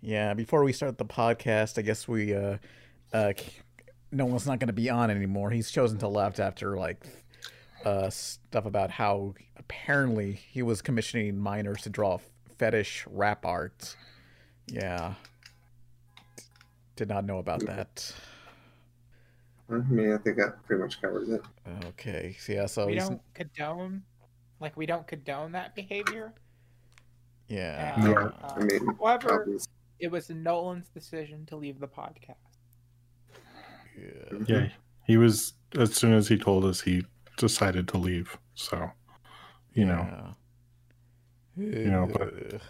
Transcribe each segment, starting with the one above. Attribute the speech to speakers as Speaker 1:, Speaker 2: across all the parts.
Speaker 1: Yeah, before we start the podcast, I guess we uh, uh c- Nolan's not going to be on anymore. He's chosen to left after like uh stuff about how apparently he was commissioning minors to draw f- fetish rap art. Yeah. Did not know about that.
Speaker 2: I mean, I think that pretty much covers it.
Speaker 1: Okay. so Yeah, so
Speaker 3: we
Speaker 1: he's,
Speaker 3: don't condone, like we don't condone that behavior.
Speaker 1: yeah.
Speaker 3: Uh,
Speaker 2: Yeah,
Speaker 3: uh,
Speaker 2: I mean,
Speaker 3: however,
Speaker 2: obviously.
Speaker 3: it was Nolan's decision to leave the podcast.
Speaker 1: yeah.
Speaker 2: Mhm.
Speaker 3: Mm-hmm.
Speaker 4: Yeah, he was as soon as he told us he decided to leave. So, you know,
Speaker 1: Yeah.
Speaker 4: know, but-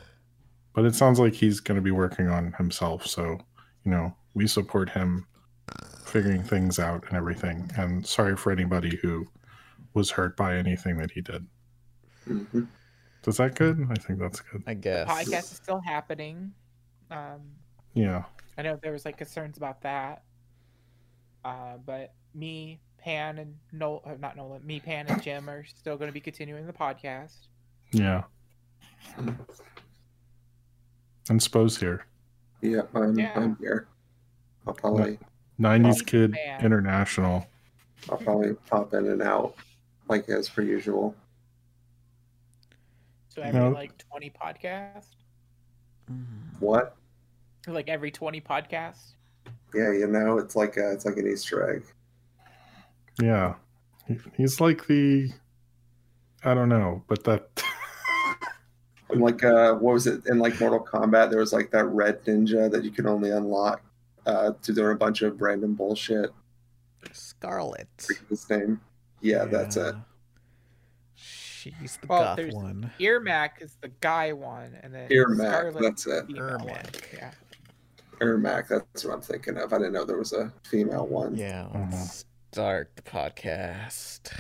Speaker 4: but it sounds like he's going to be working on himself. So, you know, we support him figuring things out and everything. And sorry for anybody who was hurt by anything that he did.
Speaker 2: Mhm.
Speaker 4: Is that good? I think that's good.
Speaker 1: I guess.
Speaker 3: Podcast is still happening. Um,
Speaker 4: Yeah.
Speaker 3: I know there was like concerns about that, uh, but me, Pan, and Nolan, not Nolan, me, Pan, and Jim are still going to be continuing the podcast.
Speaker 4: Yeah.
Speaker 3: Mm-hmm.
Speaker 4: And Spo's here.
Speaker 2: Yeah, I'm,
Speaker 3: Yeah.
Speaker 2: I'm here. I'll probably,
Speaker 4: 90s
Speaker 3: Oh,
Speaker 4: Kid
Speaker 3: man.
Speaker 4: International.
Speaker 2: I'll probably pop in and out, like as per usual.
Speaker 3: So every
Speaker 4: No.
Speaker 3: like twenty podcast,
Speaker 1: Mm-hmm.
Speaker 2: What?
Speaker 3: like every twenty podcast.
Speaker 2: Yeah, you know, it's like a, it's like an Easter egg.
Speaker 4: Yeah. He- He's like the. I don't know, but that.
Speaker 2: And like, uh, what was it in like Mortal Kombat? There was like that red ninja that you could only unlock uh, to doing a bunch of random bullshit.
Speaker 1: Scarlet.
Speaker 2: Forget His name. Yeah, that's it.
Speaker 1: She's the
Speaker 3: Well,
Speaker 1: goth
Speaker 3: there's-
Speaker 1: one.
Speaker 3: Earmac is the guy one, and then
Speaker 2: Ermac,
Speaker 3: Scarlet
Speaker 2: that's it.
Speaker 3: the female one.
Speaker 1: Ermac.
Speaker 3: Yeah.
Speaker 2: Ermac, that's what I'm thinking of. I didn't know there was a female one.
Speaker 1: Yeah,
Speaker 4: Mhm.
Speaker 1: let's start the podcast.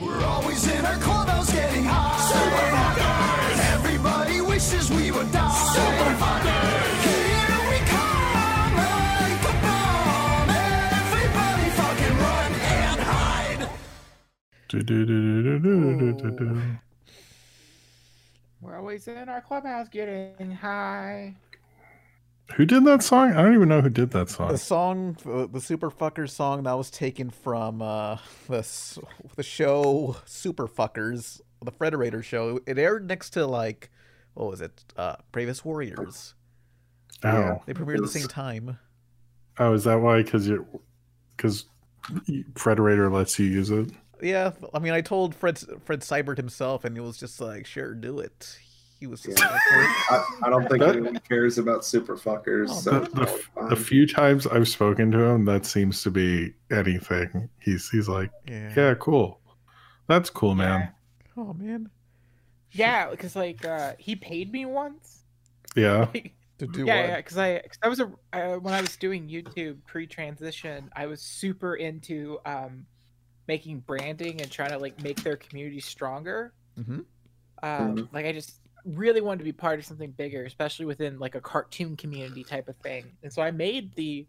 Speaker 5: We're always in our clubhouse getting high. Super fuckers. Everybody wishes we would die. Super fuckers. Here we come like a bomb. Everybody fucking run and hide.
Speaker 4: Do-do-do-do-do-do-do-do-do.
Speaker 3: We're always in our clubhouse getting high.
Speaker 4: Who did that song? I don't even know who did that song.
Speaker 1: The song, uh, the Super Fuckers song, that was taken from uh, the s- the show Super Fuckers, the Frederator show. It aired next to like, what was it, uh, Bravest Warriors.
Speaker 4: Oh,
Speaker 1: They premiered at the
Speaker 2: Yes.
Speaker 1: same time.
Speaker 4: oh, is that why? Because you, because Frederator lets you use it.
Speaker 1: Yeah, I mean, I told Fred Fred Seibert himself, and he was just like, "Sure, do it." He was just
Speaker 2: Yeah.
Speaker 1: like,
Speaker 2: I, I don't think anyone cares about super fuckers.
Speaker 1: Oh,
Speaker 2: so
Speaker 4: the,
Speaker 2: it's
Speaker 4: the,
Speaker 2: probably
Speaker 4: the
Speaker 2: fine.
Speaker 4: few times I've spoken to him, that seems to be anything. He's he's like,
Speaker 1: "Yeah,
Speaker 4: yeah, cool. That's cool, man.
Speaker 1: oh man,
Speaker 3: Yeah, because like uh, he paid me once.
Speaker 4: Yeah,
Speaker 3: Like,
Speaker 1: to do
Speaker 3: yeah,
Speaker 1: what?"
Speaker 3: yeah, because I, cause I was a uh, when I was doing YouTube pre-transition, I was super into um, making branding and trying to like make their community stronger.
Speaker 1: Mhm.
Speaker 3: Um,
Speaker 2: Mm-hmm.
Speaker 3: Like I just really wanted to be part of something bigger, especially within like a cartoon community type of thing. And so I made the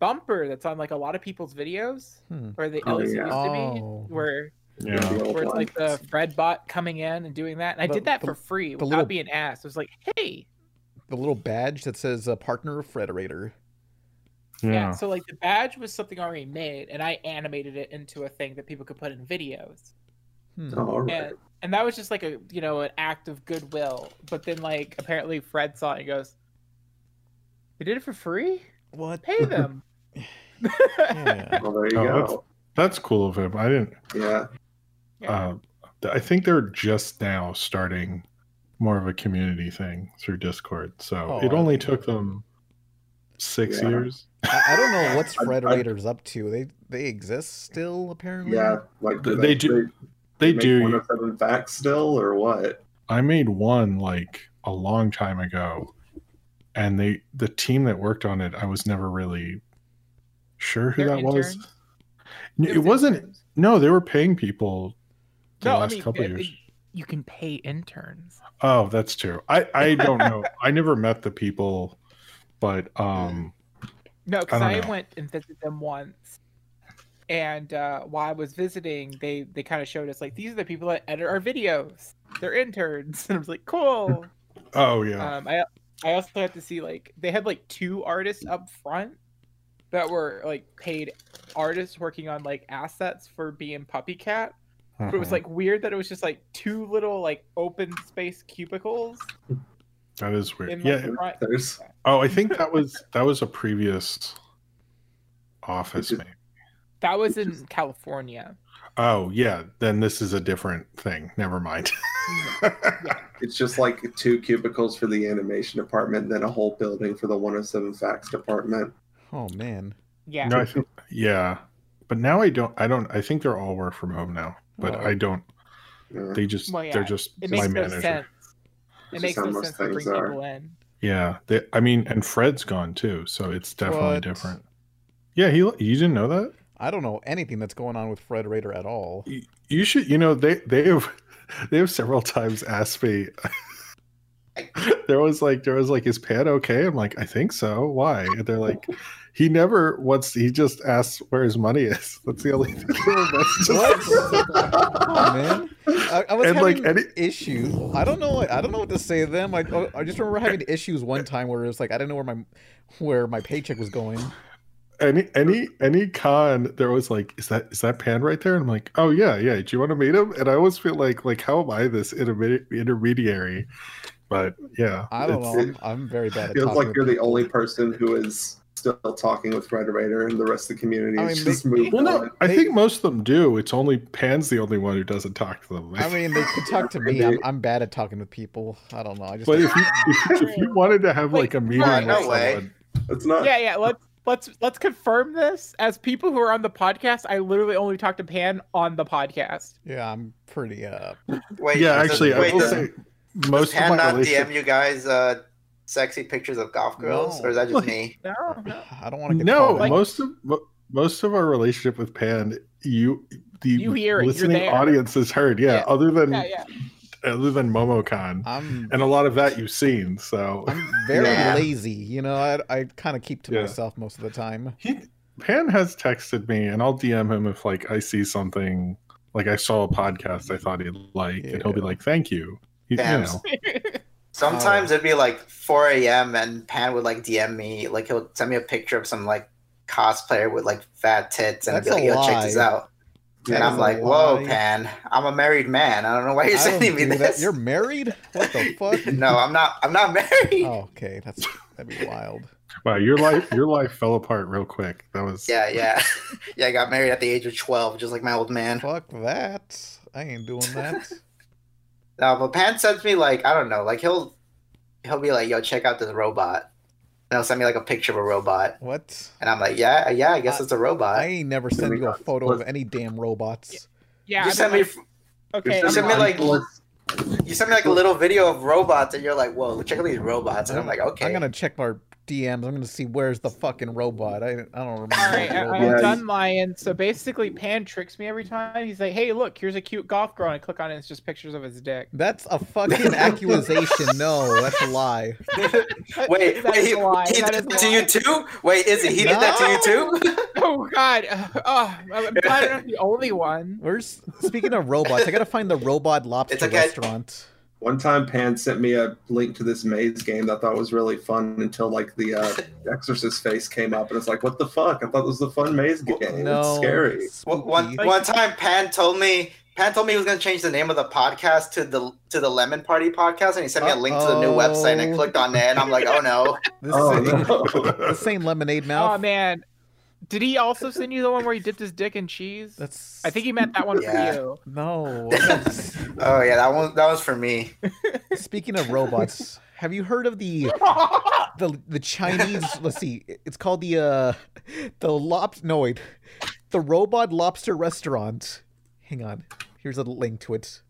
Speaker 3: bumper that's on like a lot of people's videos,
Speaker 1: Hmm.
Speaker 3: or the
Speaker 2: Oh,
Speaker 3: at least
Speaker 2: yeah.
Speaker 3: it used to
Speaker 1: Oh.
Speaker 3: be, where
Speaker 4: yeah.
Speaker 2: The old
Speaker 3: where it's
Speaker 2: one.
Speaker 3: like the Fred bot coming in and doing that. And I
Speaker 1: The-
Speaker 3: did that
Speaker 1: the-
Speaker 3: for free without
Speaker 1: little-
Speaker 3: being asked. It was like, hey,
Speaker 1: the little badge that says uh, "Partner of Frederator."
Speaker 4: yeah,
Speaker 3: Yeah. So like the badge was something already made, and I animated it into a thing that people could put in videos,
Speaker 1: Hmm.
Speaker 2: Oh, all right.
Speaker 3: and and that was just like a you know an act of goodwill. But then like apparently Fred saw it and goes, "We did it for free.
Speaker 1: What?
Speaker 3: Pay them."
Speaker 1: Yeah.
Speaker 2: Well, there you
Speaker 4: Oh,
Speaker 2: go.
Speaker 4: That's cool of him. I didn't.
Speaker 2: Yeah.
Speaker 3: Yeah.
Speaker 4: Uh, I think they're just now starting more of a community thing through Discord. So
Speaker 1: Oh,
Speaker 4: it
Speaker 1: I
Speaker 4: only
Speaker 1: think-
Speaker 4: took them six
Speaker 2: Yeah.
Speaker 4: years.
Speaker 1: I, I don't know what's
Speaker 2: I- I-
Speaker 1: Frederator's up to. They they exist still apparently.
Speaker 2: Yeah. Like
Speaker 4: They do- They,
Speaker 2: make
Speaker 4: do.
Speaker 2: One of them back still, or what?
Speaker 4: I made one like a long time ago, and they the team that worked on it, I was never really sure who
Speaker 3: They're
Speaker 4: that was.
Speaker 3: interns?
Speaker 4: N- It wasn't.
Speaker 3: interns.
Speaker 4: No, they were paying people the
Speaker 3: No, I
Speaker 4: last
Speaker 3: mean,
Speaker 4: couple
Speaker 3: it-
Speaker 4: years.
Speaker 3: it- you can pay interns.
Speaker 4: Oh, that's true. I I don't know. I never met the people, but um,
Speaker 3: No, because
Speaker 4: don't
Speaker 3: I,
Speaker 4: know.
Speaker 3: went and visited them once, and uh, while I was visiting, they they kind of showed us like these are the people that edit our videos. They're interns, and I was like, cool.
Speaker 4: oh yeah,
Speaker 3: Um, I I also had to see like they had like two artists up front that were like paid artists working on like assets for being Puppy Cat. But it was
Speaker 4: Uh-uh.
Speaker 3: like weird that it was just like two little like open space cubicles
Speaker 4: that is weird.
Speaker 3: in like
Speaker 4: yeah.
Speaker 3: the front.
Speaker 2: There's
Speaker 4: oh, I think that was that was a previous office.
Speaker 2: Which is-
Speaker 4: Maybe.
Speaker 3: That was in California.
Speaker 4: Oh yeah, then this is a different thing. Never mind.
Speaker 2: it's just like two cubicles for the animation department, and then a whole building for the 107 facts department.
Speaker 1: Oh man.
Speaker 3: Yeah.
Speaker 4: No, I think- yeah, but now I don't. I don't. I think they're all work from home now. But
Speaker 1: Oh.
Speaker 4: I don't.
Speaker 2: Yeah.
Speaker 4: They just.
Speaker 3: Well, yeah,
Speaker 4: They're just
Speaker 3: It
Speaker 4: my
Speaker 3: makes no
Speaker 4: manager.
Speaker 3: sense. It
Speaker 2: It's
Speaker 3: makes
Speaker 2: just how
Speaker 3: no
Speaker 2: most
Speaker 3: sense to bring
Speaker 2: things are.
Speaker 3: people in.
Speaker 4: Yeah, they, I mean, and Fred's gone too, so it's definitely
Speaker 1: What?
Speaker 4: different. Yeah, he. You didn't know that?
Speaker 1: I don't know anything that's going on with Fred Raider at all.
Speaker 4: You should. You know they they have they have several times asked me. there was like there was like is Pat okay? I'm like I think so. Why? And they're like he never wants. He just asks where his money is. That's the only thing. That's just-
Speaker 1: Oh, man. I, I was
Speaker 4: And, like,
Speaker 1: having
Speaker 4: any-
Speaker 1: issues. I don't know. I don't know what to say to them. I, oh, I just remember having issues one time where it was like I didn't know where my where my paycheck was going.
Speaker 4: any any any con there was like is that is that pan right there and i'm like oh yeah yeah do you want to meet him and i always feel like like how am i this intermedi- intermediary but yeah
Speaker 1: I don't
Speaker 4: it's-
Speaker 1: know. I'm, I'm very bad at
Speaker 2: feels
Speaker 1: talking
Speaker 2: like
Speaker 1: with
Speaker 2: you're the
Speaker 1: people.
Speaker 2: only person who is still talking with Frederator, and the rest of the community
Speaker 1: I
Speaker 2: is
Speaker 1: mean,
Speaker 2: just
Speaker 1: they-
Speaker 2: moved
Speaker 4: well
Speaker 2: on.
Speaker 4: no i
Speaker 1: They-
Speaker 4: think most of them do it's only pan's the only one who doesn't talk to them
Speaker 1: I mean, they could talk to me. I'm, I'm bad at talking with people. I don't know. I just
Speaker 4: but if you, if, if you wanted to have like a meeting
Speaker 3: no,
Speaker 4: with
Speaker 2: no
Speaker 6: way.
Speaker 4: someone,
Speaker 2: It's not.
Speaker 3: Yeah, yeah. Let's let's let's confirm this. As people who are on the podcast, I literally only talk to Pan on the podcast.
Speaker 1: yeah, I'm pretty uh
Speaker 6: Wait,
Speaker 4: yeah
Speaker 6: does-
Speaker 4: actually
Speaker 6: wait,
Speaker 4: i will
Speaker 6: does,
Speaker 4: say
Speaker 6: does
Speaker 4: most of
Speaker 6: Pan
Speaker 4: my
Speaker 6: not
Speaker 4: relationships
Speaker 6: DM you guys uh, sexy pictures of golf girls,
Speaker 1: No.
Speaker 6: or is that just me?
Speaker 4: uh,
Speaker 3: No, no.
Speaker 1: I don't want to get
Speaker 4: no
Speaker 1: called out.
Speaker 4: most of mo- most of our relationship with pan you the
Speaker 3: You hear it, you're
Speaker 4: listening
Speaker 3: there.
Speaker 4: audience has heard yeah,
Speaker 3: Yeah.
Speaker 4: other than
Speaker 3: Yeah, yeah.
Speaker 4: other than momocon
Speaker 1: I'm
Speaker 4: and a lot of that you've seen so
Speaker 1: I'm very
Speaker 6: Nah.
Speaker 1: lazy. You know, I I kind of keep to
Speaker 4: Yeah.
Speaker 1: myself most of the time.
Speaker 4: he, pan has texted me and i'll dm him if like i see something like i saw a podcast i thought he'd like and he'll be
Speaker 1: Yeah.
Speaker 4: like thank you He- you
Speaker 6: Damn.
Speaker 4: know.
Speaker 6: Sometimes it'd be like 4 a.m. and Pan would like DM me, like he'll send me a picture of some like cosplayer with like fat tits, and I'd be
Speaker 1: That's
Speaker 6: like,
Speaker 1: a
Speaker 6: "Yo, check this
Speaker 1: lie.
Speaker 6: out."
Speaker 1: That
Speaker 6: and
Speaker 1: is
Speaker 6: I'm
Speaker 1: a
Speaker 6: like, "Whoa,
Speaker 1: lie.
Speaker 6: Pan, I'm a married man. I don't know why you're
Speaker 1: I don't
Speaker 6: sending me
Speaker 1: do that.
Speaker 6: this."
Speaker 1: You're married? What the fuck?
Speaker 6: no, I'm not. I'm not married.
Speaker 1: Oh, okay, that's that'd be wild.
Speaker 4: wow your life your life fell apart real quick that was
Speaker 6: Yeah, yeah, yeah. I got married at the age of 12, just like my old man.
Speaker 1: Fuck that. I ain't doing that.
Speaker 6: No, but Pan sends me like I don't know, like he'll he'll be like, "Yo, check out this robot," and he'll send me like a picture of a robot,
Speaker 1: What?
Speaker 6: and I'm like, "Yeah, yeah, I guess it's a robot."
Speaker 1: I ain't never send you a photo of any damn robots.
Speaker 3: yeah.
Speaker 6: you
Speaker 3: I'm
Speaker 6: send me
Speaker 3: like, okay.
Speaker 6: you
Speaker 3: I'm
Speaker 6: send me
Speaker 3: on.
Speaker 6: like you sent me like a little video of robots, and you're like, "Whoa, look, check out these robots!" And I'm like, "Okay."
Speaker 1: I'm gonna check my DMs. I'm gonna see where's the fucking robot. I I don't remember.
Speaker 3: All right, uh,
Speaker 1: the
Speaker 3: I,
Speaker 1: robot.
Speaker 3: I'm
Speaker 2: Yeah.
Speaker 3: done lying. So basically, Pan tricks me every time. He's like, "Hey, look, here's a cute golf girl," and I click on it. It's just pictures of his dick.
Speaker 1: That's a fucking accusation. No, that's a lie.
Speaker 6: Wait,
Speaker 3: Uh, That
Speaker 6: wait,
Speaker 3: is
Speaker 6: he,
Speaker 3: a lie.
Speaker 6: he
Speaker 3: That
Speaker 6: did
Speaker 3: is
Speaker 6: that
Speaker 3: a
Speaker 6: to
Speaker 3: lie.
Speaker 6: you too? Wait, is it? He did that to you too?
Speaker 3: Oh God! Oh, I'm glad I'm not the only one.
Speaker 1: Where's speaking of robots? I gotta find the robot lobster
Speaker 6: It's okay.
Speaker 1: restaurant.
Speaker 2: One time, Pan sent me a link to this maze game that I thought was really fun until like the uh, Exorcist face came up, and it's like, what the fuck? I thought it was the fun maze game.
Speaker 1: No,
Speaker 2: It's scary.
Speaker 6: One- One,
Speaker 1: spooky.
Speaker 6: one time, Pan told me Pan told me he was gonna change the name of the podcast to the to the Lemon Party Podcast, and he sent me a link to the new website, and I
Speaker 1: Uh-oh.
Speaker 6: clicked on it, and I'm like, "Oh no!"
Speaker 1: This
Speaker 2: Oh
Speaker 1: ain't,
Speaker 2: no!
Speaker 1: this ain't lemonade mouth.
Speaker 3: Oh man, did he also send you the one where he dipped his dick in cheese?
Speaker 1: That's
Speaker 3: I think he meant that one
Speaker 6: Yeah.
Speaker 3: for you.
Speaker 1: no.
Speaker 6: Oh yeah, that one that was for me.
Speaker 1: speaking of robots, have you heard of the the the Chinese? Let's see. It's called the uh the lob. No wait, the robot lobster restaurant. Hang on. Here's a link to it.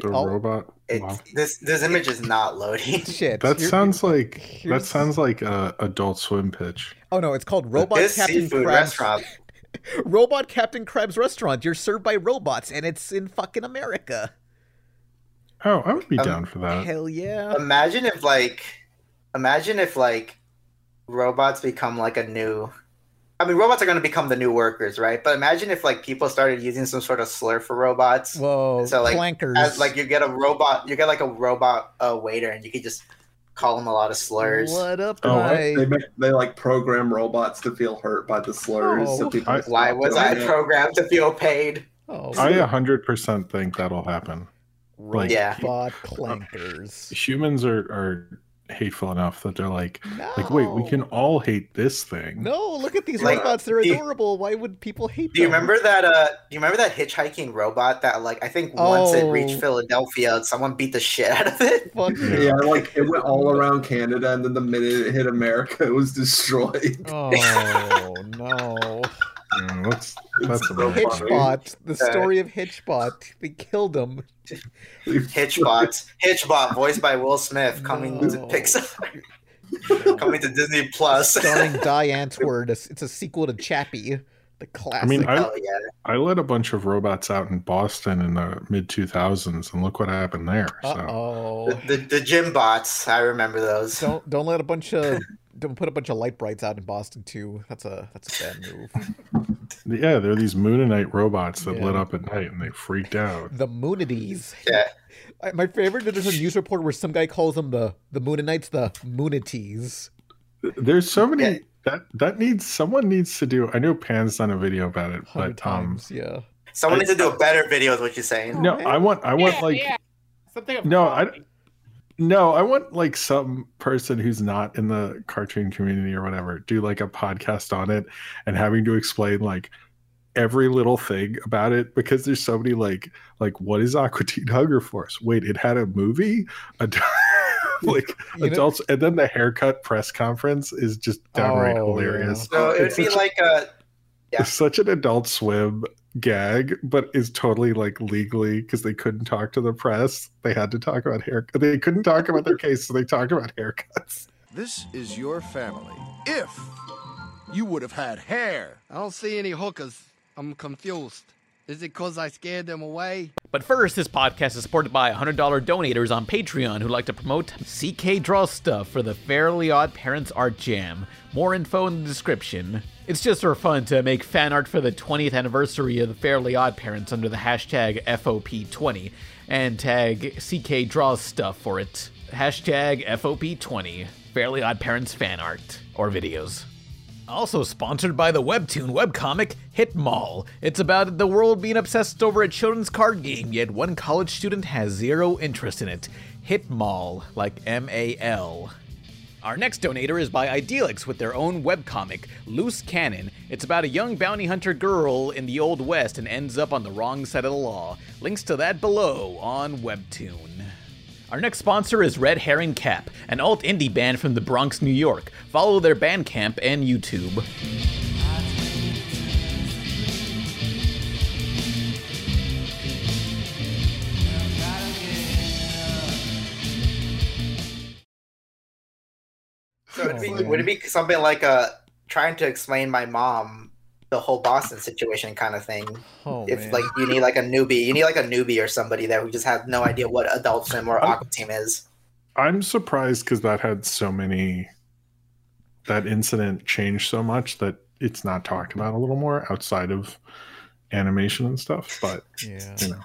Speaker 4: the
Speaker 1: Oh.
Speaker 4: robot
Speaker 6: It,
Speaker 4: wow.
Speaker 6: This this image is not loading.
Speaker 1: Shit.
Speaker 4: that
Speaker 1: Here-
Speaker 4: sounds like that
Speaker 1: here's-
Speaker 4: sounds like a adult swim pitch
Speaker 1: Oh no, it's called Robot
Speaker 6: this
Speaker 1: Captain
Speaker 6: seafood
Speaker 1: Krabs.
Speaker 6: restaurant.
Speaker 1: Robot Captain Krabs restaurant. You're served by robots, and it's in fucking America.
Speaker 4: oh i would be
Speaker 6: Um,
Speaker 4: down for that
Speaker 1: Hell yeah.
Speaker 6: Imagine if like, imagine if like, robots become like a new. I mean, robots are going to become the new workers, right? But imagine if like people started using some sort of slur for robots.
Speaker 1: Whoa.
Speaker 6: so, like,
Speaker 1: clankers.
Speaker 6: As like you get a robot, you get like a robot uh, waiter, and you could just call him a lot of slurs.
Speaker 1: What up,
Speaker 4: Oh, what?
Speaker 1: my-
Speaker 2: They make, they like program robots to feel hurt by the slurs.
Speaker 1: Oh.
Speaker 2: so people
Speaker 4: I-
Speaker 6: Why
Speaker 2: stop
Speaker 6: was
Speaker 2: doing
Speaker 6: I
Speaker 2: it.
Speaker 6: programmed to feel paid?
Speaker 1: Oh,
Speaker 4: I uh, 100% think that'll happen.
Speaker 1: robot
Speaker 6: Yeah.
Speaker 1: clankers.
Speaker 4: Humans are, are hateful enough that they're like,
Speaker 1: No.
Speaker 4: uh, like, wait, we can all hate this thing.
Speaker 1: Oh. No, look at these
Speaker 6: Like,
Speaker 1: robots. They're
Speaker 6: do you-
Speaker 1: adorable. Why would people hate them?
Speaker 6: Do you remember that? Uh, do you remember that hitchhiking robot that, like, I think once it
Speaker 1: Oh.
Speaker 6: reached Philadelphia, someone beat the shit out of it.
Speaker 1: Fuck
Speaker 4: Yeah.
Speaker 1: you.
Speaker 2: Yeah, like it went all around Canada, and then the minute it hit America, it was destroyed.
Speaker 1: Oh no.
Speaker 4: Yeah, that's that's
Speaker 2: so
Speaker 4: about it.
Speaker 2: hateful.
Speaker 1: Hitchbot. The story of Hitchbot. They killed him.
Speaker 6: Hitchbot, Hitchbot, voiced by Will Smith, coming to
Speaker 1: No.
Speaker 6: Pixar, coming to Disney Plus.
Speaker 1: Starring Di Antwoord. It's it's a sequel to Chappie, the classic.
Speaker 4: I-
Speaker 6: Hell yeah.
Speaker 4: I let a bunch of robots out in Boston in the mid 2000s, and look what happened there.
Speaker 1: uh
Speaker 4: So
Speaker 1: oh.
Speaker 6: The, the, the gym bots, I remember those.
Speaker 1: Don't don't let a bunch of don't put a bunch of light brights out in Boston too. That's a that's a bad move.
Speaker 4: yeah, there are these Moonanite robots that
Speaker 1: Yeah.
Speaker 4: lit up at night, and they freaked out.
Speaker 1: The Moonities.
Speaker 6: Yeah.
Speaker 1: I- My favorite is there's a news report where some guy calls them the the Moonanites the Moonities.
Speaker 4: There's so many
Speaker 6: Yeah.
Speaker 4: that that needs someone needs to do. I know Pan's done a video about it,
Speaker 1: Hundred
Speaker 4: but um,
Speaker 1: times, yeah.
Speaker 6: Someone
Speaker 4: I-
Speaker 6: needs to do a better video, is what you're saying.
Speaker 4: no, I want I want
Speaker 3: Yeah,
Speaker 4: like
Speaker 3: yeah. something. Of
Speaker 4: No, I- no, I want like some person who's not in the cartoon community or whatever do like a podcast on it and having to explain like every little thing about it because there's so many like like what is Aqua Teen Hunger Force? Wait, it had a movie, Ad- like
Speaker 1: You know-
Speaker 4: adults, and then the haircut press conference is just downright
Speaker 1: Oh,
Speaker 4: hilarious.
Speaker 6: So it would
Speaker 4: It's
Speaker 6: be
Speaker 4: such-
Speaker 6: like a Yeah.
Speaker 4: It's such an adult swim gag, but is totally like legally because they couldn't talk to the press. They had to talk about hair. They couldn't talk about their case, so they talked about haircuts.
Speaker 5: This is your family. If you would have had hair.
Speaker 7: I don't see any hookers. I'm confused. Is it because I scared them away?
Speaker 8: But first, this podcast is supported by $100 donators on Patreon who like to promote CK Draw Stuff for the Fairly Odd Parents Art Jam. More info in the description. It's just for fun to make fan art for the 20th anniversary of the Fairly Odd Parents under the hashtag FOP20 and tag CK Draws Stuff for it. Hashtag FOP20, Fairly Odd Parents fan art or videos. Also sponsored by the webtoon webcomic Hit Mall. It's about the world being obsessed over a children's card game, yet one college student has zero interest in it. Hit Mall, like M A L. Our next donator is by Idealix with their own webcomic, Loose Cannon. It's about a young bounty hunter girl in the Old West and ends up on the wrong side of the law. Links to that below on Webtoon. Our next sponsor is Red Herring Cap, an alt indie band from the Bronx, New York. Follow their Bandcamp and YouTube.
Speaker 6: So it'd be,
Speaker 1: Oh, man.
Speaker 6: would it be something like a trying to explain my mom the whole Boston situation kind of thing?
Speaker 1: Oh
Speaker 6: if
Speaker 1: man.
Speaker 6: like you need like a newbie, you need like a newbie or somebody that who just has no idea what Adult Swim or Aqua Team is.
Speaker 4: I'm surprised because that had so many. That incident changed so much that it's not talked about a little more outside of animation and stuff. But
Speaker 1: yeah.
Speaker 4: you know,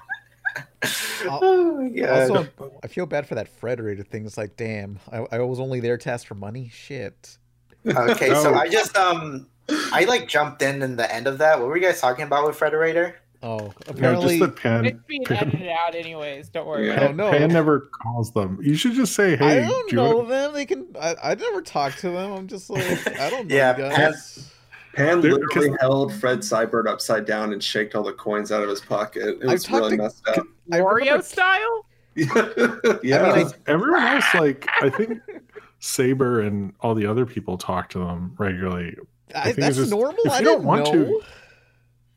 Speaker 6: Oh yeah.
Speaker 1: Also, I feel bad for that Frederator thing. It's like, damn, I, I was only there to ask for money. Shit.
Speaker 6: okay, so
Speaker 4: No.
Speaker 6: I just um I like jumped in in the end of that. What were you guys talking about with Frederator?
Speaker 1: Oh,
Speaker 4: no,
Speaker 1: apparently,
Speaker 4: just that Pan
Speaker 3: It's being edited out anyways. Don't worry.
Speaker 2: Yeah.
Speaker 3: about it.
Speaker 1: don't know.
Speaker 4: Pan never calls them. You should just say, "Hey,
Speaker 1: I don't
Speaker 4: do you wanna
Speaker 1: know them. They can. I, I never talk to them. I'm just like, I don't know.
Speaker 6: Yeah,
Speaker 1: you guys.
Speaker 2: Pan
Speaker 4: Dude,
Speaker 2: literally held Fred Seibert upside down and shaked all the coins out of his pocket. It
Speaker 1: I've
Speaker 2: was really
Speaker 1: talked
Speaker 2: messed up.
Speaker 1: I
Speaker 3: Wario
Speaker 1: remember-
Speaker 3: style.
Speaker 2: yeah,
Speaker 1: I mean,
Speaker 4: Because everyone else, like I think Saber and all the other people talk to them regularly. I
Speaker 1: I,
Speaker 4: think it's
Speaker 1: that's
Speaker 4: just-
Speaker 1: normal.
Speaker 4: if
Speaker 1: I
Speaker 4: you don't
Speaker 1: didn't
Speaker 4: want
Speaker 1: know.
Speaker 4: to,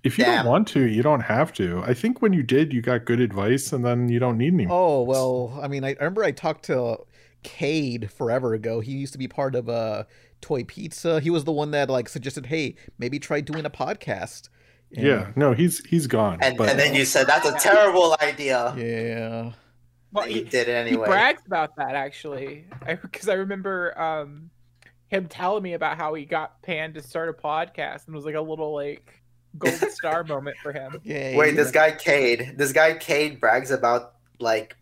Speaker 4: If you
Speaker 6: Damn.
Speaker 4: don't want to, you don't have to. I think when you did, you got good advice, and then you don't need any.
Speaker 1: Oh well, I mean, I I remember I talked to Cade forever ago. He used to be part of uh, Toy Pizza. He was the one that like suggested, "Hey, maybe try doing a podcast."
Speaker 4: yeah. no, he's he's gone.
Speaker 6: And
Speaker 4: but
Speaker 6: and then you said that's a terrible idea.
Speaker 1: Yeah.
Speaker 3: Well,
Speaker 6: But you
Speaker 3: he,
Speaker 6: did it
Speaker 3: he
Speaker 6: anyway.
Speaker 3: brags about that actually, because I, remember um, him telling me about how he got Pan to start a podcast and it was like a little like gold star moment for him.
Speaker 1: Yeah.
Speaker 6: Wait, this guy Cade, this guy Cade brags about like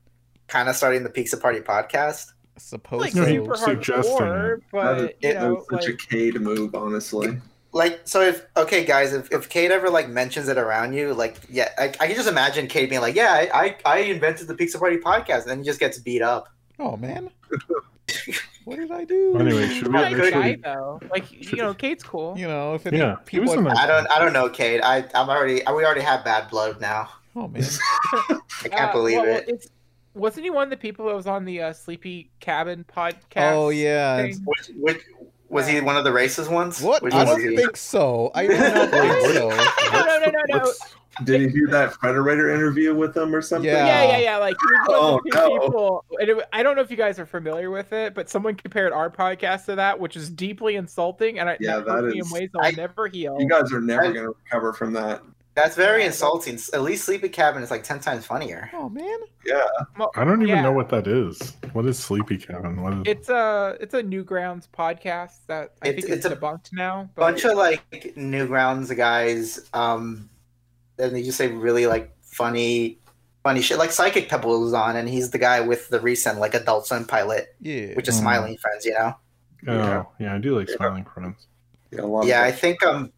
Speaker 6: kind of starting the Pizza Party podcast.
Speaker 1: suppose
Speaker 3: like
Speaker 1: so.
Speaker 4: he
Speaker 3: super
Speaker 4: suggesting
Speaker 3: hardcore,
Speaker 4: it.
Speaker 3: but you
Speaker 2: it
Speaker 3: know,
Speaker 2: was such a
Speaker 3: like,
Speaker 2: Cade move, honestly.
Speaker 6: Like, so if okay, guys, if if Cade ever like mentions it around you, like, yeah, I, I can just imagine Cade being like, yeah, I, I I invented the Pizza Party podcast, and then he just gets beat up.
Speaker 1: Oh man, what did I do?
Speaker 4: Anyway, should we
Speaker 3: not a good guy
Speaker 4: actually?
Speaker 3: though. Like you know, Kate's cool.
Speaker 1: you know, if any
Speaker 4: Yeah, he
Speaker 1: people,
Speaker 4: was a nice
Speaker 6: I don't I don't know, Cade. I I'm already we already have bad blood now.
Speaker 1: oh man,
Speaker 6: I can't
Speaker 3: Uh,
Speaker 6: believe
Speaker 3: well,
Speaker 6: it.
Speaker 3: It's, wasn't he one of the people that was on the uh, Sleepy Cabin podcast?
Speaker 1: oh yeah.
Speaker 3: thing?
Speaker 1: it's-
Speaker 6: Which, which was he one of the racist ones?
Speaker 1: What?
Speaker 6: Which
Speaker 1: I
Speaker 6: was
Speaker 1: don't
Speaker 6: he?
Speaker 1: think so. I do not think so.
Speaker 3: No, no, no, no, no.
Speaker 4: What's-
Speaker 2: Did he do that Federator interview with them or something?
Speaker 1: Yeah.
Speaker 3: Yeah, yeah, yeah. Like he was one of the
Speaker 2: Oh,
Speaker 3: few
Speaker 2: no.
Speaker 3: people. And it, I don't know if you guys are familiar with it, but someone compared our podcast to that, which is deeply insulting, and I,
Speaker 2: Yeah,
Speaker 3: that hurt
Speaker 2: that
Speaker 3: me in
Speaker 2: is-
Speaker 3: ways I'll
Speaker 6: I-
Speaker 3: never heal.
Speaker 2: You guys are never going to recover from that.
Speaker 6: That's very insulting. At least Sleepy Cabin is like ten times funnier.
Speaker 1: Oh man.
Speaker 4: I don't even
Speaker 3: Yeah.
Speaker 4: know what that is. What is Sleepy Cabin? What is?
Speaker 3: It's a it's a Newgrounds podcast that I
Speaker 6: It's-
Speaker 3: think
Speaker 6: it's
Speaker 3: is
Speaker 6: a
Speaker 3: debunked now. But
Speaker 6: bunch of like Newgrounds guys, um, and they just say really like funny, funny shit. Like Psychic Pebble was on, and he's the guy with the recent like Adult Swim pilot,
Speaker 1: Yeah.
Speaker 6: which is
Speaker 4: Mm.
Speaker 6: Smiling Friends, you know.
Speaker 4: oh,
Speaker 2: yeah.
Speaker 4: yeah. I do like Smiling Friends.
Speaker 2: Yeah, a lot
Speaker 6: yeah, I
Speaker 2: of
Speaker 6: think um,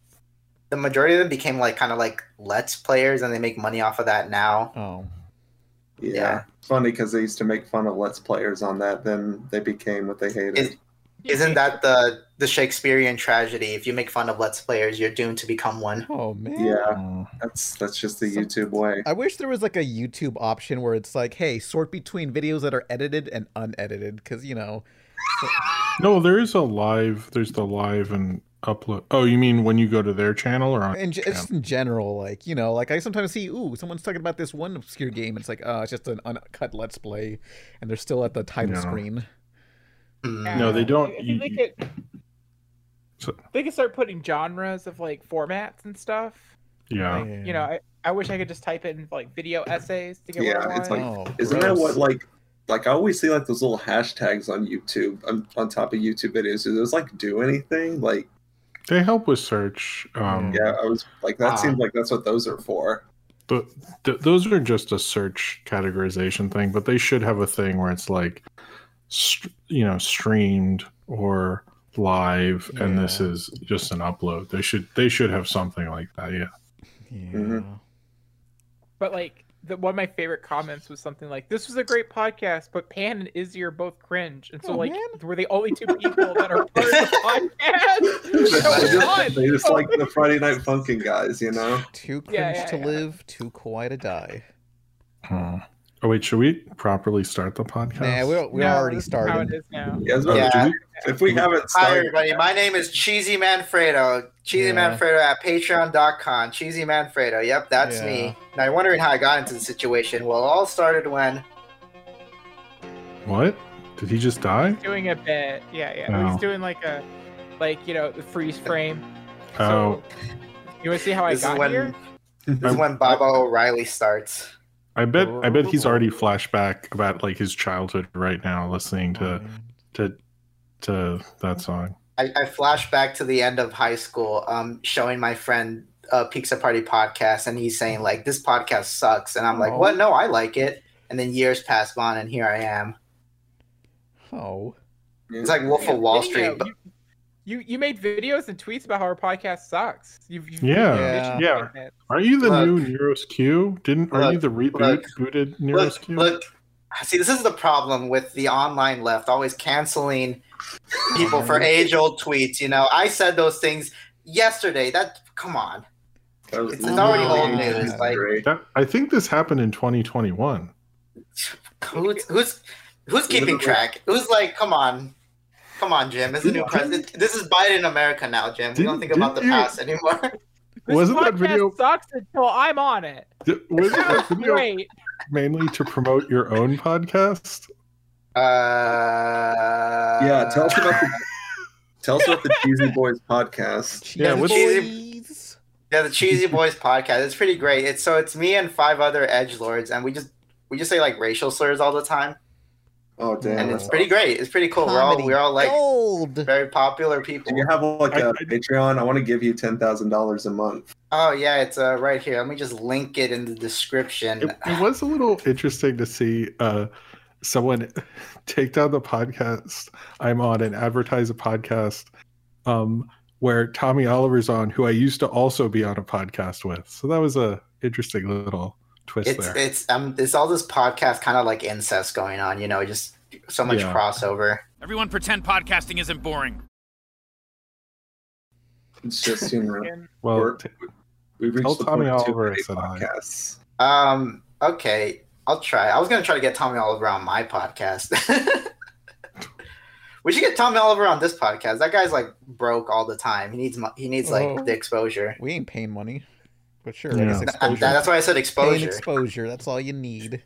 Speaker 6: the majority of them became like kind of like Let's players, and they make money off of that now.
Speaker 1: Oh.
Speaker 2: yeah.
Speaker 6: yeah.
Speaker 2: It's funny because they used to make fun of Let's Players on that. Then they became what they hated.
Speaker 6: Is- Isn't that the the Shakespearean tragedy? If you make fun of Let's players, you're doomed to become one.
Speaker 1: Oh man.
Speaker 2: yeah,
Speaker 4: Oh,
Speaker 2: that's that's just the
Speaker 1: Some- uh,
Speaker 2: YouTube way.
Speaker 1: I wish there was like a YouTube option where it's like, hey, sort between videos that are edited and unedited, because you know,
Speaker 4: No, there is a live. There's the live and upload. Oh, you mean when you go to their channel or on?
Speaker 1: and j-
Speaker 4: Yeah.
Speaker 1: just in general, like you know, like I sometimes see, ooh, someone's talking about this one obscure game. It's like, oh, it's just an uncut Let's Play, and they're still at the title
Speaker 4: No.
Speaker 1: screen.
Speaker 6: Mm.
Speaker 3: Yeah.
Speaker 4: No, they don't.
Speaker 3: I think
Speaker 4: you-
Speaker 3: they could.
Speaker 4: So-
Speaker 3: They could start putting genres of like formats and stuff.
Speaker 4: Yeah.
Speaker 3: Like, you know, I, I wish I could just type in like video essays to get what I
Speaker 2: Yeah, it's
Speaker 3: want.
Speaker 2: like-
Speaker 1: Oh,
Speaker 2: Isn't that
Speaker 1: gross.
Speaker 2: what like like I always see like those little hashtags on YouTube on, on top of YouTube videos? Do those like do anything? Like
Speaker 4: They help with search. Um,
Speaker 2: yeah, I was like that
Speaker 6: Ah.
Speaker 2: seems like that's what those are for.
Speaker 4: th- th- those are just a search categorization thing, but they should have a thing where it's like, str you know, streamed or live, and this
Speaker 1: Yeah.
Speaker 4: is just an upload. They should they should have something like that. Yeah.
Speaker 1: Yeah.
Speaker 2: Mhm.
Speaker 3: But like the, one of my favorite comments was something like, "This was a great podcast, but Pan and Izzy are both cringe." And so
Speaker 1: Oh,
Speaker 3: like
Speaker 1: man.
Speaker 3: we're the only two people that are part of the podcast.
Speaker 2: they
Speaker 3: So it's
Speaker 2: just,
Speaker 3: fun.
Speaker 2: they just like the Friday Night Funkin' guys, you know.
Speaker 1: Too cringe
Speaker 3: Yeah, yeah,
Speaker 1: to
Speaker 3: yeah.
Speaker 1: live, too quiet to die.
Speaker 4: Hmm. Oh wait, should we properly start the podcast?
Speaker 1: Nah, we, we
Speaker 3: No,
Speaker 1: already
Speaker 3: this is How it
Speaker 1: started.
Speaker 3: is now.
Speaker 2: Yeah, I was about to-
Speaker 6: Yeah.
Speaker 2: if we haven't
Speaker 6: Hi
Speaker 2: started,
Speaker 6: everybody, my name is Cheesy Manfredo. Cheesy
Speaker 1: Yeah.
Speaker 6: Manfredo at patreon.com. Cheesy Manfredo. Yep, that's
Speaker 1: Yeah.
Speaker 6: me. Now you're wondering how I got into the situation. Well, it all started when
Speaker 4: What? Did he just die?
Speaker 3: Doing a bit, yeah, yeah.
Speaker 4: Oh.
Speaker 3: He's doing like a, like you know, the freeze frame.
Speaker 4: Oh,
Speaker 3: So, you want to see how
Speaker 6: This is
Speaker 3: I got
Speaker 6: when-
Speaker 3: here?
Speaker 6: this is when Baba O'Reilly starts.
Speaker 4: I bet I bet he's already flashback about like his childhood right now, listening
Speaker 1: Oh,
Speaker 4: to
Speaker 1: man.
Speaker 4: to to that song.
Speaker 6: I, I flash back to the end of high school, um, showing my friend a Pizza Party podcast, and he's saying like, "This podcast sucks," and I'm like,
Speaker 1: Aw.
Speaker 6: "What? No, I like it." And then years pass on, and here I am.
Speaker 1: Oh.
Speaker 6: It's like Wolf of Wall
Speaker 3: Video.
Speaker 6: Street, but
Speaker 3: You, you you made videos and tweets about how our podcast sucks. You've, you've
Speaker 4: Yeah.
Speaker 1: Yeah.
Speaker 4: Yeah. Are you the
Speaker 6: Look.
Speaker 4: new Neuros Q? Didn't are you
Speaker 6: Look,
Speaker 4: the reboot
Speaker 6: look,
Speaker 4: booted Neuros
Speaker 6: look,
Speaker 4: Q?
Speaker 6: look. Ah, See, this is the problem with the online left always canceling people for age-old tweets. You know, I said those things yesterday. That come on,
Speaker 2: That was
Speaker 6: It's already
Speaker 2: literally-
Speaker 1: old news,
Speaker 2: Yeah.
Speaker 6: like-
Speaker 2: Great.
Speaker 4: That, I think this happened in 2021.
Speaker 6: who's who's who's keeping
Speaker 2: Literally.
Speaker 6: track? Who's like, come on, come on, Jim. This is a new
Speaker 4: Didn't-
Speaker 6: president. This is Biden America now, Jim. We
Speaker 4: Didn't-
Speaker 6: don't think about the
Speaker 4: didn't you-
Speaker 6: past anymore.
Speaker 3: This
Speaker 4: Wasn't that
Speaker 3: podcast
Speaker 4: video-
Speaker 3: sucks until I'm on it.
Speaker 4: Th- Was that video
Speaker 3: Great.
Speaker 4: mainly to promote your own podcast?
Speaker 6: Uh,
Speaker 2: Yeah, tell us about the tell us about the Cheesy Boys podcast.
Speaker 4: Yeah, what's-
Speaker 1: Cheese.
Speaker 6: yeah the Cheesy Boys podcast. It's pretty great. It's so it's me and five other edge lords, and we just we just say like racial slurs all the time,
Speaker 2: Oh damn!
Speaker 6: and it's
Speaker 2: that's
Speaker 6: pretty great. It's pretty cool. We're all
Speaker 1: Comedy
Speaker 6: we're all like
Speaker 1: Gold.
Speaker 6: very popular
Speaker 2: Do
Speaker 6: people.
Speaker 2: you have like
Speaker 4: I-
Speaker 2: a
Speaker 4: I-
Speaker 2: Patreon? I want to give you ten thousand dollars a month.
Speaker 6: Oh yeah, it's uh, right here. Let me just link it in the description.
Speaker 4: It, it was a little interesting to see uh, someone take down the podcast I'm on and advertise a podcast um, where Tommy Oliver's on, who I used to also be on a podcast with. So that was a interesting little twist
Speaker 6: it's
Speaker 4: there.
Speaker 6: it's um it's all this podcast kind of like incest going on you know just so much
Speaker 4: Yeah.
Speaker 6: crossover
Speaker 9: Everyone pretend podcasting isn't boring.
Speaker 2: It's just you know
Speaker 3: And
Speaker 4: well,
Speaker 2: we're-
Speaker 4: t-
Speaker 2: we've reached
Speaker 4: Tell
Speaker 2: the
Speaker 4: Tommy
Speaker 2: point of too
Speaker 4: Oliver
Speaker 2: many
Speaker 4: I said hi.
Speaker 2: podcasts.
Speaker 6: um okay i'll try i was gonna try to get tommy oliver on my podcast we should get tommy oliver on this podcast that guy's like broke all the time he needs mo- he needs like
Speaker 1: Oh.
Speaker 6: the exposure
Speaker 1: We ain't paying money, but sure,
Speaker 4: Yeah.
Speaker 1: I guess
Speaker 4: That-
Speaker 6: Uh,
Speaker 1: exposure.
Speaker 6: that's why i said
Speaker 1: Paying
Speaker 6: exposure
Speaker 1: exposure. That's all you need.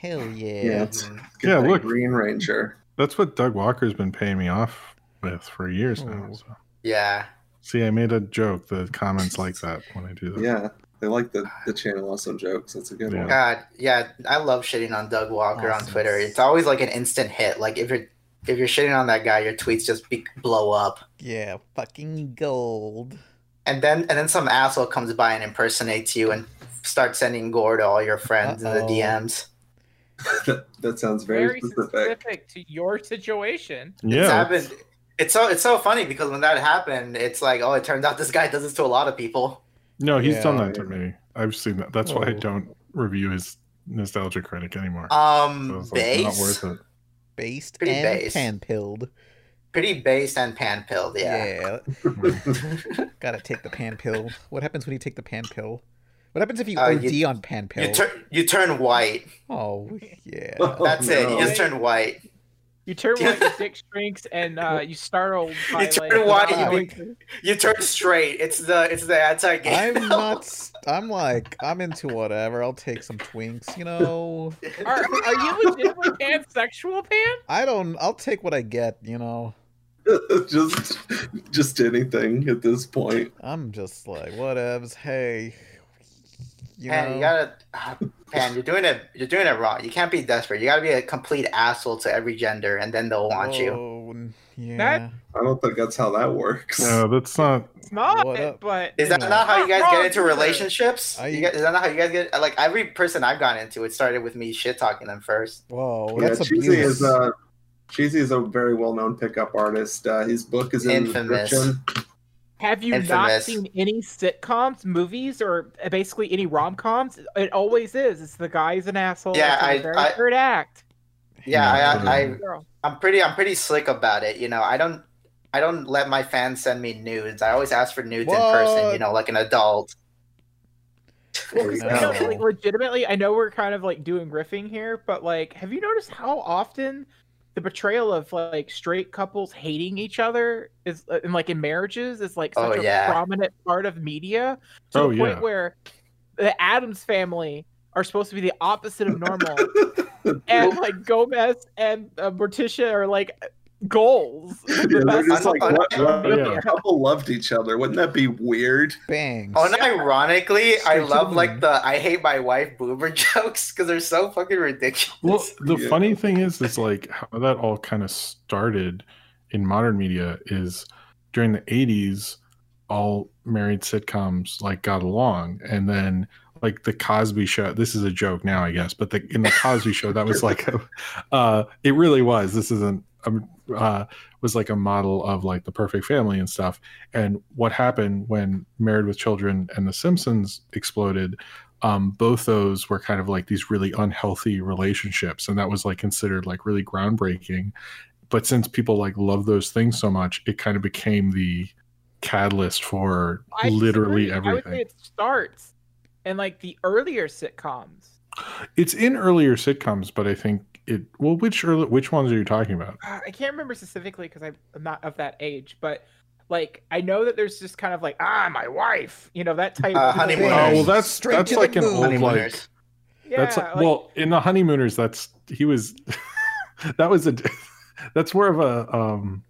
Speaker 1: Hell yeah.
Speaker 2: Yeah.
Speaker 6: Mhm.
Speaker 4: Yeah,
Speaker 2: Like
Speaker 4: look.
Speaker 2: Green Ranger.
Speaker 4: that's what Doug Walker's been paying me off with for years now.
Speaker 1: Oh.
Speaker 4: So.
Speaker 6: yeah
Speaker 4: See, I made a joke. The comments like that when I do that.
Speaker 2: Yeah, they like the the channel awesome jokes. That's a good
Speaker 4: Yeah.
Speaker 2: one.
Speaker 6: God, yeah, I love shitting on Doug Walker on
Speaker 1: Awesome.
Speaker 6: Twitter. It's always like an instant hit. Like if you're if you're shitting on that guy, your tweets just be- blow up.
Speaker 1: Yeah, fucking gold.
Speaker 6: And then and then some asshole comes by and impersonates you and starts sending gore to all your friends in
Speaker 1: Uh-oh.
Speaker 6: the DMs.
Speaker 2: that, that sounds very,
Speaker 3: very
Speaker 2: specific.
Speaker 3: specific to your situation.
Speaker 6: It's
Speaker 4: Yeah.
Speaker 6: happened. It's so it's so funny because when that happened, it's like, oh, it turns out this guy does this to a lot of people.
Speaker 4: No, he's
Speaker 1: Yeah.
Speaker 4: done that to me. I've seen that. That's why I
Speaker 1: Oh.
Speaker 4: don't review his nostalgia critic anymore. So
Speaker 6: Um,
Speaker 4: it's, like, not
Speaker 6: base,
Speaker 4: worth it.
Speaker 1: Based
Speaker 6: Pretty
Speaker 1: and
Speaker 6: based.
Speaker 1: pan pilled.
Speaker 6: pretty base and pan pilled. Yeah.
Speaker 1: Gotta take the pan pill. What happens when you take the pan pill? What happens if you
Speaker 6: Uh,
Speaker 1: OD
Speaker 6: you-
Speaker 1: on pan pill?
Speaker 6: You turn you turn white.
Speaker 1: oh yeah.
Speaker 2: Oh,
Speaker 6: That's it.
Speaker 2: no.
Speaker 6: You just turn white.
Speaker 3: You turn white, your dick shrinks, and uh, you startle. by,
Speaker 6: turn
Speaker 3: like,
Speaker 6: white,
Speaker 1: you
Speaker 3: wow.
Speaker 6: You turn straight. It's the it's the anti gay.
Speaker 1: I'm not. s- I'm like I'm into whatever. I'll take some twinks. You know.
Speaker 3: Are, are you legitimately pansexual, Pan?
Speaker 1: I don't. I'll take what I get. You know.
Speaker 2: just just anything at this point.
Speaker 1: I'm just like whatevs. Hey. You
Speaker 6: Pan,
Speaker 1: know.
Speaker 6: you gotta, ah, Pan, you're doing it. You're doing it wrong. You can't be desperate. You gotta be a complete asshole to every gender, and then they'll want you.
Speaker 1: Oh, n- Yeah.
Speaker 2: I don't think that's how that works.
Speaker 4: No, that's not.
Speaker 3: It's not,
Speaker 1: What up?
Speaker 3: but
Speaker 6: Is that
Speaker 1: No.
Speaker 6: not how you guys
Speaker 3: Wrong
Speaker 6: get into
Speaker 3: gender.
Speaker 6: relationships?
Speaker 1: I-
Speaker 6: You guys, is that not how you guys get? Like every person I've gotten into, it started with me shit talking them first.
Speaker 1: Whoa.
Speaker 2: yeah,
Speaker 1: That's abuse.
Speaker 2: Cheesy is uh, a Cheesy is a very well known pickup artist. Uh, his book is in
Speaker 6: Infamous.
Speaker 2: the description.
Speaker 3: Have you not
Speaker 6: Infamous.
Speaker 3: seen any sitcoms, movies, or uh, basically any rom coms? It always is. It's the guy's an asshole.
Speaker 6: Yeah,
Speaker 3: until the
Speaker 6: I-
Speaker 3: very
Speaker 6: I-
Speaker 3: third act.
Speaker 6: Yeah, I, I,
Speaker 3: Girl.
Speaker 6: I'm pretty, I'm pretty slick about it. You know, I don't, I don't let my fans send me nudes. I always ask for nudes in person.
Speaker 1: What?
Speaker 6: You know, like an adult.
Speaker 3: Well, 'cause, you
Speaker 1: No.
Speaker 3: know, like, legitimately, I know we're kind of like doing riffing here, but like, have you noticed how often the portrayal of like straight couples hating each other is, uh, and like in marriages, is like such
Speaker 6: Oh,
Speaker 3: a
Speaker 6: yeah.
Speaker 3: prominent part of media to
Speaker 4: Oh,
Speaker 3: the
Speaker 4: yeah.
Speaker 3: point where the Adams family are supposed to be the opposite of normal, and like Gomez and uh, Morticia are like goals.
Speaker 2: Yeah, they're just like,
Speaker 6: Oh,
Speaker 2: what, what if
Speaker 4: yeah.
Speaker 2: a couple loved each other? Wouldn't that be weird?
Speaker 1: Bang.
Speaker 6: Oh, and ironically, I
Speaker 1: Straight to
Speaker 6: love
Speaker 1: the
Speaker 6: like
Speaker 1: moon.
Speaker 6: the "I hate my wife" boomer jokes because they're so fucking ridiculous. Uh,
Speaker 4: Well, the
Speaker 2: Yeah.
Speaker 4: funny thing is, is like how that all kind of started in modern media is during the 80s, all married sitcoms like got along. And then like the Cosby show, this is a joke now, I guess, but the, in the Cosby show, that was like, a, uh, it really was. This isn't, um, uh, was like a model of like the perfect family and stuff. And what happened when Married with Children and The Simpsons exploded um, both those were kind of like these really unhealthy relationships and that was like considered like really groundbreaking but since people like love those things so much it kind of became the catalyst for
Speaker 3: I
Speaker 4: literally
Speaker 3: disagree. I would
Speaker 4: everything
Speaker 3: say it starts in like the earlier sitcoms.
Speaker 4: it's in earlier sitcoms but i think it well which early, which ones are you talking about
Speaker 3: Uh, I can't remember specifically because I'm I'm not of that age, but like I know that there's just kind of like ah my wife, you know that type.
Speaker 6: Uh,
Speaker 3: of
Speaker 6: honeymoon.
Speaker 4: oh
Speaker 1: Yes.
Speaker 4: well that's
Speaker 1: Straight
Speaker 4: that's
Speaker 1: to the
Speaker 4: like an
Speaker 1: moon.
Speaker 4: old like
Speaker 6: Honeymooners.
Speaker 3: Yeah,
Speaker 4: that's like, well in the honeymooners that's he was that was a that's more of a um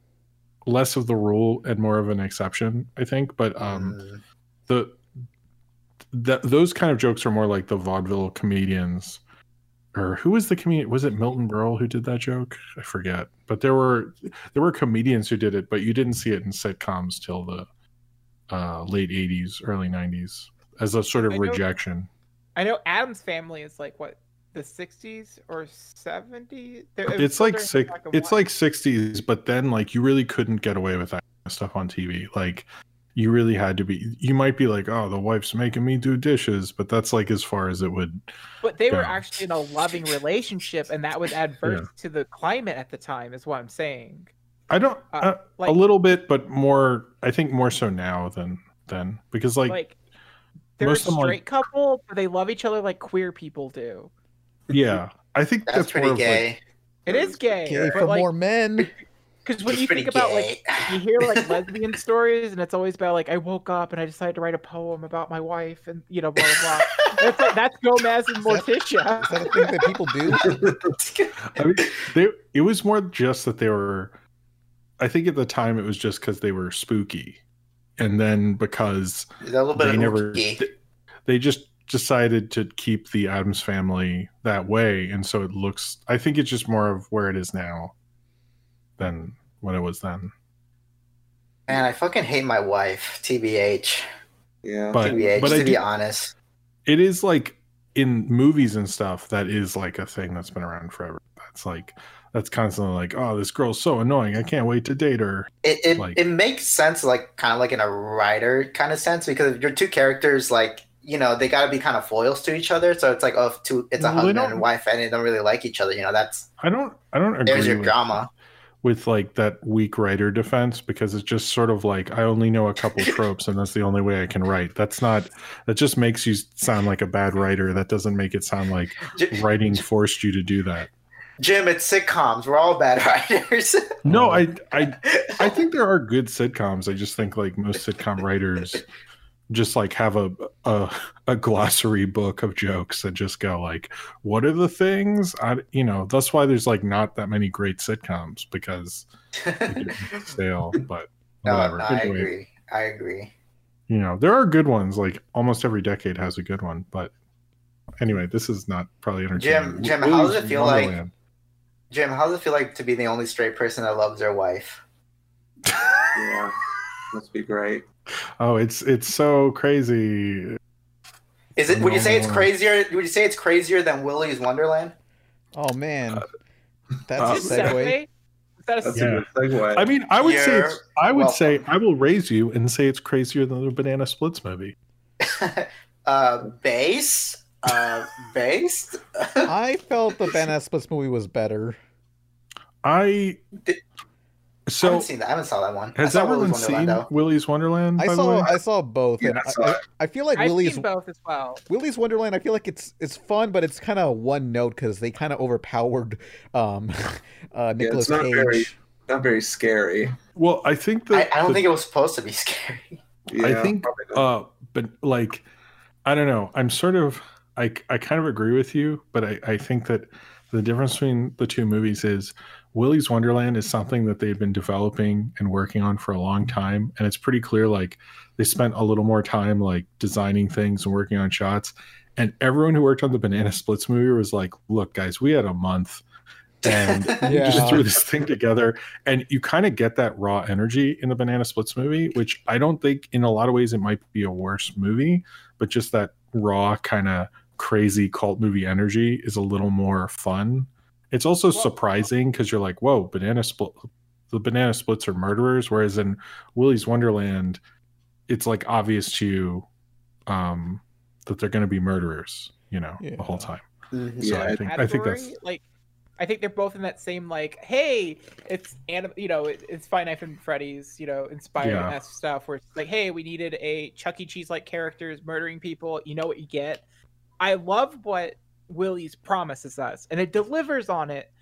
Speaker 4: less of the rule and more of an exception i think but um
Speaker 6: Mm.
Speaker 4: the that those kind of jokes are more like the vaudeville comedians or who was the comedian was it milton berle who did that joke i forget but there were there were comedians who did it but you didn't see it in sitcoms till the uh late 80s early 90s as a sort of
Speaker 3: I know-
Speaker 4: rejection
Speaker 3: I know Adam's family is like what the 60s or 70s. There- it was
Speaker 4: It's
Speaker 3: still
Speaker 4: like
Speaker 3: during
Speaker 4: six.
Speaker 3: black and
Speaker 4: It's
Speaker 3: white.
Speaker 4: like sixties, but then like you really couldn't get away with that stuff on TV. Like you really had to be. You might be like, oh, the wife's making me do dishes, but that's like as far as it would.
Speaker 3: But they were
Speaker 4: Yeah.
Speaker 3: actually in a loving relationship, and that was adverse
Speaker 4: Yeah.
Speaker 3: to the climate at the time, is what I'm saying.
Speaker 4: I don't
Speaker 3: Uh,
Speaker 4: uh,
Speaker 3: Like,
Speaker 4: a little bit, but more. I think more so now than then because like,
Speaker 3: like, they're a
Speaker 4: most of them are-
Speaker 3: straight couple, but they love each other like queer people do.
Speaker 4: yeah, I think that's,
Speaker 6: That's pretty
Speaker 4: more Of, like,
Speaker 6: gay.
Speaker 3: It is gay,
Speaker 1: Gay
Speaker 3: but
Speaker 1: for
Speaker 3: like,
Speaker 1: more men.
Speaker 3: because when
Speaker 6: It's
Speaker 3: you
Speaker 6: pretty
Speaker 3: think about like
Speaker 6: gay.
Speaker 3: you hear like lesbian stories, and it's always about like I woke up and I decided to write a poem about my wife, and you know blah blah blah. that's like that's Gomez and
Speaker 1: that-
Speaker 3: Morticia.
Speaker 1: Is that a thing that people do?
Speaker 4: I mean, they, it was more just that they were. I think at the time it was just because they were spooky, and then because
Speaker 6: There's a little bit
Speaker 4: they
Speaker 6: of
Speaker 4: never
Speaker 6: gay.
Speaker 4: th- they just decided to keep the adams family that way and so it looks i think it's just more of where it is now than when it was then
Speaker 6: Man, I fucking hate my wife. TBH.
Speaker 2: Yeah.
Speaker 4: but
Speaker 6: TBH.
Speaker 4: but
Speaker 6: to
Speaker 4: I
Speaker 6: be
Speaker 4: do,
Speaker 6: honest,
Speaker 4: it is like in movies and stuff that is like a thing that's been around forever that's like that's constantly like oh this girl's so annoying i can't wait to date her
Speaker 6: it it,
Speaker 4: Like-
Speaker 6: it makes sense, like kind of like in a writer kind of sense, because if your two characters, like you know, they got to be kind of foils to each other. So it's like, oh, if two, it's a
Speaker 4: Well, they
Speaker 6: husband
Speaker 4: don't-
Speaker 6: and wife, and they don't really like each other. You know, that's
Speaker 4: i don't i don't agree
Speaker 6: there's your
Speaker 4: with-
Speaker 6: drama.
Speaker 4: with like that weak writer defense because it's just sort of like I only know a couple tropes and that's the only way I can write. That's not that just makes you sound like a bad writer. That doesn't make it sound like
Speaker 6: J-
Speaker 4: writing forced you to do that.
Speaker 6: Jim, it's sitcoms. We're all bad writers.
Speaker 4: No,
Speaker 6: Oh.
Speaker 4: I I I think there are good sitcoms. I just think like most sitcom writers just like have a a, a glossary book of jokes and just go like what are the things I you know, that's why there's like not that many great sitcoms because it gets stale, but
Speaker 6: no,
Speaker 4: whatever.
Speaker 6: no, I
Speaker 4: Anyway.
Speaker 6: agree. I agree.
Speaker 4: you know there are good ones like almost every decade has a good one but anyway this is not probably entertaining
Speaker 6: Jim,
Speaker 4: Willy's
Speaker 6: how does it feel like-
Speaker 4: Wonderland.
Speaker 6: Jim, how does it feel like to be the only straight person that loves their wife?
Speaker 2: yeah. Must be great.
Speaker 4: oh it's it's so crazy
Speaker 6: Is it? Would you say it's
Speaker 4: No.
Speaker 6: crazier? Would you say it's crazier than Willy's Wonderland?
Speaker 1: Oh man,
Speaker 4: uh,
Speaker 1: that's
Speaker 3: Is
Speaker 1: a
Speaker 3: that a
Speaker 1: segue.
Speaker 3: segue? Is that a
Speaker 2: That's
Speaker 3: segue?
Speaker 4: Yeah.
Speaker 2: a good segue.
Speaker 4: i mean i would say
Speaker 6: You're
Speaker 4: it's, i would say
Speaker 6: welcome.
Speaker 4: i will raise you and say it's crazier than the banana splits movie
Speaker 6: uh, base, uh, based.
Speaker 1: I felt the Ben Esplitz movie was better.
Speaker 4: i
Speaker 6: Did- I
Speaker 4: so
Speaker 6: haven't seen that. I haven't saw that one. I
Speaker 4: has
Speaker 6: saw
Speaker 4: everyone
Speaker 6: Willy's
Speaker 4: seen
Speaker 6: Wonderland, though.
Speaker 4: willy's wonderland
Speaker 1: I
Speaker 4: by the
Speaker 1: saw
Speaker 4: way?
Speaker 1: I saw both,
Speaker 2: Yeah,
Speaker 1: and
Speaker 2: I
Speaker 1: I,
Speaker 2: saw
Speaker 1: I,
Speaker 2: it.
Speaker 1: I feel like
Speaker 3: I've
Speaker 1: Willie's
Speaker 3: seen both as well.
Speaker 1: Willy's Wonderland. I feel like it's it's fun, but it's kind of one note because they kind of overpowered um, uh, Nicholas
Speaker 2: not
Speaker 1: Cage.
Speaker 2: very- not very scary.
Speaker 4: well i think
Speaker 6: I,
Speaker 4: that
Speaker 6: I don't
Speaker 4: the-
Speaker 6: think it was supposed to be scary.
Speaker 2: Yeah,
Speaker 4: think,
Speaker 2: probably not.
Speaker 4: uh but like i don't know i'm sort of i i kind of agree with you but i i think that the difference between the two movies is willy's wonderland is something that they've been developing and working on for a long time and it's pretty clear like they spent a little more time like designing things and working on shots and everyone who worked on the banana splits movie was like look guys we had a month and we
Speaker 1: Yeah.
Speaker 4: just threw this thing together and you kind of get that raw energy in the banana splits movie which i don't think in a lot of ways it might be a worse movie but just that raw kind of crazy cult movie energy is a little more fun it's also surprising because you're like whoa banana split the banana splits are murderers whereas in willy's wonderland it's like obvious to you um that they're going to be murderers you know the whole
Speaker 1: Yeah.
Speaker 4: time
Speaker 6: Mhm.
Speaker 4: so
Speaker 2: Yeah,
Speaker 4: i
Speaker 2: it-
Speaker 4: think i think that's
Speaker 3: category, like I think they're both in that same like, hey, it's anim- you know, it, it's Five Nights and Freddy's, you know, inspired
Speaker 4: Yeah.
Speaker 3: and that stuff. Where it's like, hey, we needed a Chuck E. Cheese like characters murdering people. You know what you get. I love what Willie's promises us, and it delivers on it.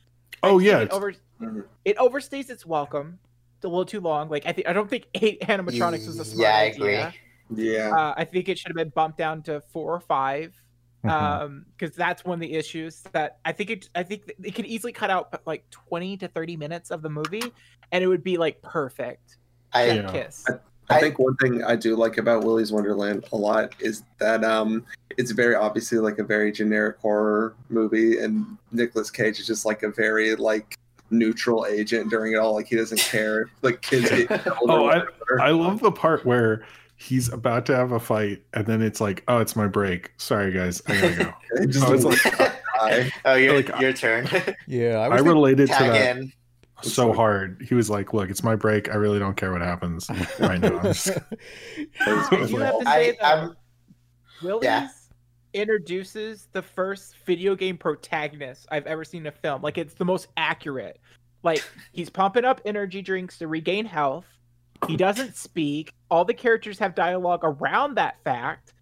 Speaker 3: I
Speaker 4: oh
Speaker 3: think
Speaker 4: yeah
Speaker 3: it,
Speaker 4: it's-
Speaker 3: over-
Speaker 2: Mhm.
Speaker 3: it overstays its welcome. It's a little too long. Like I think I don't think eight animatronics was a smart
Speaker 6: Yeah, I
Speaker 3: idea.
Speaker 6: agree.
Speaker 2: yeah.
Speaker 3: Uh, I think it should have been bumped down to four or five
Speaker 4: mhm.
Speaker 3: um because that's one of the issues that i think it i think it could easily cut out like 20 to 30 minutes of the movie and it would be like perfect
Speaker 6: I,
Speaker 3: Chef's
Speaker 4: Yeah.
Speaker 3: kiss
Speaker 2: I,
Speaker 6: I-
Speaker 2: think one thing I do like about Willy's Wonderland a lot is that um, it's very obviously like a very generic horror movie, and Nicolas Cage is just like a very like neutral agent during it all. Like he doesn't care. Like kids get killed.
Speaker 4: Oh,
Speaker 2: or whatever.
Speaker 4: I love the part where he's about to have a fight, and then it's like, "Oh, it's my break. Sorry, guys, I gotta go."
Speaker 2: It just
Speaker 4: I was
Speaker 2: like, I,
Speaker 6: Oh, your
Speaker 4: Like,
Speaker 6: your turn.
Speaker 1: Yeah, I
Speaker 4: I
Speaker 1: was thinking-
Speaker 4: related to that
Speaker 6: Tag in.
Speaker 4: so hard. He was like, "Look, it's my break. I really don't care what happens right now." I'm just-
Speaker 3: You have to
Speaker 6: I-
Speaker 3: say that
Speaker 6: I'm-
Speaker 3: Willis
Speaker 6: yeah.
Speaker 3: introduces the first video game protagonist I've ever seen in a film. Like it's the most accurate. Like he's pumping up energy drinks to regain health. He doesn't speak. All the characters have dialogue around that fact.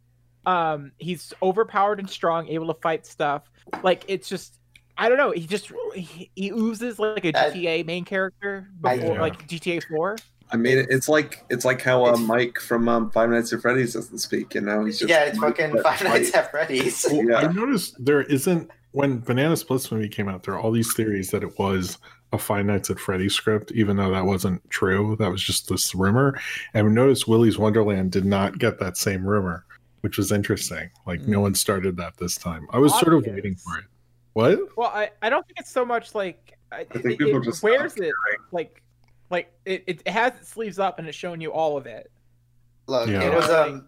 Speaker 3: Um, he's overpowered and strong, able to fight stuff. Like it's just, I don't know. He just he, he oozes like a
Speaker 6: That-
Speaker 3: GTA main character
Speaker 6: I-
Speaker 3: before,
Speaker 4: Yeah.
Speaker 3: like GTA Four.
Speaker 2: I mean, it's like it's like how uh, Mike from um, Five Nights at Freddy's doesn't speak. You know, he's just
Speaker 6: Yeah, it's
Speaker 2: Mike,
Speaker 6: fucking
Speaker 2: but
Speaker 6: Five Nights
Speaker 2: Mike.
Speaker 6: at Freddy's.
Speaker 4: Well,
Speaker 2: Yeah.
Speaker 4: I noticed there isn't when Banana Splits movie came out. There are all these theories that it was a Five Nights at Freddy's script, even though that wasn't true. That was just this rumor. And we noticed Willy's Wonderland did not get that same rumor, which was interesting. Like no one started that this time. I was sort of
Speaker 3: Obvious.
Speaker 4: waiting for it. What?
Speaker 3: Well, I, I don't think it's so much like I,
Speaker 2: think
Speaker 3: it,
Speaker 2: people
Speaker 3: it
Speaker 2: just
Speaker 3: wears
Speaker 2: stop
Speaker 3: it like like it, it it has its sleeves up and it's showing you all of it.
Speaker 6: Look,
Speaker 4: Yeah.
Speaker 6: it was um,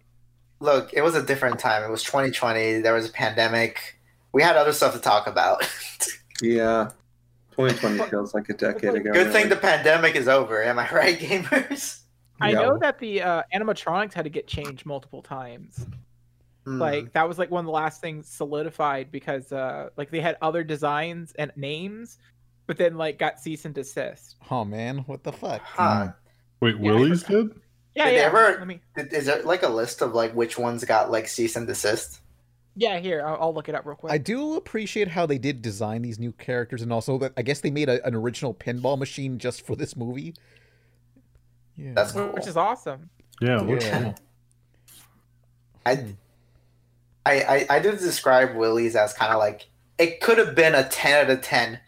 Speaker 6: look, it was a different time. It was 2020. There was a pandemic. We had other stuff to talk about.
Speaker 2: Yeah, 2020 feels like a decade ago.
Speaker 6: Good thing
Speaker 2: now.
Speaker 6: the pandemic is over. Am I right, gamers?
Speaker 3: I
Speaker 2: Yeah.
Speaker 3: know that the uh, animatronics had to get changed multiple times.
Speaker 6: Hmm.
Speaker 3: Like that was like one of the last things solidified because uh like they had other designs and names, but then like got cease and desist.
Speaker 1: Oh man, what the fuck?
Speaker 6: Hmm. huh?
Speaker 4: Hmm. Wait,
Speaker 3: Hmm. Yeah, I
Speaker 4: Willy's did?
Speaker 3: Yeah,
Speaker 6: Did they
Speaker 3: yeah.
Speaker 6: ever-
Speaker 3: Let me.
Speaker 6: Did- Is there like a list of like which ones got like cease and desist?
Speaker 3: Yeah, here I'll, I'll look it up real quick.
Speaker 1: I do appreciate how they did design these new characters, and also that I guess they made a, an original pinball machine just for this movie. Yeah,
Speaker 6: That's cool.
Speaker 3: which is awesome.
Speaker 4: Yeah, it looks
Speaker 1: Yeah.
Speaker 4: cool.
Speaker 6: I, I, I, I did describe Willie's as kind of like it could have been a ten out of ten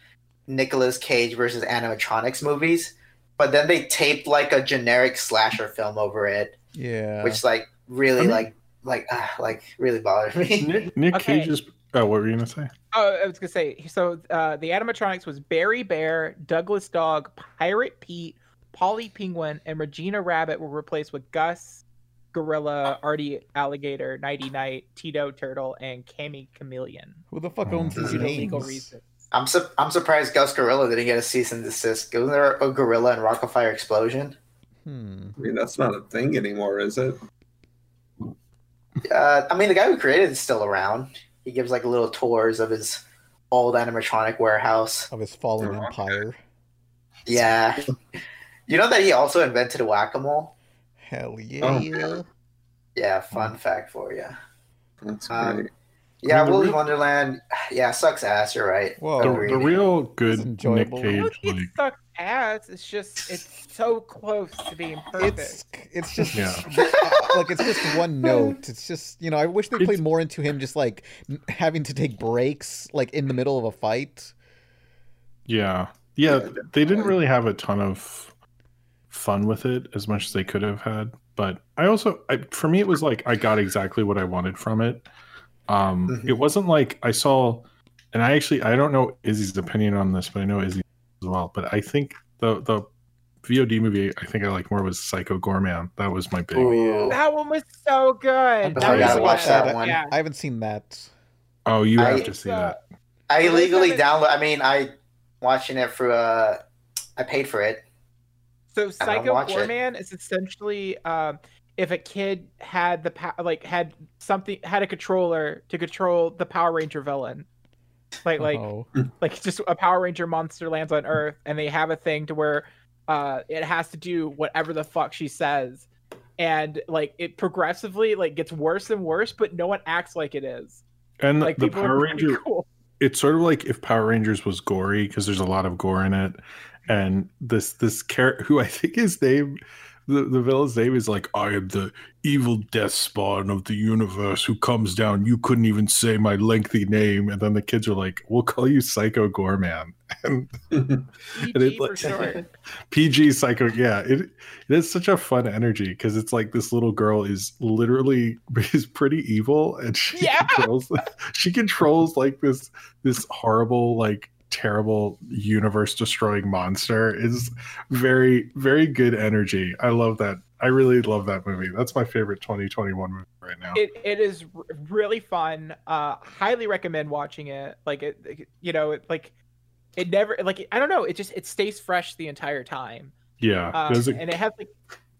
Speaker 6: Nicolas Cage versus animatronics movies, but then they taped like a generic slasher film over it,
Speaker 1: yeah.
Speaker 6: which like really
Speaker 4: I mean-
Speaker 6: like like ah, like really bothered me.
Speaker 4: Nick, Nick
Speaker 3: Okay.
Speaker 4: Cage is. Oh, what were you gonna say?
Speaker 3: Oh, I was gonna say. So uh, the animatronics was Barry Bear, Douglas Dog, Pirate Pete, Polly Penguin, and Regina Rabbit were replaced with Gus, Gorilla, Artie Alligator, Nighty Night, Tito Turtle, and Cammy Chameleon.
Speaker 1: Who the fuck
Speaker 4: Oh,
Speaker 1: owns these
Speaker 3: For no legal
Speaker 1: names?
Speaker 3: reason.
Speaker 6: I'm su- I'm surprised Gus Gorilla didn't get a cease and desist. Wasn't there a gorilla and Rockefeller explosion?
Speaker 1: Hmm.
Speaker 2: I mean, that's not a thing anymore, is it?
Speaker 6: Uh, I mean, the guy who created it is still around. He gives like little tours of his old animatronic warehouse.
Speaker 1: Of his fallen
Speaker 2: They're
Speaker 1: empire.
Speaker 6: Yeah. You know that he also invented whack a mole?
Speaker 1: Hell
Speaker 2: Oh,
Speaker 1: yeah.
Speaker 2: yeah.
Speaker 6: Yeah,
Speaker 4: Mm.
Speaker 6: fun fact for you.
Speaker 2: That's
Speaker 6: Um,
Speaker 2: great.
Speaker 6: Yeah,
Speaker 4: I mean, the
Speaker 6: Willy's
Speaker 4: real-
Speaker 6: Wonderland. Yeah, sucks ass. You're right.
Speaker 1: Whoa.
Speaker 4: The,
Speaker 6: Agreed.
Speaker 4: the real
Speaker 1: It's
Speaker 4: good Nick
Speaker 1: enjoyable.
Speaker 3: I don't
Speaker 4: Cage,
Speaker 3: think
Speaker 4: like
Speaker 3: it sucks ass. It's just it's so close to being perfect.
Speaker 1: It's it's just uh,
Speaker 4: Yeah.
Speaker 1: like it's just one note. It's just you know I wish they
Speaker 4: It's-
Speaker 1: played more into him just like n- having to take breaks like in the middle of a fight.
Speaker 4: Yeah. Yeah,
Speaker 2: Yeah,
Speaker 4: they didn't really have a ton of fun with it as much as they could have had, but I also I, for me it was like I got exactly what I wanted from it. Um
Speaker 3: Mm-hmm.
Speaker 6: Mhm.
Speaker 4: it wasn't like I saw and I actually I don't know Izzy's opinion on this, but I know Izzy as well, but I think the the VOD movie I think I liked more was Psycho Gorman. That was my big.
Speaker 6: Ooh.
Speaker 3: that one was so good.
Speaker 1: I
Speaker 6: I
Speaker 3: was
Speaker 6: gotta
Speaker 3: so
Speaker 6: watch
Speaker 3: good.
Speaker 6: that
Speaker 1: Yeah.
Speaker 6: one.
Speaker 3: Yeah.
Speaker 1: I haven't seen that.
Speaker 4: Oh, you have
Speaker 6: I-
Speaker 4: to see that.
Speaker 6: I
Speaker 3: Willy's
Speaker 6: illegally
Speaker 3: got it.
Speaker 6: download. I mean, I watching it for. Uh, I paid for it.
Speaker 3: So Psycho
Speaker 6: watch it.
Speaker 3: Foreman is essentially um, if a kid had the pow- like had something had a controller to control the Power Ranger villain, like like
Speaker 1: oh.
Speaker 3: like just a Power Ranger monster lands on Earth and they have a thing to where uh, it has to do whatever the fuck she says, and like it progressively like gets worse and worse, but no one acts like it is.
Speaker 4: And
Speaker 3: Like
Speaker 4: the
Speaker 3: people
Speaker 4: Power
Speaker 3: are pretty
Speaker 4: Ranger
Speaker 3: cool.
Speaker 4: it's sort of like if Power Rangers was gory because there's a lot of gore in it, and this this character who I think his name, the the villain's name is like I am the evil death spawn of the universe who comes down. You couldn't even say my lengthy name, and then the kids are like, "We'll call you Psycho Goreman." And And it,
Speaker 3: PG E for
Speaker 4: like-
Speaker 3: short.
Speaker 4: PG Psycho, yeah, it it is such a fun energy because it's like this little girl is literally is pretty evil, and she
Speaker 3: Yeah.
Speaker 4: controls she controls like this this horrible like terrible universe destroying monster is very very good energy. I love that. I really love that movie. That's my favorite 2021 movie right now.
Speaker 3: it, it is r- really fun uh highly recommend watching it like it, it- you know it like it never like i don't know it just it stays fresh the entire time
Speaker 4: yeah,
Speaker 3: um,
Speaker 4: there's a-
Speaker 3: and it has like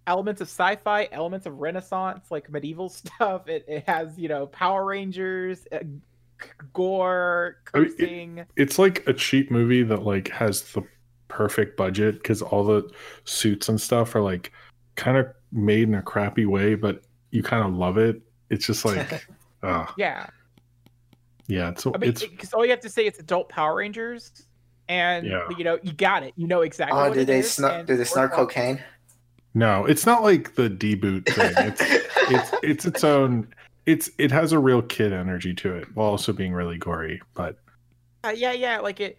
Speaker 3: elements of sci-fi elements of renaissance like medieval stuff it, it has you know power rangers uh, g- gore
Speaker 4: I mean, it-
Speaker 3: cursing
Speaker 4: it's like a cheap movie that like has the perfect budget because all the suits and stuff are like kind of made in a crappy way, but you kind of love it. It's just like, oh
Speaker 3: yeah
Speaker 4: yeah, it's
Speaker 3: i mean
Speaker 4: it's
Speaker 3: because all you have to say it's adult power rangers and
Speaker 4: Yeah.
Speaker 3: you know you got it you know exactly
Speaker 6: Oh,
Speaker 3: what
Speaker 6: did
Speaker 3: it
Speaker 6: they
Speaker 3: is,
Speaker 6: snort?
Speaker 3: and
Speaker 6: Did they
Speaker 3: it's
Speaker 6: snort
Speaker 3: worth watching.
Speaker 6: cocaine?
Speaker 4: no, it's not like the deboot thing. It's it's it's its own. It's it has a real kid energy to it while also being really gory, but
Speaker 3: uh, yeah yeah like it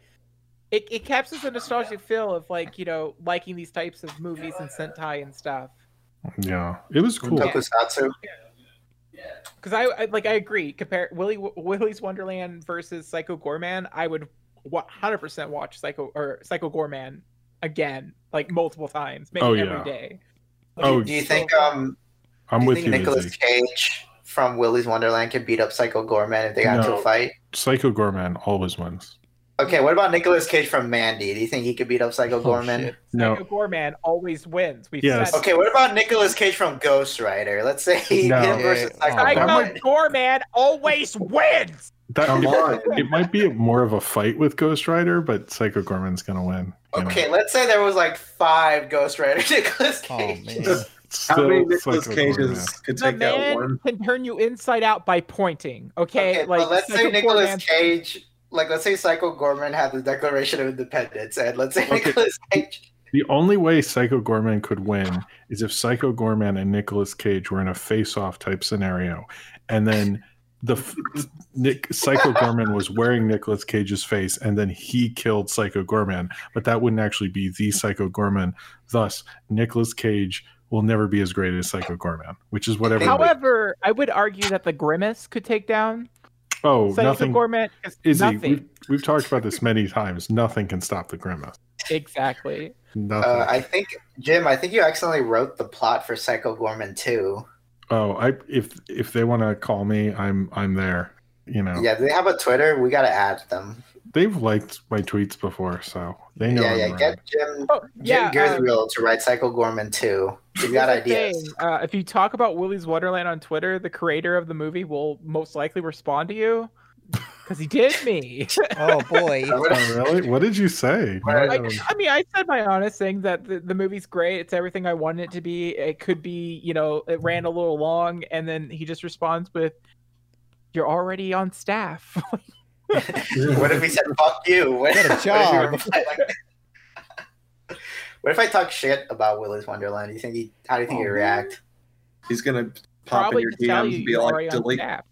Speaker 3: it, it captures the nostalgic feel of like you know liking these types of movies and sentai and stuff
Speaker 4: yeah, it was cool.
Speaker 6: Tokusatsu.
Speaker 3: because I, I like i agree compare willy willy's wonderland versus psycho gorman i would wa- 100% watch psycho or psycho gorman again like multiple times maybe
Speaker 4: Oh, yeah.
Speaker 3: every day Like,
Speaker 4: Oh,
Speaker 3: it's
Speaker 6: Do you
Speaker 3: so
Speaker 6: think
Speaker 3: fun.
Speaker 6: um?
Speaker 4: I'm
Speaker 6: do you
Speaker 4: with
Speaker 6: think
Speaker 4: you,
Speaker 6: Nicolas
Speaker 4: Izzy.
Speaker 6: Cage from Willy's Wonderland could beat up Psycho Gorman if they got into
Speaker 4: No.
Speaker 6: a fight?
Speaker 4: Psycho Gorman always wins.
Speaker 6: Okay, what about Nicolas Cage from Mandy? Do you think he could beat up Psycho
Speaker 4: Oh,
Speaker 6: Gorman?
Speaker 1: shit.
Speaker 4: No,
Speaker 3: psycho gorman always wins we've
Speaker 4: Yes.
Speaker 3: said
Speaker 6: Okay, what about Nicolas Cage from Ghost Rider? Let's say he
Speaker 4: No.
Speaker 6: him versus
Speaker 1: Yeah,
Speaker 6: Psycho
Speaker 1: oh.
Speaker 3: psycho
Speaker 6: Gorman.
Speaker 3: gorman always wins
Speaker 4: that,
Speaker 2: Come on.
Speaker 4: it might be more of a fight with Ghost Rider, but Psycho Gorman's gonna win. you know.
Speaker 6: Okay, let's say there was like five Ghost Rider Nicolas
Speaker 1: Oh
Speaker 6: Cage.
Speaker 1: man.
Speaker 4: Still
Speaker 2: How many
Speaker 4: Psycho
Speaker 2: Nicolas
Speaker 4: Gorman.
Speaker 2: Cages could
Speaker 3: the
Speaker 2: take out
Speaker 3: man
Speaker 2: one?
Speaker 3: can turn you inside out by pointing. Okay,
Speaker 6: Okay,
Speaker 3: like
Speaker 6: but let's
Speaker 3: Psycho
Speaker 6: say Nicolas
Speaker 3: Gorman-
Speaker 6: Cage, like let's say Psycho Gorman had the Declaration of Independence, and let's say
Speaker 4: Okay.
Speaker 6: Nicolas Cage.
Speaker 4: The only way Psycho Gorman could win is if Psycho Gorman and Nicolas Cage were in a face-off type scenario, and then the f- Nick Psycho Gorman was wearing Nicolas Cage's face, and then he killed Psycho Gorman. But that wouldn't actually be the Psycho Gorman. Thus, Nicolas Cage will never be as great as Psycho Gorman, which is whatever.
Speaker 3: However, I would argue that the Grimace could take down
Speaker 4: oh,
Speaker 3: Psycho
Speaker 4: nothing.
Speaker 3: Gorman. is
Speaker 4: Izzy, we've,
Speaker 3: nothing.
Speaker 4: we've talked about this many times. Nothing can stop the grimace.
Speaker 3: Exactly.
Speaker 4: Nothing.
Speaker 6: Uh, I think Jim, I think you accidentally wrote the plot for Psycho Gorman too.
Speaker 4: oh, I if if they want to call me, I'm I'm there. You know,
Speaker 6: Yeah, do they have a Twitter? We gotta add them.
Speaker 4: they've liked my tweets before, so they know.
Speaker 6: yeah,
Speaker 4: I'm
Speaker 6: yeah.
Speaker 4: around.
Speaker 6: Get Jim,
Speaker 3: Oh,
Speaker 6: Jim
Speaker 3: yeah. uh,
Speaker 6: Gersville to write Psycho Gorman too. He's got
Speaker 3: here's the
Speaker 6: ideas.
Speaker 3: thing, Uh, if you talk about Willy's Wonderland on Twitter, the creator of the movie will most likely respond to you because he did me.
Speaker 1: Oh boy.
Speaker 6: I would've-
Speaker 4: Oh, really? What did you say?
Speaker 6: Right.
Speaker 4: No.
Speaker 3: Like, I mean, I said my honest thing that the, the movie's great. It's everything I wanted it to be. It could be, you know, it ran a little long, and then he just responds with, "You're already on staff."
Speaker 6: What if he said "fuck you"?
Speaker 1: What a
Speaker 6: What, what if he
Speaker 1: job.
Speaker 6: replied like that? What if I talk shit about Willy's Wonderland? Do you think he? How do you think
Speaker 1: Oh,
Speaker 6: he'd react?
Speaker 2: He's gonna pop
Speaker 3: Probably
Speaker 2: in your
Speaker 3: just tell
Speaker 2: DMs
Speaker 3: you
Speaker 2: and be
Speaker 3: you're
Speaker 2: like,
Speaker 3: already on
Speaker 2: delete.
Speaker 3: staff.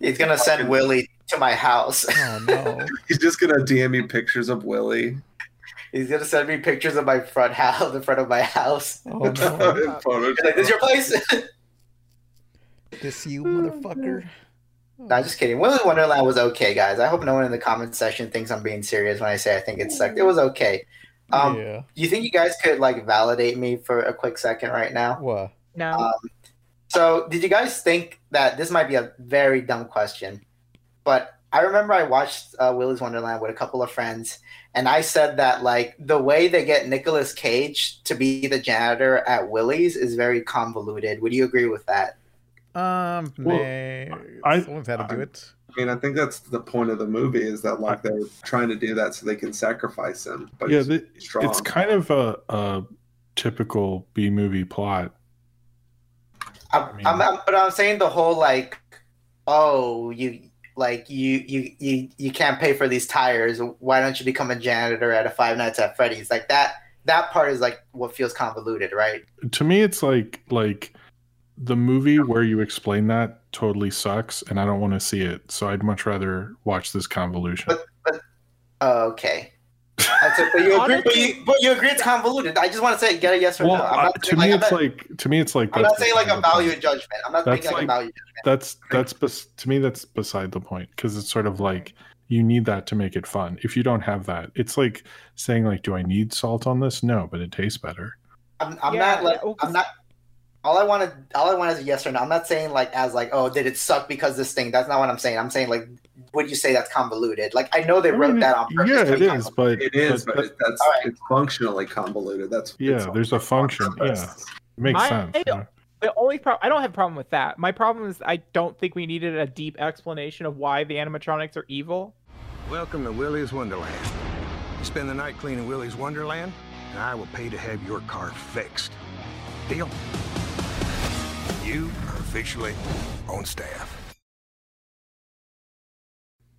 Speaker 6: He's gonna send Willy to my house.
Speaker 1: Oh no.
Speaker 2: He's just gonna DM me pictures of Willie
Speaker 6: He's gonna send me pictures of my front house, the front of my house.
Speaker 1: Oh no.
Speaker 2: in
Speaker 6: He's like, "This
Speaker 2: Photoshop.
Speaker 6: your place?"
Speaker 1: This you motherfucker.
Speaker 6: Not just kidding. Willy Wonderland was okay, guys. I hope no one in the comment section thinks I'm being serious when I say I think it sucked. It was okay. Um,
Speaker 1: yeah.
Speaker 6: You think you guys could like validate me for a quick second right now?
Speaker 1: What?
Speaker 3: No,
Speaker 2: uh,
Speaker 6: So, did you guys think that this might be a very dumb question? But I remember I watched uh, Willy's Wonderland with a couple of friends, and I said that like the way they get Nicolas Cage to be the janitor at Willy's is very convoluted. Would you agree with that?
Speaker 1: Um,
Speaker 4: Well,
Speaker 1: may-
Speaker 4: I-
Speaker 1: someone's had to do it.
Speaker 2: I mean, I think that's the point of the movie is that like they're trying to do that so they can sacrifice him, but
Speaker 4: yeah,
Speaker 2: he's
Speaker 4: the,
Speaker 2: strong.
Speaker 4: it's kind of a, a typical B movie plot.
Speaker 6: I'm,
Speaker 4: mean-
Speaker 6: I'm, I'm, but I'm saying the whole like, oh, you like you you you you can't pay for these tires. Why don't you become a janitor at a Five Nights at Freddy's? Like that that part is like what feels convoluted, right?
Speaker 4: To me, it's like like the movie where you explain that totally sucks, and I don't want to see it. So I'd much rather watch this convolution.
Speaker 6: But- Oh, okay. That's it, but, you agree, but,
Speaker 3: Honestly-
Speaker 6: you, but you agree it's convoluted. I just want to say get a yes or
Speaker 4: well,
Speaker 6: no.
Speaker 4: I-
Speaker 6: I'm not
Speaker 4: to
Speaker 6: saying,
Speaker 4: me,
Speaker 6: like,
Speaker 4: it's
Speaker 6: I'm not,
Speaker 4: like to me, it's like
Speaker 6: I'm
Speaker 4: that's
Speaker 6: not saying
Speaker 4: beside
Speaker 6: like a
Speaker 4: the point.
Speaker 6: value judgment. I'm not
Speaker 4: That's
Speaker 6: making like,
Speaker 4: like-
Speaker 6: a value.
Speaker 4: That's that's bes- to me that's beside the point because it's sort of like you need that to make it fun. If you don't have that, it's like saying like, "Do I need salt on this?" No, but it tastes better.
Speaker 6: I'm, I'm
Speaker 3: Yeah,
Speaker 6: not like
Speaker 3: yeah, well, 'cause-
Speaker 6: I'm not. All I want to all I want is a yes or no. I'm not saying like as like oh did it suck because this thing. That's not what I'm saying. I'm saying like would you say that's convoluted? Like I know they
Speaker 4: I
Speaker 6: wrote
Speaker 4: mean,
Speaker 6: that on purpose.
Speaker 4: Yeah,
Speaker 6: to
Speaker 4: it
Speaker 6: be
Speaker 4: is, but
Speaker 2: It is, but,
Speaker 4: that-
Speaker 2: it- that's
Speaker 6: all right.
Speaker 2: it's functionally convoluted. That's
Speaker 4: Yeah,
Speaker 2: it's-
Speaker 4: there's a function, yeah. it makes
Speaker 3: My-
Speaker 4: sense. yeah.
Speaker 3: The only problem I don't have a problem with that. My problem is I don't think we needed a deep explanation of why the animatronics are evil.
Speaker 5: Welcome to Willie's Wonderland. You spend the night cleaning Willie's Wonderland, and I will pay to have your car fixed. Deal? You are officially on staff.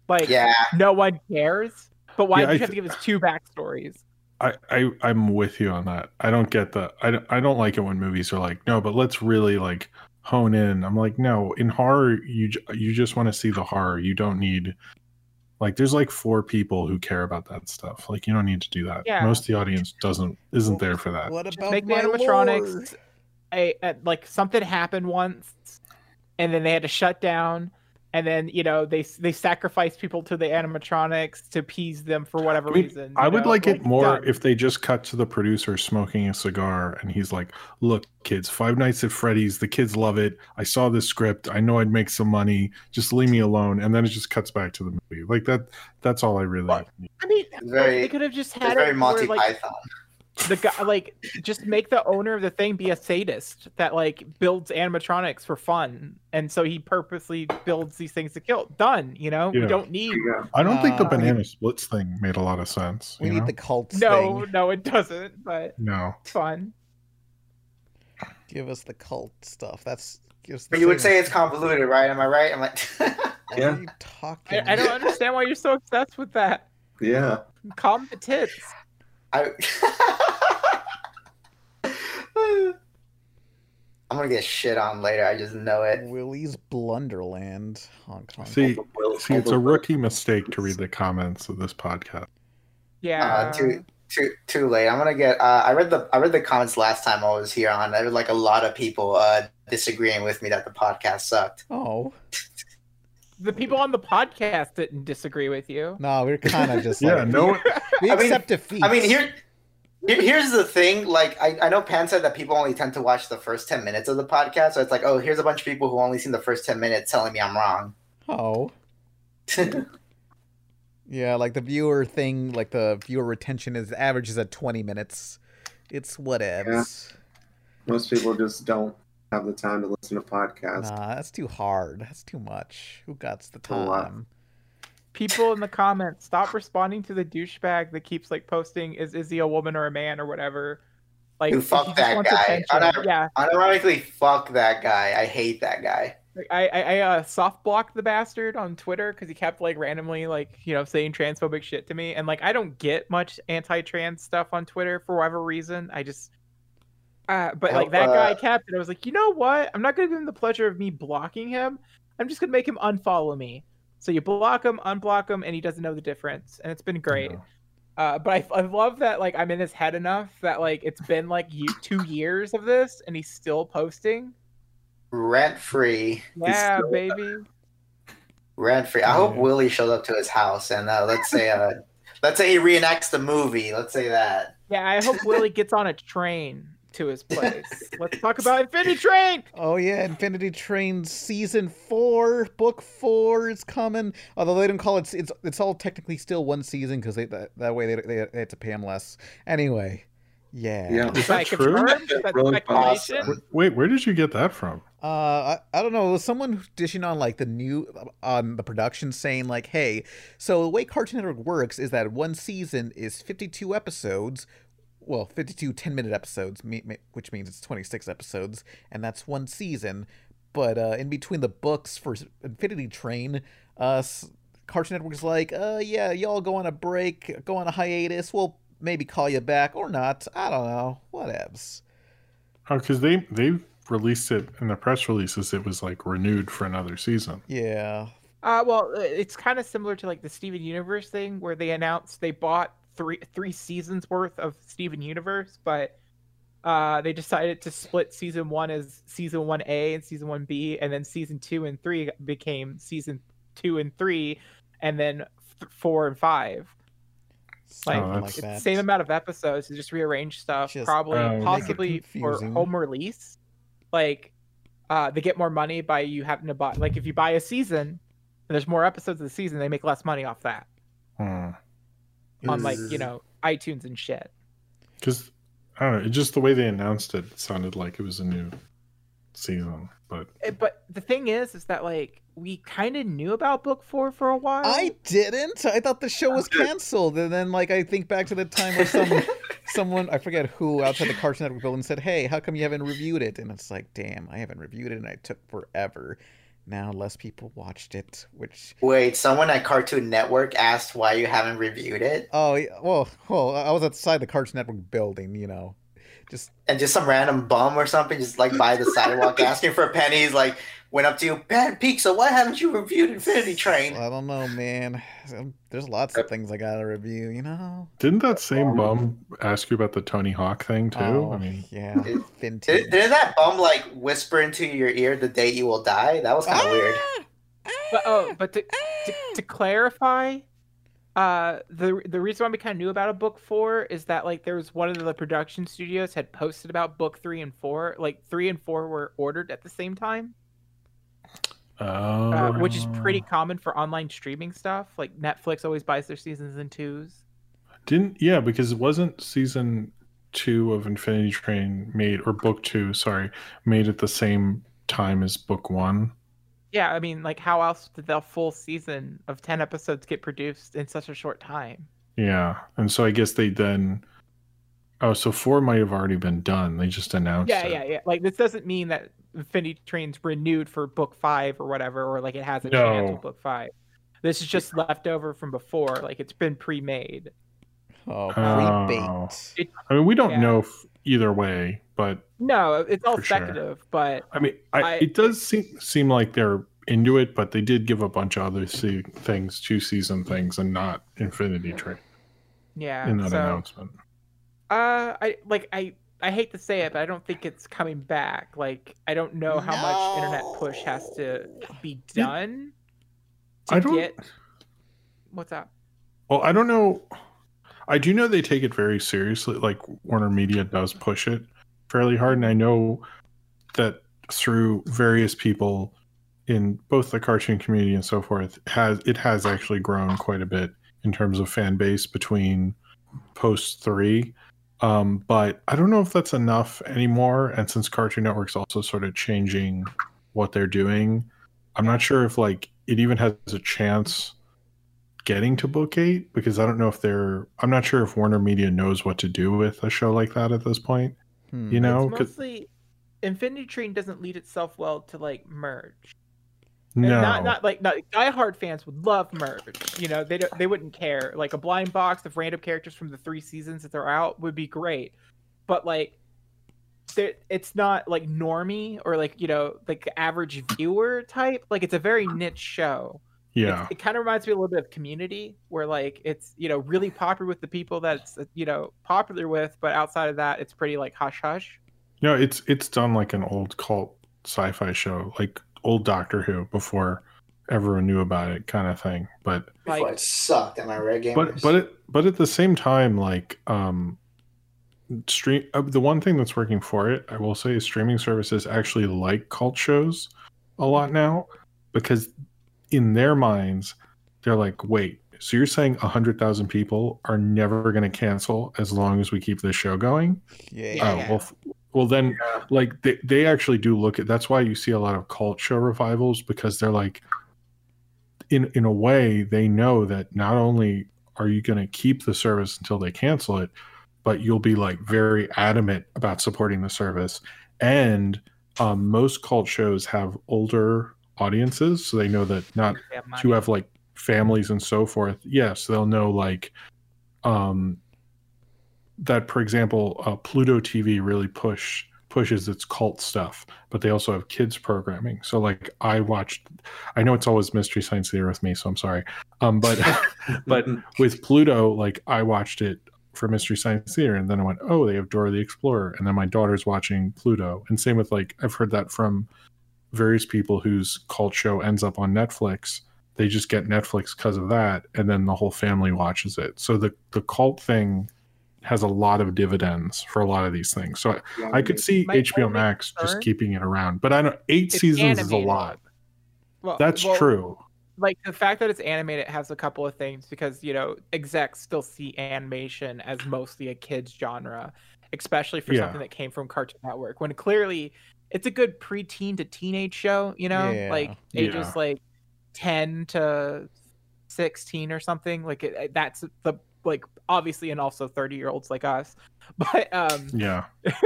Speaker 3: Like
Speaker 6: Yeah,
Speaker 3: no one cares. But why
Speaker 4: Yeah,
Speaker 3: do
Speaker 4: I
Speaker 3: you have
Speaker 4: th-
Speaker 3: to give us two backstories?
Speaker 4: I, I I'm with you on that. I don't get the I don't, I don't like it when movies are like no, but let's really like hone in. I'm like no, in horror you j- you just want to see the horror. You don't need like there's like four people who care about that stuff. Like you don't need to do that.
Speaker 3: Yeah.
Speaker 4: Most of the audience doesn't isn't there for
Speaker 6: uh,
Speaker 4: that.
Speaker 1: What about
Speaker 3: Make the
Speaker 1: my
Speaker 3: animatronics.
Speaker 1: lord?
Speaker 3: I, uh, like something happened once, and then they had to shut down, and then you know they they sacrificed people to the animatronics to appease them for whatever
Speaker 4: I mean,
Speaker 3: reason.
Speaker 4: I
Speaker 3: you
Speaker 4: would
Speaker 3: know,
Speaker 4: like it more
Speaker 3: done.
Speaker 4: if they just cut to the producer smoking a cigar and he's like, "Look, kids, Five Nights at Freddy's, the kids love it. I saw this script. I know I'd make some money. Just leave me alone." And then it just cuts back to the movie. Like that that's all I really
Speaker 3: Well,
Speaker 4: need.
Speaker 3: I mean,
Speaker 6: it's very
Speaker 3: they could have just
Speaker 6: it's
Speaker 3: had
Speaker 6: very
Speaker 3: it where,
Speaker 6: Monty
Speaker 3: like,
Speaker 6: Python.
Speaker 3: the guy like just make the owner of the thing be a sadist that like builds animatronics for fun and so he purposely builds these things to kill done you know
Speaker 4: Yeah.
Speaker 3: we don't need
Speaker 2: yeah.
Speaker 4: I don't think the
Speaker 1: Uh,
Speaker 4: banana splits thing made a lot of sense.
Speaker 1: We
Speaker 4: you
Speaker 1: need
Speaker 4: know?
Speaker 1: the cults
Speaker 3: no
Speaker 1: thing.
Speaker 3: no it doesn't but
Speaker 4: no.
Speaker 3: it's fun
Speaker 1: Give us the cult stuff. That's gives.
Speaker 6: But you would say it's convoluted, right? Am I right? I'm like
Speaker 1: What
Speaker 2: Yeah.
Speaker 1: are you talking?
Speaker 3: I, I don't understand why you're so obsessed with that
Speaker 2: yeah.
Speaker 3: calm the tits
Speaker 6: I. I'm gonna get shit on later. I just know it.
Speaker 1: Willie's Blunderland, Hong Kong.
Speaker 4: See,
Speaker 2: Will-
Speaker 4: see,
Speaker 2: all
Speaker 4: it's
Speaker 2: the-
Speaker 4: a rookie mistake to read the comments of this podcast.
Speaker 3: yeah
Speaker 6: Uh, too too too late. I'm gonna get. Uh, I read the I read the comments last time I was here on. There was like a lot of people uh, disagreeing with me that the podcast sucked.
Speaker 1: oh
Speaker 3: the people on the podcast didn't disagree with you
Speaker 1: no, we're kind of just
Speaker 4: Yeah,
Speaker 1: like,
Speaker 4: no one-
Speaker 1: We, we
Speaker 6: I mean-
Speaker 1: accept defeat.
Speaker 6: I mean, here, here here's the thing. Like I, I know Pan said that people only tend to watch the first ten minutes of the podcast, so it's like, oh, here's a bunch of people who only seen the first ten minutes telling me I'm wrong.
Speaker 1: Oh. yeah, like the viewer thing, like the viewer retention is averages at 20 minutes. It's whatevs.
Speaker 2: Most people just don't have the time to listen to podcasts.
Speaker 1: Nah, that's too hard. That's too much. Who got the
Speaker 2: a lot.
Speaker 1: time?
Speaker 3: people in the comments stop responding to the douchebag that keeps like posting is is he a woman or a man or whatever like
Speaker 6: Dude, fuck
Speaker 3: he just
Speaker 6: that
Speaker 3: wants
Speaker 6: guy.
Speaker 3: attention.
Speaker 6: I don't-
Speaker 3: yeah
Speaker 6: Unironically, fuck that guy. I hate that guy.
Speaker 3: Like, I I, I uh, soft blocked the bastard on Twitter because he kept like randomly like you know saying transphobic shit to me, and like I don't get much anti-trans stuff on Twitter for whatever reason. I just, uh, but like that guy kept, and I was like, you know what? I'm not gonna give him the pleasure of me blocking him. I'm just gonna make him unfollow me. So you block him, unblock him, and he doesn't know the difference, and it's been great. Uh, but I, I love that like I'm in his head enough that like it's been like you two years of this, and he's still posting.
Speaker 6: Rent free,
Speaker 3: Yeah,
Speaker 2: still-
Speaker 3: baby.
Speaker 6: rent free. I hope
Speaker 1: Yeah.
Speaker 6: Willie shows up to his house and uh, let's say uh, let's say he reenacts the movie. Let's say that.
Speaker 3: Yeah, I hope Willie gets on a train to his place. Let's talk about Infinity Train.
Speaker 1: Oh yeah, Infinity Train season four, book four is coming. Although they don't call it, it's it's all technically still one season because they that, that way they, they they have to pay him less. Anyway, yeah.
Speaker 2: Yeah.
Speaker 4: Is
Speaker 3: I
Speaker 4: that true?
Speaker 3: confirmed? Is that
Speaker 2: Really
Speaker 3: speculation?
Speaker 2: awesome.
Speaker 4: Wait, where did you get that from?
Speaker 1: Uh, I, I don't know. It was someone dishing on like the new on the production saying like, "Hey, so the way Cartoon Network works is that one season is 52 episodes, well, 52 10-minute episodes, me- me- which means it's 26 episodes, and that's one season. But uh, in between the books for Infinity Train, uh, s- Cartoon Network's like, uh, yeah, y'all go on a break, go on a hiatus. We'll maybe call you back or not. I don't know. Whatevs.
Speaker 4: Oh, because they they released it in the press releases. It was like renewed for another season.
Speaker 1: Yeah,
Speaker 3: Uh, well, uh, it's kind of similar to like the Steven Universe thing where they announced they bought three three seasons worth of Steven Universe, but uh, they decided to split season one as season one A and season one B, and then season two and three became season two and three, and then th- four and five. Like,
Speaker 4: Oh,
Speaker 3: it's the same amount of episodes to just rearrange stuff,
Speaker 1: Just
Speaker 3: probably
Speaker 4: Oh, okay.
Speaker 3: possibly for
Speaker 1: confusing.
Speaker 3: home release. Like, uh, they get more money by you having to buy. Like, if you buy a season, and there's more episodes of the season, they make less money off that
Speaker 4: Hmm.
Speaker 3: on like
Speaker 1: Mm.
Speaker 3: you know iTunes and shit.
Speaker 4: Because I don't know, it just the way they announced it, it sounded like it was a new season. But
Speaker 3: Eh, But the thing is, is that like we kind of knew about book four for a while.
Speaker 1: I didn't. I thought the show was canceled, and then like I think back to the time where some someone I forget who outside the Cartoon Network building said, "Hey, how come you haven't reviewed it?" And it's like, damn, I haven't reviewed it, and I took forever. Now less people watched it, which
Speaker 6: Wait, someone at Cartoon Network asked why you haven't reviewed it,
Speaker 1: oh yeah, well, well, I was outside the Cartoon Network building, you know, just
Speaker 6: and just some random bum or something, just like by the sidewalk asking for pennies, like went up to you, Bad Pizza, why haven't you reviewed Infinity Train?
Speaker 1: I don't know, man. Um, There's lots of things I gotta review, you know.
Speaker 4: didn't that
Speaker 3: Um,
Speaker 4: same bum ask you about the Tony Hawk thing too?
Speaker 1: Oh,
Speaker 4: I mean,
Speaker 1: yeah, vintage.
Speaker 6: Did, did that bum like whisper into your ear the day you will die? That was kind of weird.
Speaker 3: But oh, but to to, to clarify, uh, the the reason why we kind of knew about a book four is that like there was one of the production studios had posted about book three and four. Like three and four were ordered at the same time, uh, which is pretty common for online streaming stuff. Like Netflix always buys their seasons in twos.
Speaker 4: Didn't yeah, because it wasn't season two of Infinity Train made or book two, sorry, made at the same time as book one.
Speaker 3: Yeah, I mean, like how else did the full season of ten episodes get produced in such a short time?
Speaker 4: Yeah. And so I guess they then Oh, so four might have already been done. They just announced
Speaker 3: Yeah,
Speaker 4: it.
Speaker 3: yeah, yeah. Like this doesn't mean that Infinity Train's renewed for book five or whatever, or like it has a chance
Speaker 4: No.
Speaker 3: with book five. This is just left over from before, like it's been pre-made.
Speaker 1: Oh,
Speaker 4: Oh.
Speaker 1: pre-baked.
Speaker 4: I mean, we don't
Speaker 3: Yeah.
Speaker 4: know f- either way, but
Speaker 3: No, it's all
Speaker 4: For sure.
Speaker 3: speculative, but
Speaker 4: I mean, I,
Speaker 3: I-
Speaker 4: it does seem seem like they're into it, but they did give a bunch of other se- things, two season things, and not Infinity Train
Speaker 3: yeah.
Speaker 4: in that
Speaker 3: so,
Speaker 4: announcement.
Speaker 3: uh, I like I I hate to say it, but I don't think it's coming back. Like I don't know how much internet push has to be done to
Speaker 4: I don't.
Speaker 3: get. What's up?
Speaker 4: Well, I don't know. I do know they take it very seriously. Like Warner Media does push it fairly hard, and I know that through various people in both the cartoon community and so forth, has it has actually grown quite a bit in terms of fan base between post three. Um, but I don't know if that's enough anymore. And since Cartoon Network's also sort of changing what they're doing, I'm not sure if like it even has a chance getting to book eight because I don't know if they're I'm not sure if Warner Media knows what to do with a show like that at this point.
Speaker 1: Hmm.
Speaker 4: You know,
Speaker 3: it's
Speaker 4: 'cause-
Speaker 3: mostly Infinity Train doesn't lead itself well to like merge. And
Speaker 4: no,
Speaker 3: Not not like not diehard fans would love merge. You know, they don't, they wouldn't care. Like a blind box of random characters from the three seasons that they're out would be great. But like there- it's not like normie or like you know like the average viewer type like it's a very niche show
Speaker 4: yeah,
Speaker 3: it, kind of reminds me a little bit of community where like it's you know really popular with the people that it's you know popular with but outside of that it's pretty like hush hush
Speaker 4: no, it's it's done like an old cult sci-fi show, like old Doctor Who before everyone knew about it, kind of thing. But
Speaker 3: like
Speaker 6: Before it sucked. Am I right, gamers?
Speaker 4: but but it, but at the same time, like um, stream uh, the one thing that's working for it, I will say, is streaming services actually like cult shows a lot now because in their minds they're like, wait, so you're saying a hundred thousand people are never going to cancel as long as we keep this show going?
Speaker 1: Yeah.
Speaker 3: Yeah.
Speaker 4: Oh well, f- well then, like they they actually do look at. That's why you see a lot of cult show revivals because they're like, in in a way, they know that not only are you going to keep the service until they cancel it, but you'll be like very adamant about supporting the service. And um, most cult shows have older audiences, so they know that not
Speaker 3: they have
Speaker 4: who
Speaker 3: money.
Speaker 4: have like families and so forth yes they'll know like um that for example uh, pluto tv really push pushes its cult stuff but they also have kids programming so like i watched i know it's always mystery science theater with me so i'm sorry um but but with pluto like i watched it for mystery science theater and then i went oh they have dora the explorer and then my daughter's watching pluto and same with like i've heard that from various people whose cult show ends up on netflix they just get Netflix because of that, and then the whole family watches it. So the the cult thing has a lot of dividends for a lot of these things. So I, I could see
Speaker 3: My
Speaker 4: HBO
Speaker 3: only
Speaker 4: Max
Speaker 3: concern-
Speaker 4: just keeping it around, but I don't. Eight
Speaker 3: It's
Speaker 4: seasons is a
Speaker 3: animated.
Speaker 4: lot.
Speaker 3: Well,
Speaker 4: That's
Speaker 3: well,
Speaker 4: true.
Speaker 3: Like the fact that it's animated has a couple of things because you know execs still see animation as mostly a kids genre, especially for
Speaker 4: Yeah.
Speaker 3: something that came from Cartoon Network. When clearly it's a good preteen to teenage show. You know,
Speaker 1: Yeah.
Speaker 3: like ages
Speaker 4: Yeah.
Speaker 3: like ten to sixteen or something. Like it, it- that's the like obviously and also 30 year olds like us but um
Speaker 4: Yeah,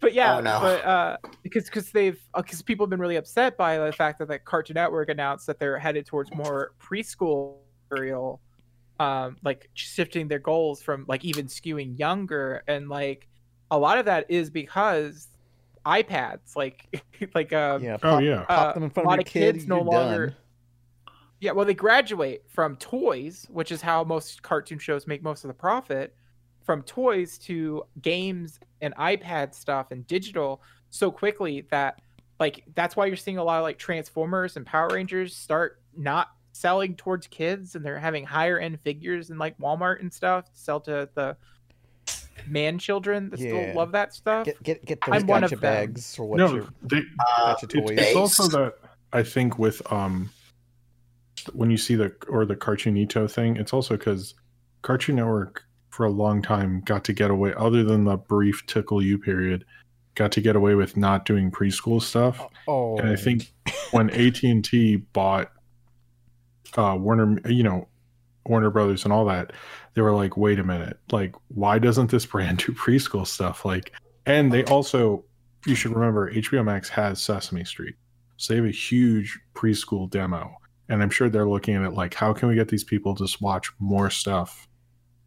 Speaker 3: but yeah,
Speaker 6: Oh, no.
Speaker 3: but uh, because because they've because people have been really upset by the fact that like Cartoon Network announced that they're headed towards more preschool material, um, like shifting their goals from like even skewing younger, and like a lot of that is because iPads, like like um,
Speaker 1: Yeah.
Speaker 4: Oh,
Speaker 1: pop-
Speaker 4: yeah.
Speaker 1: Pop them in front
Speaker 3: a
Speaker 1: of
Speaker 3: lot
Speaker 1: your
Speaker 3: of
Speaker 1: kid.
Speaker 3: kids no
Speaker 1: you're
Speaker 3: longer-
Speaker 1: done.
Speaker 3: yeah, well, they graduate from toys, which is how most cartoon shows make most of the profit, from toys to games and iPad stuff and digital so quickly that, like, that's why you're seeing a lot of like Transformers and Power Rangers start not selling towards kids and they're having higher end figures in like Walmart and stuff to sell to the man children that
Speaker 1: Yeah.
Speaker 3: still love that stuff.
Speaker 1: Get get get those
Speaker 3: I'm one of
Speaker 1: gotcha
Speaker 3: them.
Speaker 1: bags or what
Speaker 4: no,
Speaker 1: you
Speaker 4: they,
Speaker 6: Uh,
Speaker 1: gotcha
Speaker 4: It-
Speaker 1: toys.
Speaker 4: it's
Speaker 6: Base.
Speaker 4: also that I think with um when you see the or the Cartoonito thing, it's also because Cartoon Network for a long time got to get away, other than the brief tickle you period, got to get away with not doing preschool stuff.
Speaker 1: oh,
Speaker 4: And I think when AT and T bought uh, Warner, you know, Warner Brothers and all that, they were like, "Wait a minute! Like, why doesn't this brand do preschool stuff?" Like, and they also, you should remember, HBO Max has Sesame Street, so they have a huge preschool demo, and I'm sure they're looking at it like, "How can we get these people to just watch more stuff?"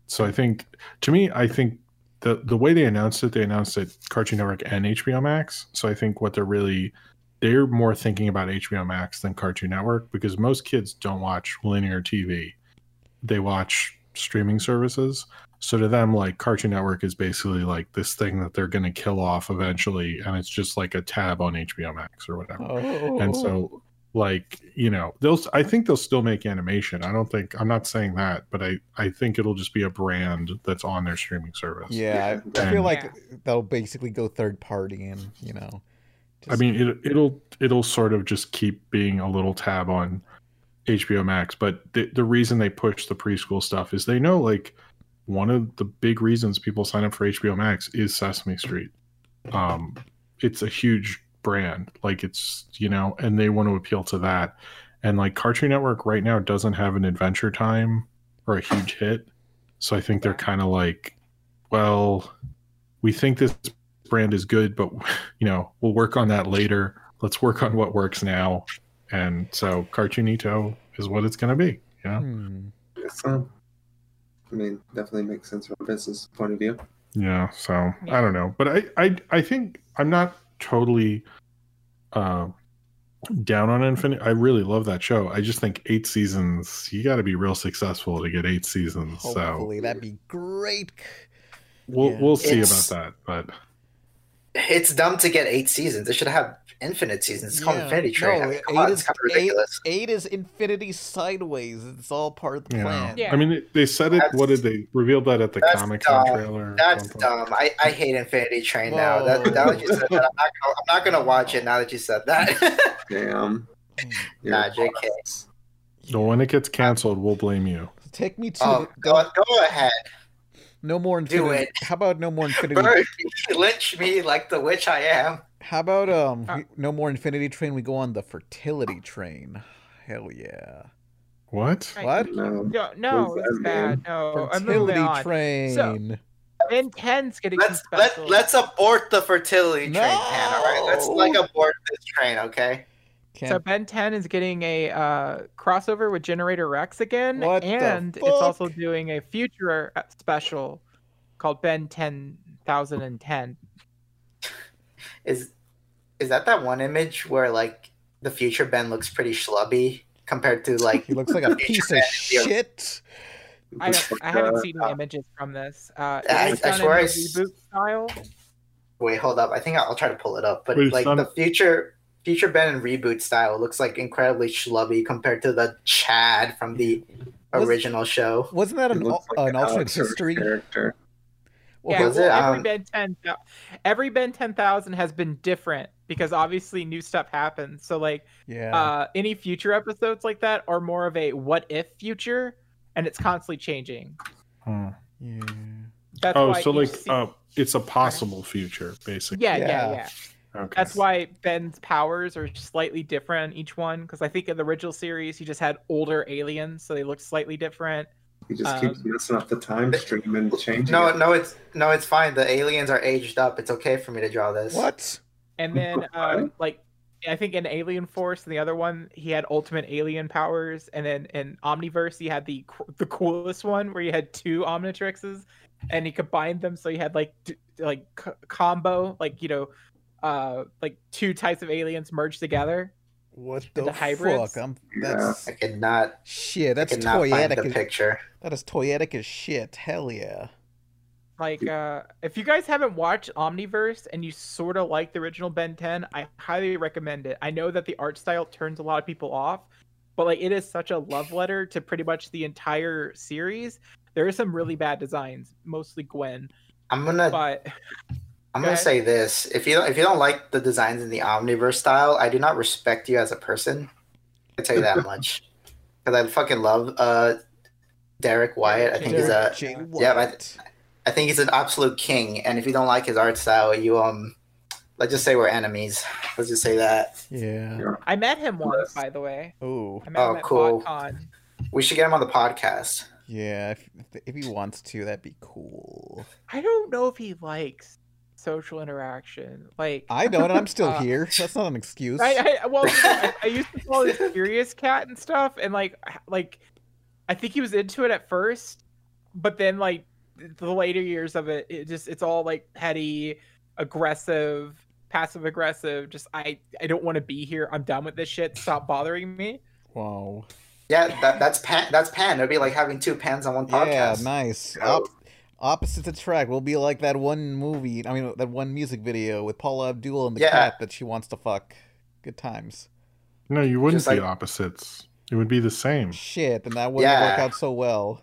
Speaker 4: So I think, to me, I think the the way they announced it, they announced it Cartoon Network and HBO Max. So I think what they're really they're more thinking about HBO Max than Cartoon Network because most kids don't watch linear TV. They watch streaming services. So to them, like Cartoon Network is basically like this thing that they're going to kill off eventually, and it's just like a tab on HBO Max or whatever.
Speaker 1: Oh.
Speaker 4: And so, like you know, they'll. I think they'll still make animation. I don't think I'm not saying that, but I I think it'll just be a brand that's on their streaming service.
Speaker 1: Oh. yeah, I, I
Speaker 4: Yeah.
Speaker 1: feel like they'll basically go third party and you know.
Speaker 4: I
Speaker 1: just-
Speaker 4: mean, it, it'll it'll sort of just keep being a little tab on HBO Max. But the, the reason they push the preschool stuff is they know like one of the big reasons people sign up for HBO Max is Sesame Street. Um, it's a huge brand, like it's you know, and they want to appeal to that. And like Cartoon Network right now doesn't have an Adventure Time or a huge hit, so I think they're kind of like, well, we think this brand is good, but you know, we'll work on that later. Let's work on what works now. And so Cartoonito is what it's going to be. You know?
Speaker 1: Hmm.
Speaker 2: It's, um, I mean, definitely makes sense from a business point of view.
Speaker 4: Yeah. So I don't know, but I, I, I think I'm not totally uh, down on Infinite. I really love that show. I just think eight seasons, you got to be real successful to get eight seasons. So
Speaker 1: Hopefully that'd be great.
Speaker 4: we'll,
Speaker 1: yeah.
Speaker 4: we'll see
Speaker 6: It's-
Speaker 4: about that. But
Speaker 6: It's dumb to get eight seasons. They should have infinite seasons. It's called
Speaker 1: Yeah.
Speaker 6: Infinity Train.
Speaker 1: No,
Speaker 6: I mean, come
Speaker 1: eight
Speaker 6: on,
Speaker 1: is-
Speaker 6: it's kind of
Speaker 1: eight-
Speaker 6: ridiculous.
Speaker 1: Eight is infinity sideways. It's all part of the
Speaker 4: you know,
Speaker 1: plan.
Speaker 3: Yeah.
Speaker 4: I mean, it- they said it. What
Speaker 6: That's-
Speaker 4: did they reveal that at the
Speaker 6: that's
Speaker 4: Comic
Speaker 6: dumb.
Speaker 4: Con trailer? or
Speaker 6: That's
Speaker 4: something?
Speaker 6: dumb. I, I hate Infinity Train now.
Speaker 1: Whoa.
Speaker 6: That, now that you said that, I'm not, gonna, I'm not gonna watch it. Now that you said that,
Speaker 2: Damn. You're-
Speaker 6: nah, JK.
Speaker 4: So when it gets canceled, we'll blame you.
Speaker 1: Take me to
Speaker 6: Oh,
Speaker 1: the-
Speaker 6: go, go ahead,
Speaker 1: no more
Speaker 6: do
Speaker 1: infinity. How about no more infinity?
Speaker 6: Bird, lynch me like the witch I am.
Speaker 1: How about um
Speaker 3: Uh,
Speaker 1: we- no more infinity train? We go on the fertility train. Hell yeah!
Speaker 4: What?
Speaker 3: Right.
Speaker 1: What
Speaker 2: No.
Speaker 3: No, no,
Speaker 2: What is
Speaker 3: it's
Speaker 2: that,
Speaker 3: bad. No, I'm moving
Speaker 1: fertility
Speaker 3: on.
Speaker 1: train?
Speaker 3: Ben 10's getting
Speaker 6: Let's
Speaker 3: some
Speaker 6: let
Speaker 3: specials.
Speaker 6: let's abort the fertility train,
Speaker 1: No.
Speaker 6: Pan. All right, let's like abort this train, okay?
Speaker 1: Can't-
Speaker 3: So Ben 10 is getting a uh, crossover with Generator Rex again,
Speaker 1: What the
Speaker 3: and it's also
Speaker 1: fuck?
Speaker 3: doing a future uh, special called Ben 10,010.
Speaker 6: Is is that that one image where like the future Ben looks pretty schlubby compared to like
Speaker 1: he looks like a piece of shit.
Speaker 3: I, don't, I haven't seen the
Speaker 2: Uh,
Speaker 3: images from this. Uh,
Speaker 6: I-
Speaker 3: it's
Speaker 6: I
Speaker 3: done in
Speaker 6: swear
Speaker 3: a
Speaker 6: I s-
Speaker 3: reboot style.
Speaker 6: Wait, hold up. I think I'll I'll try to pull it up. But
Speaker 4: Wait, it's
Speaker 6: like
Speaker 4: not-
Speaker 6: the future Future Ben and reboot style looks like incredibly schlubby compared to the Chad from the
Speaker 1: Was-
Speaker 6: original show.
Speaker 1: Wasn't that
Speaker 2: It
Speaker 1: an,
Speaker 2: looks like
Speaker 1: an alternate
Speaker 2: Alex Hirsch
Speaker 1: history?
Speaker 2: character.
Speaker 1: Well,
Speaker 3: yeah,
Speaker 6: was
Speaker 3: well,
Speaker 6: it,
Speaker 3: every
Speaker 6: um,
Speaker 3: Ben ten, thou- every Ben ten thousand has been different because obviously new stuff happens. So like,
Speaker 1: Yeah.
Speaker 3: uh, any future episodes like that are more of a what if future, and it's constantly changing.
Speaker 4: Hmm.
Speaker 1: yeah.
Speaker 3: That's
Speaker 4: Oh,
Speaker 3: why
Speaker 4: so
Speaker 3: each
Speaker 4: like
Speaker 3: se-
Speaker 4: uh, it's a possible future, basically.
Speaker 3: yeah, yeah,
Speaker 1: yeah.
Speaker 3: yeah,
Speaker 4: Okay.
Speaker 3: That's why Ben's powers are slightly different in each one because I think in the original series he just had older aliens, so they looked slightly different.
Speaker 2: He just keeps
Speaker 3: Um,
Speaker 2: messing up the time stream and changing.
Speaker 6: No,
Speaker 2: it.
Speaker 6: no, it's no, it's fine. The aliens are aged up. It's okay for me to draw this.
Speaker 1: What?
Speaker 3: And then, uh,
Speaker 2: Alright.
Speaker 3: like, I think in Alien Force, the other one, he had ultimate alien powers, and then in Omniverse, he had the co- the coolest one where he had two Omnitrixes, and he combined them, so he had like d- like co- combo, like you know, uh, like two types of aliens merged together.
Speaker 1: What the,
Speaker 3: The hybrids?
Speaker 1: fuck? I'm,
Speaker 2: Yeah.
Speaker 1: that's
Speaker 6: I could not.
Speaker 1: shit.
Speaker 6: I
Speaker 1: That's
Speaker 6: could not find the
Speaker 1: toyetic. As,
Speaker 6: picture.
Speaker 1: that is toyetic as shit. Hell yeah.
Speaker 3: Like, uh, if you guys haven't watched Omniverse and you sort of like the original Ben 10, I highly recommend it. I know that the art style turns a lot of people off, but like it is such a love letter to pretty much the entire series. There are some really bad designs, mostly Gwen,
Speaker 6: I'm gonna.
Speaker 3: but
Speaker 6: I'm gonna
Speaker 3: okay.
Speaker 6: say this. If you don't, if you don't like the designs in the Omniverse style, I do not respect you as a person. I tell you that much. Because I fucking love uh, Derek Wyatt. I think he's a.
Speaker 1: Jay
Speaker 6: yeah, but-
Speaker 1: White.
Speaker 6: I think he's an absolute king. And if you don't like his art style, you um. Let's just say we're enemies. Let's just say that.
Speaker 1: Yeah.
Speaker 3: I met him once,
Speaker 2: Yes.
Speaker 3: by the way.
Speaker 1: Oh,
Speaker 3: I met
Speaker 6: Oh,
Speaker 3: him at
Speaker 6: cool.
Speaker 3: BotCon.
Speaker 6: We should get him on the podcast.
Speaker 1: yeah. If, if he wants to, that'd be cool.
Speaker 3: I don't know if he likes social interaction. Like,
Speaker 1: I don't. I'm still
Speaker 3: Uh,
Speaker 1: here. That's not an excuse.
Speaker 3: I, I well, you know, I, I used to follow this Furious Cat and stuff, and like, h- like, I think he was into it at first, but then like the later years of it, it just it's all like petty, aggressive, passive aggressive. Just I I don't want to be here. I'm done with this shit. Stop bothering me.
Speaker 1: wow.
Speaker 6: Yeah, that, that's pan. That's pan. It'd be like having two pans on one
Speaker 1: Yeah,
Speaker 6: podcast.
Speaker 1: nice.
Speaker 6: Oh.
Speaker 1: Op- opposites attract. We'll be like that one movie. I mean, that one music video with Paula Abdul and the
Speaker 6: Yeah.
Speaker 1: cat that she wants to fuck. Good times.
Speaker 4: No, you wouldn't
Speaker 6: Just
Speaker 4: be
Speaker 6: like-
Speaker 4: opposites. It would be the same.
Speaker 1: Shit, then that wouldn't work
Speaker 6: Yeah.
Speaker 1: out so well.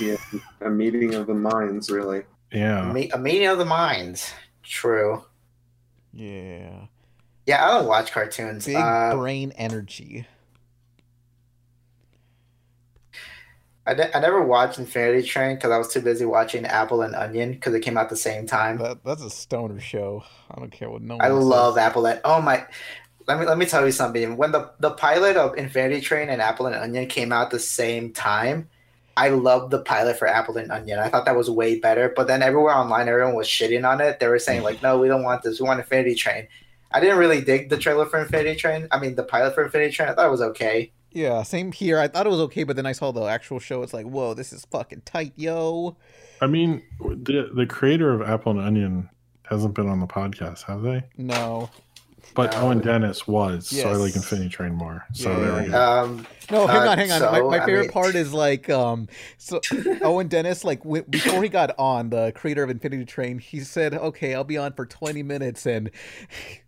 Speaker 2: Yeah, a meeting of the minds, really.
Speaker 4: Yeah.
Speaker 6: Me- a meeting of the minds. True.
Speaker 1: Yeah.
Speaker 6: Yeah, I don't watch cartoons.
Speaker 1: Big
Speaker 6: Uh,
Speaker 1: brain energy.
Speaker 6: I, ne- I never watched Infinity Train because I was too busy watching Apple and Onion because it came out the same time.
Speaker 1: That that's a stoner show. I don't care what no one
Speaker 6: I
Speaker 1: says.
Speaker 6: love Apple and oh my. Let me let me tell you something. When the the pilot of Infinity Train and Apple and Onion came out the same time, I loved the pilot for Apple and Onion. I thought that was way better. But then everywhere online, everyone was shitting on it. They were saying like, "No, we don't want this. We want Infinity Train." I didn't really dig the trailer for Infinity Train. I mean, the pilot for Infinity Train. I thought it was okay.
Speaker 1: Yeah, same here. I thought it was okay, but then I saw the actual show. It's like, whoa, this is fucking tight, yo.
Speaker 4: I mean, the the creator of Apple and Onion hasn't been on the podcast, have they?
Speaker 1: No.
Speaker 4: But
Speaker 6: No.
Speaker 4: Owen Dennis was, so I like
Speaker 1: Yes.
Speaker 4: Infinity Train more. So
Speaker 1: Yeah,
Speaker 4: there
Speaker 1: yeah,
Speaker 4: we go.
Speaker 6: Um,
Speaker 1: No, hang
Speaker 6: Uh,
Speaker 1: on, hang on. my,
Speaker 6: so,
Speaker 1: my
Speaker 6: I
Speaker 1: favorite
Speaker 6: mean-
Speaker 1: part is like, um, so Owen Dennis, like w- before he got on, the creator of Infinity Train, he said, "Okay, I'll be on for twenty minutes," and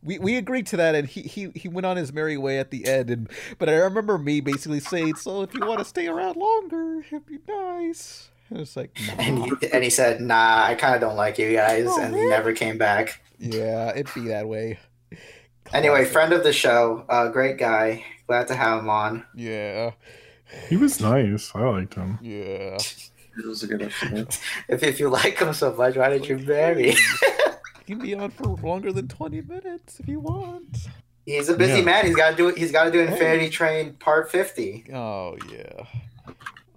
Speaker 1: we we agreed to that, and he he he went on his merry way at the end. And but I remember me basically saying, "So if you want to stay around longer, it'd be nice." And it's like,
Speaker 6: and
Speaker 1: nah.
Speaker 6: he, and he said, "Nah, I kind of don't like you guys,"
Speaker 1: Oh,
Speaker 6: and
Speaker 1: really?
Speaker 6: never came back.
Speaker 1: yeah, it'd be that way.
Speaker 6: Anyway,
Speaker 1: Classic.
Speaker 6: friend of the show, uh, great guy. Glad to have him on.
Speaker 1: Yeah,
Speaker 4: He was nice. I liked him.
Speaker 1: yeah.
Speaker 2: It was a good episode.
Speaker 6: If, if you like him so much, why did you marry?
Speaker 1: You can be on for longer than twenty minutes if you want.
Speaker 6: he's a busy
Speaker 4: Yeah.
Speaker 6: man. He's got to do. He's got to do
Speaker 1: Hey.
Speaker 6: Infinity Train Part Fifty.
Speaker 1: Oh yeah.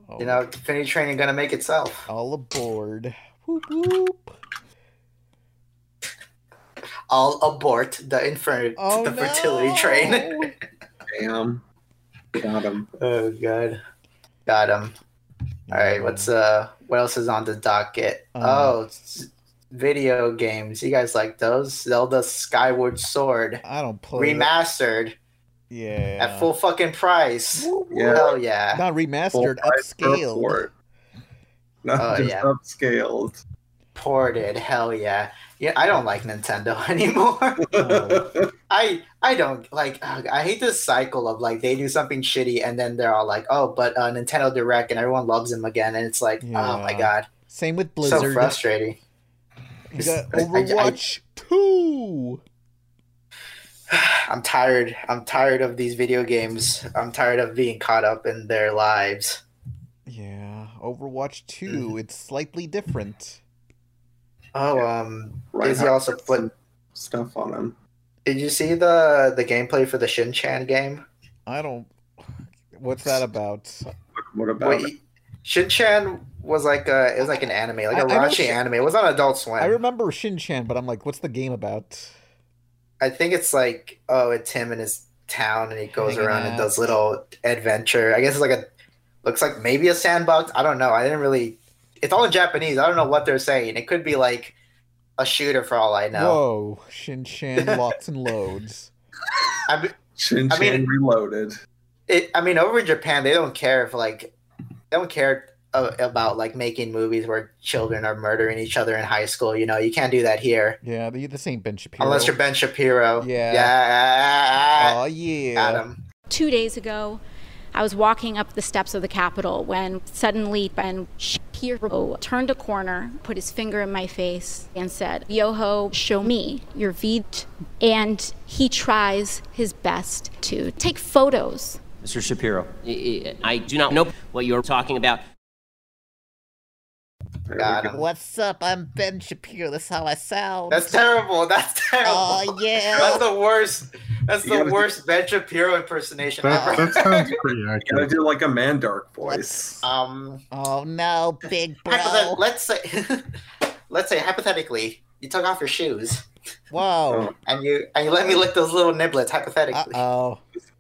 Speaker 1: Oh,
Speaker 6: You know, Infinity Train ain't gonna make itself.
Speaker 1: All aboard. Whoop whoop.
Speaker 6: I'll abort the infer-
Speaker 1: Oh,
Speaker 6: the fertility train.
Speaker 1: no.
Speaker 2: Damn. Got him.
Speaker 6: Oh god, got him. All right, what's uh, what else is on the docket?
Speaker 1: Um,
Speaker 6: oh, s- video games. You guys like those? Zelda Skyward Sword
Speaker 1: I don't play. it.
Speaker 6: remastered
Speaker 1: Yeah.
Speaker 6: at full fucking price.
Speaker 1: Whoop, whoop.
Speaker 2: Yeah.
Speaker 6: Hell yeah!
Speaker 1: Not remastered,
Speaker 2: Full price
Speaker 1: upscaled.
Speaker 2: report. Not
Speaker 6: Oh,
Speaker 2: just
Speaker 6: yeah.
Speaker 2: upscaled.
Speaker 6: ported. Hell yeah. Yeah, I don't like Nintendo anymore. Oh. I I don't like. ugh, I hate this cycle of like they do something shitty and then they're all like, oh, but uh, Nintendo Direct and everyone loves him again, and it's like, oh my
Speaker 1: Yeah.
Speaker 6: god,
Speaker 1: Same with
Speaker 6: so
Speaker 1: Blizzard.
Speaker 6: frustrating.
Speaker 1: You got
Speaker 6: I- I- I-
Speaker 1: Overwatch 2.
Speaker 6: I'm tired. I'm tired of these video games. I'm tired of being caught up in their lives.
Speaker 1: Yeah, Overwatch
Speaker 6: Mm-hmm.
Speaker 1: 2. It's slightly different.
Speaker 6: Oh, um,
Speaker 2: Right.
Speaker 6: Izzy also put.
Speaker 2: stuff on him.
Speaker 6: Did you see the the gameplay for the Shin Chan game?
Speaker 1: I don't. What's that about?
Speaker 2: What about
Speaker 6: Wait, Shin Chan was like a it was like an anime, like
Speaker 1: I-
Speaker 6: a
Speaker 1: I don't
Speaker 6: raunchy
Speaker 1: thi-
Speaker 6: anime. It was on Adult Swim.
Speaker 1: I remember Shin Chan, but I'm like, what's the game about?
Speaker 6: I think it's like oh, it's him in his town, and he goes
Speaker 1: Hanging
Speaker 6: around
Speaker 1: out.
Speaker 6: and does little adventure. I guess it's like a looks like maybe a sandbox. I don't know. I didn't really. It's all in Japanese. I don't know what they're saying. It could be like a shooter for all I know.
Speaker 1: Whoa, Shin Chan locks and loads.
Speaker 6: I mean,
Speaker 2: Shin
Speaker 6: I
Speaker 2: Chan
Speaker 6: mean-
Speaker 2: Reloaded?
Speaker 6: it, I mean, over in Japan, they don't care if like they don't care a- about like making movies where children are murdering each other in high school. You know, you can't do that here
Speaker 1: Yeah, the- this ain't Ben Shapiro.
Speaker 6: unless you're Ben Shapiro.
Speaker 1: Yeah.
Speaker 6: yeah,
Speaker 1: Oh yeah.
Speaker 6: Adam.
Speaker 10: Two days ago, I was walking up the steps of the Capitol when suddenly Ben Shapiro turned a corner, put his finger in my face, and said, Yoho, show me your feet. And he tries his best to take photos.
Speaker 11: Mr. Shapiro. I, I I do not know what you're talking about.
Speaker 2: There we
Speaker 6: Adam.
Speaker 2: go.
Speaker 1: What's up? I'm Ben Shapiro. That's how I sound.
Speaker 6: That's terrible. That's terrible. That's
Speaker 1: Oh, yeah.
Speaker 6: the worst. That's
Speaker 2: You
Speaker 6: the
Speaker 2: gotta-
Speaker 6: worst Ben Shapiro impersonation
Speaker 4: That,
Speaker 6: ever.
Speaker 4: that sounds pretty
Speaker 2: Gotta
Speaker 4: accurate.
Speaker 2: do like a Mandark voice.
Speaker 6: um,
Speaker 1: Oh no, big
Speaker 6: hypothet- let's say, let's say hypothetically, you took off your shoes
Speaker 1: Whoa.
Speaker 6: and you and you let me lick those little niblets. Hypothetically.
Speaker 1: oh.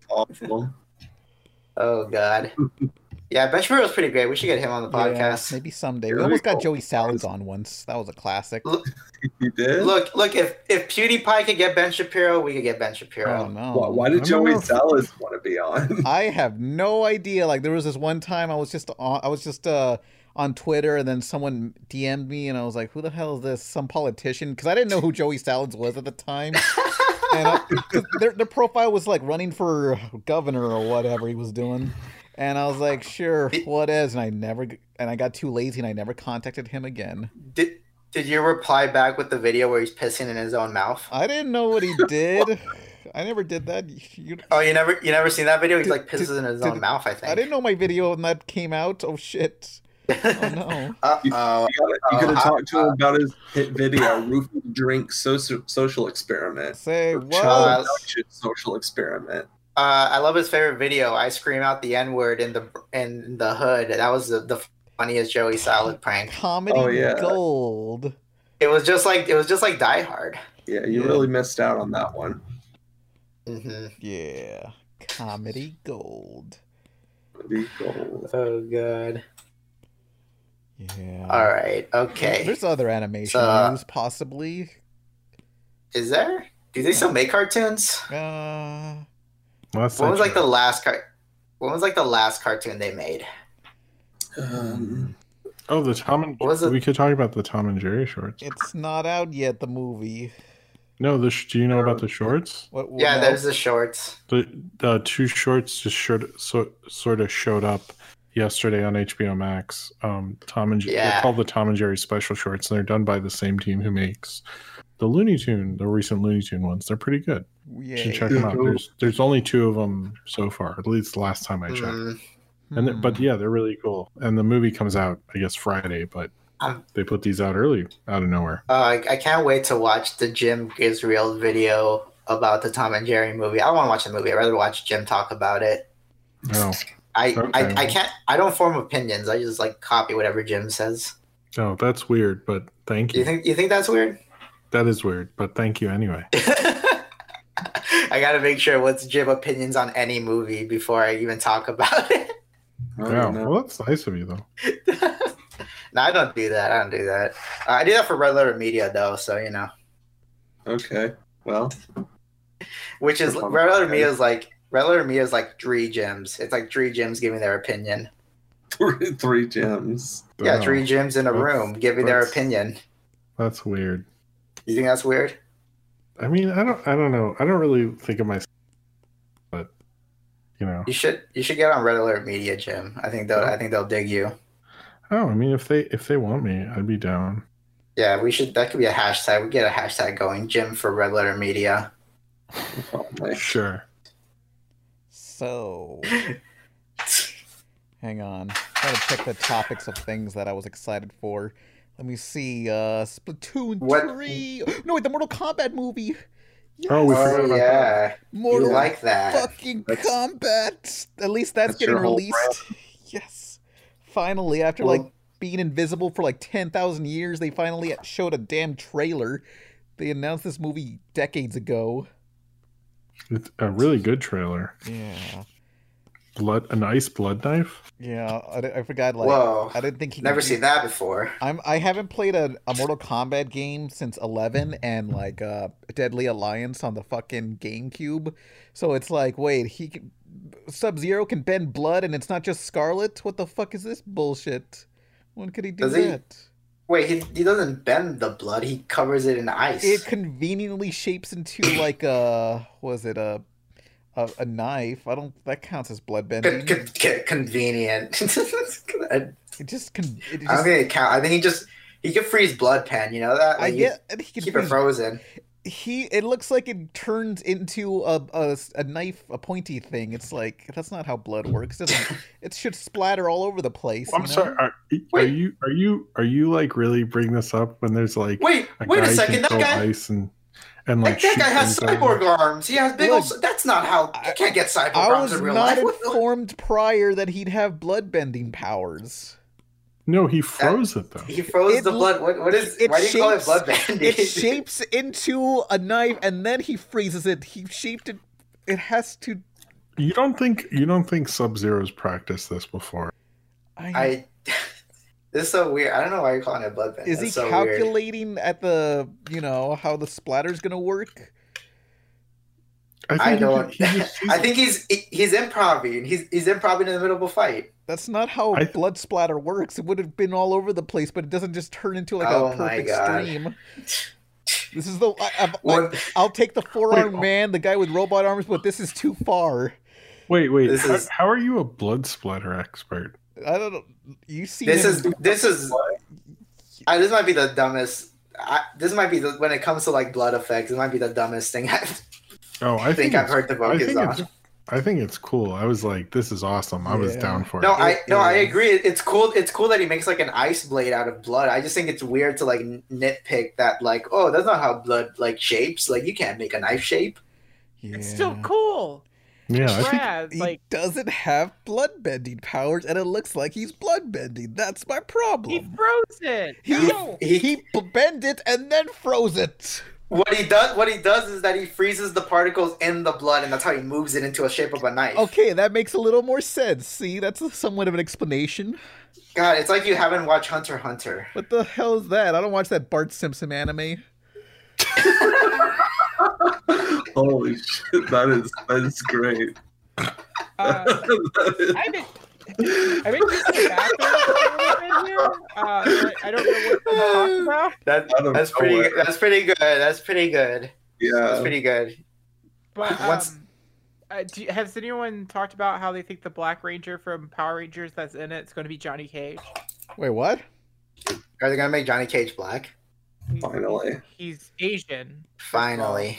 Speaker 2: Awful.
Speaker 6: Oh God. yeah, Ben Shapiro's pretty great. We should get him on the podcast.
Speaker 1: maybe someday.
Speaker 2: Yeah,
Speaker 1: We
Speaker 2: that'd
Speaker 1: almost
Speaker 2: be
Speaker 1: got
Speaker 2: cool.
Speaker 1: Joey Salads on once. That was a classic.
Speaker 6: Look-
Speaker 2: You did?
Speaker 6: Look, look. If if PewDiePie could get Ben Shapiro, we could get Ben Shapiro.
Speaker 1: Oh no.
Speaker 2: why, why did
Speaker 4: I
Speaker 2: Joey
Speaker 4: don't know.
Speaker 2: Salas want to be on?
Speaker 1: I have no idea. Like there was this one time I was just on, I was just uh on Twitter and then someone DM'd me and I was like, "Who the hell is this? Some politician?" Because I didn't know who Joey Salads was at the time. and I, 'cause their their profile was like running for governor or whatever he was doing. And I was like, "Sure, what is?" And I never g- and I got too lazy and I never contacted him again.
Speaker 6: Did did you reply back with the video where he's pissing in his own mouth?
Speaker 1: I didn't know what he did. I never did that. You,
Speaker 6: Oh, you never you never seen that video? He's
Speaker 1: Did-
Speaker 6: like pisses in his
Speaker 1: did-
Speaker 6: own mouth. I think.
Speaker 1: I didn't know my video when that came out. Oh shit. Oh no.
Speaker 6: Uh oh.
Speaker 2: You, gotta- you could
Speaker 6: Uh,
Speaker 2: have talked to
Speaker 6: uh,
Speaker 2: him about his hit video, Roof Drink Social, social Experiment.
Speaker 1: Say what?
Speaker 6: Child.
Speaker 2: Social Experiment.
Speaker 6: Uh, I love his favorite video. I scream out the N word in the in the hood. That was the, the funniest Joey Solid prank.
Speaker 1: Comedy
Speaker 2: Oh, yeah.
Speaker 1: gold.
Speaker 6: It was just like it was just like Die Hard.
Speaker 2: Yeah, you
Speaker 1: Yeah.
Speaker 2: really missed out on that one.
Speaker 6: hmm
Speaker 1: Yeah. Comedy gold.
Speaker 2: Be cool.
Speaker 6: Oh god.
Speaker 1: Yeah.
Speaker 6: All right. Okay.
Speaker 1: There's other animation
Speaker 6: Uh,
Speaker 1: news possibly.
Speaker 6: Is there? Do they still make cartoons?
Speaker 1: Uh
Speaker 4: Last
Speaker 6: When was
Speaker 4: I
Speaker 6: like the last car? When was like the last cartoon they made?
Speaker 2: Um,
Speaker 4: checked- oh the Tom and
Speaker 6: What was it?
Speaker 4: we could talk about the Tom and Jerry shorts.
Speaker 1: it's not out yet the movie.
Speaker 4: No, the sh- do you know about the shorts?
Speaker 1: What
Speaker 6: yeah,
Speaker 1: no.
Speaker 6: there's the shorts.
Speaker 4: The the two shorts just showed, so, sort of showed up yesterday on HBO Max. Um, Tom and Jer-
Speaker 6: Yeah.
Speaker 4: they're called the Tom and Jerry special shorts, and they're done by the same team who makes the Looney Tune, the recent Looney Tune ones. They're pretty good. You should
Speaker 1: Yay.
Speaker 4: check them out. There's there's only two of them so far, at least last time I checked.
Speaker 6: Mm,
Speaker 4: And th- but yeah, they're really cool. And the movie comes out, I guess, Friday, but
Speaker 6: Um,
Speaker 4: they put these out early, out of nowhere.
Speaker 6: uh, I, I can't wait to watch the Jim Israel video about the Tom and Jerry movie. I don't want to watch the movie. I'd rather watch Jim talk about it.
Speaker 4: No,
Speaker 6: I,
Speaker 4: Okay.
Speaker 6: I I can't. I don't form opinions. I just like copy whatever Jim says.
Speaker 4: no, that's weird, but thank
Speaker 6: You
Speaker 4: you.
Speaker 6: think you think that's weird?
Speaker 4: That is weird, but thank you anyway.
Speaker 6: I gotta make sure what's Jim opinions on any movie before I even talk about it.
Speaker 2: I
Speaker 6: Oh,
Speaker 2: don't
Speaker 4: Wow.
Speaker 2: know.
Speaker 4: Well, that's nice of you, though.
Speaker 6: no, I don't do that. I don't do that. Uh, I do that for Red Letter Media though, so you know.
Speaker 2: Okay. Well,
Speaker 6: Which is
Speaker 2: Republic
Speaker 6: Red Letter
Speaker 2: Guy.
Speaker 6: Media is like Red Letter Media is like three gems. It's like three gems giving their opinion.
Speaker 2: three, three gems.
Speaker 6: Yeah,
Speaker 4: Wow.
Speaker 6: three gems in a
Speaker 4: That's-
Speaker 6: room giving their
Speaker 4: that's-
Speaker 6: opinion.
Speaker 4: That's weird.
Speaker 6: You think that's weird?
Speaker 4: I mean, I don't. I don't know. I don't really think of myself, but you know.
Speaker 6: You should you should get on Red Alert Media, Jim. I think they'll I think they'll dig you.
Speaker 4: Oh, I mean, if they if they want me, I'd be down.
Speaker 6: Yeah, we should. That could be a hashtag. We get a hashtag going, Jim for Red Letter Media.
Speaker 4: Sure.
Speaker 1: So, hang on. Trying to pick the topics of things that I was excited for. Let me see. Uh, Splatoon
Speaker 6: What-
Speaker 1: three. No, wait, the Mortal Kombat movie.
Speaker 4: Oh, we
Speaker 1: Yes.
Speaker 4: forgot about
Speaker 6: yeah,
Speaker 1: Mortal
Speaker 6: you like that?
Speaker 1: Fucking Kombat. At least that's,
Speaker 6: that's
Speaker 1: getting
Speaker 6: your whole
Speaker 1: released. yes. Finally, after
Speaker 6: Well-
Speaker 1: like being invisible for like ten thousand years, they finally showed a damn trailer. They announced this movie decades ago.
Speaker 4: It's a really good trailer.
Speaker 1: Yeah.
Speaker 4: Blood, an ice blood knife.
Speaker 1: Yeah, I, di- I forgot. Like,
Speaker 6: Whoa.
Speaker 1: I didn't think he could
Speaker 6: Never
Speaker 1: do-
Speaker 6: seen that before.
Speaker 1: I'm I haven't played a, a Mortal Kombat game since eleven and like uh Deadly Alliance on the fucking GameCube. So it's like, wait, he can Sub Zero can bend blood and it's not just Scarlet? What the fuck is this bullshit? When could he do
Speaker 6: Does he-
Speaker 1: that?
Speaker 6: Wait, he, he doesn't bend the blood. He covers it in ice.
Speaker 1: It conveniently shapes into like a was it a a, a knife? I don't that counts as blood
Speaker 6: Con-
Speaker 1: bending.
Speaker 6: con- con- convenient. I-
Speaker 1: It just con- it
Speaker 6: I don't
Speaker 1: just
Speaker 6: think it count. I think he just he could freeze blood pen. You know that?
Speaker 1: I
Speaker 6: Like,
Speaker 1: get
Speaker 6: he-
Speaker 1: he can
Speaker 6: keep it
Speaker 1: freeze-
Speaker 6: frozen.
Speaker 1: he it looks like it turns into a, a, a knife a pointy thing it's like that's not how blood works it, doesn't- it should splatter all over the place
Speaker 4: I'm
Speaker 1: you know?
Speaker 4: sorry. Are, are
Speaker 6: Wait.
Speaker 4: you are you are you like really bring this up when there's like
Speaker 6: Wait, wait a
Speaker 4: guy who
Speaker 6: second,
Speaker 4: can
Speaker 6: that
Speaker 4: throw
Speaker 6: guy-
Speaker 4: ice and and like
Speaker 6: Like that
Speaker 4: shoot
Speaker 6: guy has
Speaker 4: things out.
Speaker 6: cyborg arms. He has big
Speaker 1: Look,
Speaker 6: old. That's not how you can't get cyborg
Speaker 1: i
Speaker 6: arms
Speaker 1: was
Speaker 6: in real
Speaker 1: not
Speaker 6: life. What the-
Speaker 1: informed prior that he'd have blood bending powers
Speaker 4: No, he froze it though.
Speaker 6: He froze
Speaker 1: It
Speaker 6: the
Speaker 1: l-
Speaker 6: blood. What, what is?
Speaker 1: it
Speaker 6: why do you call it
Speaker 1: shapes-
Speaker 6: blood banding?
Speaker 1: it shapes into a knife and then he freezes it he shaped it it has to
Speaker 4: You don't think you don't think Sub Zero's practiced this before?
Speaker 1: i,
Speaker 6: I. This is so weird. I don't know why you're calling it blood band.
Speaker 1: is he
Speaker 6: That's so weird.
Speaker 1: calculating at the you know how the splatter's gonna work
Speaker 6: I
Speaker 4: he
Speaker 6: don't.
Speaker 4: ju- he just-
Speaker 6: I think he's he- he's improvising. He's he's improvising in the middle of a fight.
Speaker 1: That's not how
Speaker 4: I th-
Speaker 1: blood splatter works. It would have been all over the place, but it doesn't just turn into like
Speaker 6: Oh
Speaker 1: a
Speaker 6: my
Speaker 1: perfect
Speaker 6: God.
Speaker 1: stream. This is the I, I've,
Speaker 6: What-
Speaker 1: I, will take the forearm
Speaker 4: Wait. oh.
Speaker 1: man, the guy with robot arms, but this is too far.
Speaker 4: wait, wait.
Speaker 6: This
Speaker 4: How,
Speaker 6: is-
Speaker 4: how are you a blood splatter expert?
Speaker 1: I don't know. You see,
Speaker 6: This
Speaker 1: him-
Speaker 6: is this is. I, this might be the dumbest. I, this might be the, when it comes to like blood effects. It might be the dumbest thing. I've,
Speaker 4: Oh, I
Speaker 6: think
Speaker 4: think,
Speaker 6: I've
Speaker 4: it's-
Speaker 6: heard the book
Speaker 4: I
Speaker 6: is
Speaker 4: think
Speaker 6: on.
Speaker 4: it's- I think it's cool. I was like, this is awesome. I was
Speaker 1: Yeah.
Speaker 4: down for
Speaker 6: no,
Speaker 4: it.
Speaker 6: I no, I
Speaker 1: is.
Speaker 6: agree. It's cool. It's cool that he makes like an ice blade out of blood. I just think it's weird to like nitpick that. Like, oh, that's not how blood like shapes. Like, you can't make a knife shape.
Speaker 1: yeah.
Speaker 3: It's still cool.
Speaker 4: Yeah, I think
Speaker 3: Rad.
Speaker 1: He
Speaker 3: Like
Speaker 1: doesn't have blood bending powers, and it looks like he's blood bending. That's my
Speaker 3: he
Speaker 1: problem.
Speaker 3: froze it.
Speaker 1: He
Speaker 3: No.
Speaker 1: he, b- bend it and then froze it.
Speaker 6: What he does, what he does, is that he freezes the particles in the blood, and that's how he moves it into a shape of a knife.
Speaker 1: Okay, that makes a little more sense. See, that's somewhat of an explanation.
Speaker 6: God, it's like you haven't watched Hunter x Hunter.
Speaker 1: What the hell is that? I don't watch that Bart Simpson anime.
Speaker 2: Holy shit, that is that is great.
Speaker 3: Uh, I've been. I've been just in the bathroom for a little bit here. Uh, so I- I don't know what to talk about.
Speaker 6: That,
Speaker 2: Out of
Speaker 6: that's pretty.
Speaker 2: nowhere.
Speaker 6: That's pretty good. That's pretty good. That's
Speaker 2: yeah.
Speaker 6: pretty good.
Speaker 3: But
Speaker 6: What's-
Speaker 3: um, uh, do you- has anyone talked about how they think the Black Ranger from Power Rangers that's in it is going to be Johnny Cage?
Speaker 1: Wait, what?
Speaker 6: Are they gonna make Johnny Cage black?
Speaker 3: He's-
Speaker 2: Finally.
Speaker 3: he's Asian.
Speaker 6: Finally.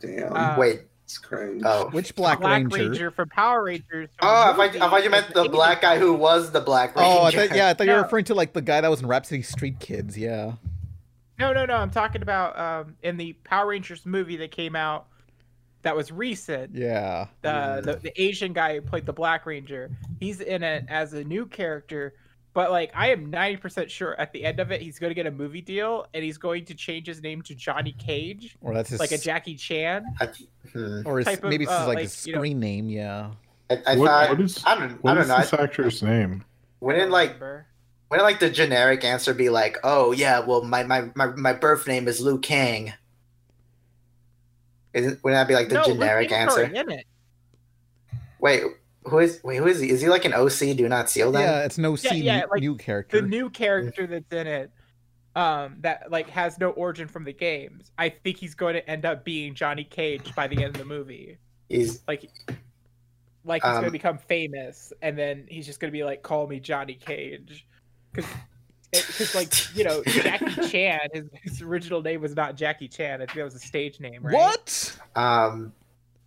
Speaker 2: Damn.
Speaker 3: Uh,
Speaker 6: Wait.
Speaker 2: it's crazy.
Speaker 6: Oh.
Speaker 1: Which Black,
Speaker 3: Black
Speaker 1: Ranger?
Speaker 3: Ranger. from Power Rangers. from
Speaker 6: Oh, I
Speaker 3: the
Speaker 6: thought, I
Speaker 3: movie
Speaker 6: thought you
Speaker 3: is
Speaker 6: meant the
Speaker 3: Asian.
Speaker 6: black guy who was the Black Ranger.
Speaker 1: Oh, I thought, yeah, I thought you were
Speaker 3: No.
Speaker 1: referring to like the guy that was in Rhapsody Street Kids. Yeah.
Speaker 3: No, no, no. I'm talking about um, in the Power Rangers movie that came out that was recent.
Speaker 1: Yeah.
Speaker 3: the, the the Asian guy who played the Black Ranger. He's in it as a new character, but like I am ninety percent sure at the end of it he's going to get a movie deal and he's going to change his name to Johnny Cage,
Speaker 1: Or that's his
Speaker 3: like a Jackie Chan.
Speaker 6: Hmm.
Speaker 1: or his,
Speaker 3: type of,
Speaker 1: maybe it's
Speaker 3: uh,
Speaker 1: his, like,
Speaker 3: like,
Speaker 1: his
Speaker 3: you know-
Speaker 1: screen name, yeah.
Speaker 6: I, I
Speaker 4: What-
Speaker 6: thought.
Speaker 4: what is-
Speaker 6: I don't. I
Speaker 4: What
Speaker 6: don't
Speaker 4: is
Speaker 6: know.
Speaker 4: this actor's name?
Speaker 6: Wouldn't like.
Speaker 3: Remember?
Speaker 6: Wouldn't like the generic answer be like, oh yeah, well my my my, my birth name is Liu Kang. Isn't wouldn't that be like the
Speaker 3: no, Luke
Speaker 6: generic
Speaker 3: Cage is
Speaker 6: answer?
Speaker 3: already in it.
Speaker 6: Wait, who is wait who is he? Is he like an OC? Do not seal them.
Speaker 1: Yeah, it's no C
Speaker 3: yeah,
Speaker 1: new,
Speaker 3: like,
Speaker 1: new
Speaker 3: The
Speaker 1: character.
Speaker 3: new character that's in it um, that like has no origin from the games, I think he's going to end up being Johnny Cage by the end of the movie.
Speaker 6: He's
Speaker 3: like, like he's going
Speaker 6: Um,
Speaker 3: to become famous, and then he's just going to be like, "Call me Johnny Cage," because like you know Jackie Chan, his, his original name was not Jackie Chan. I think that was a stage name, right?
Speaker 1: What?
Speaker 6: Um,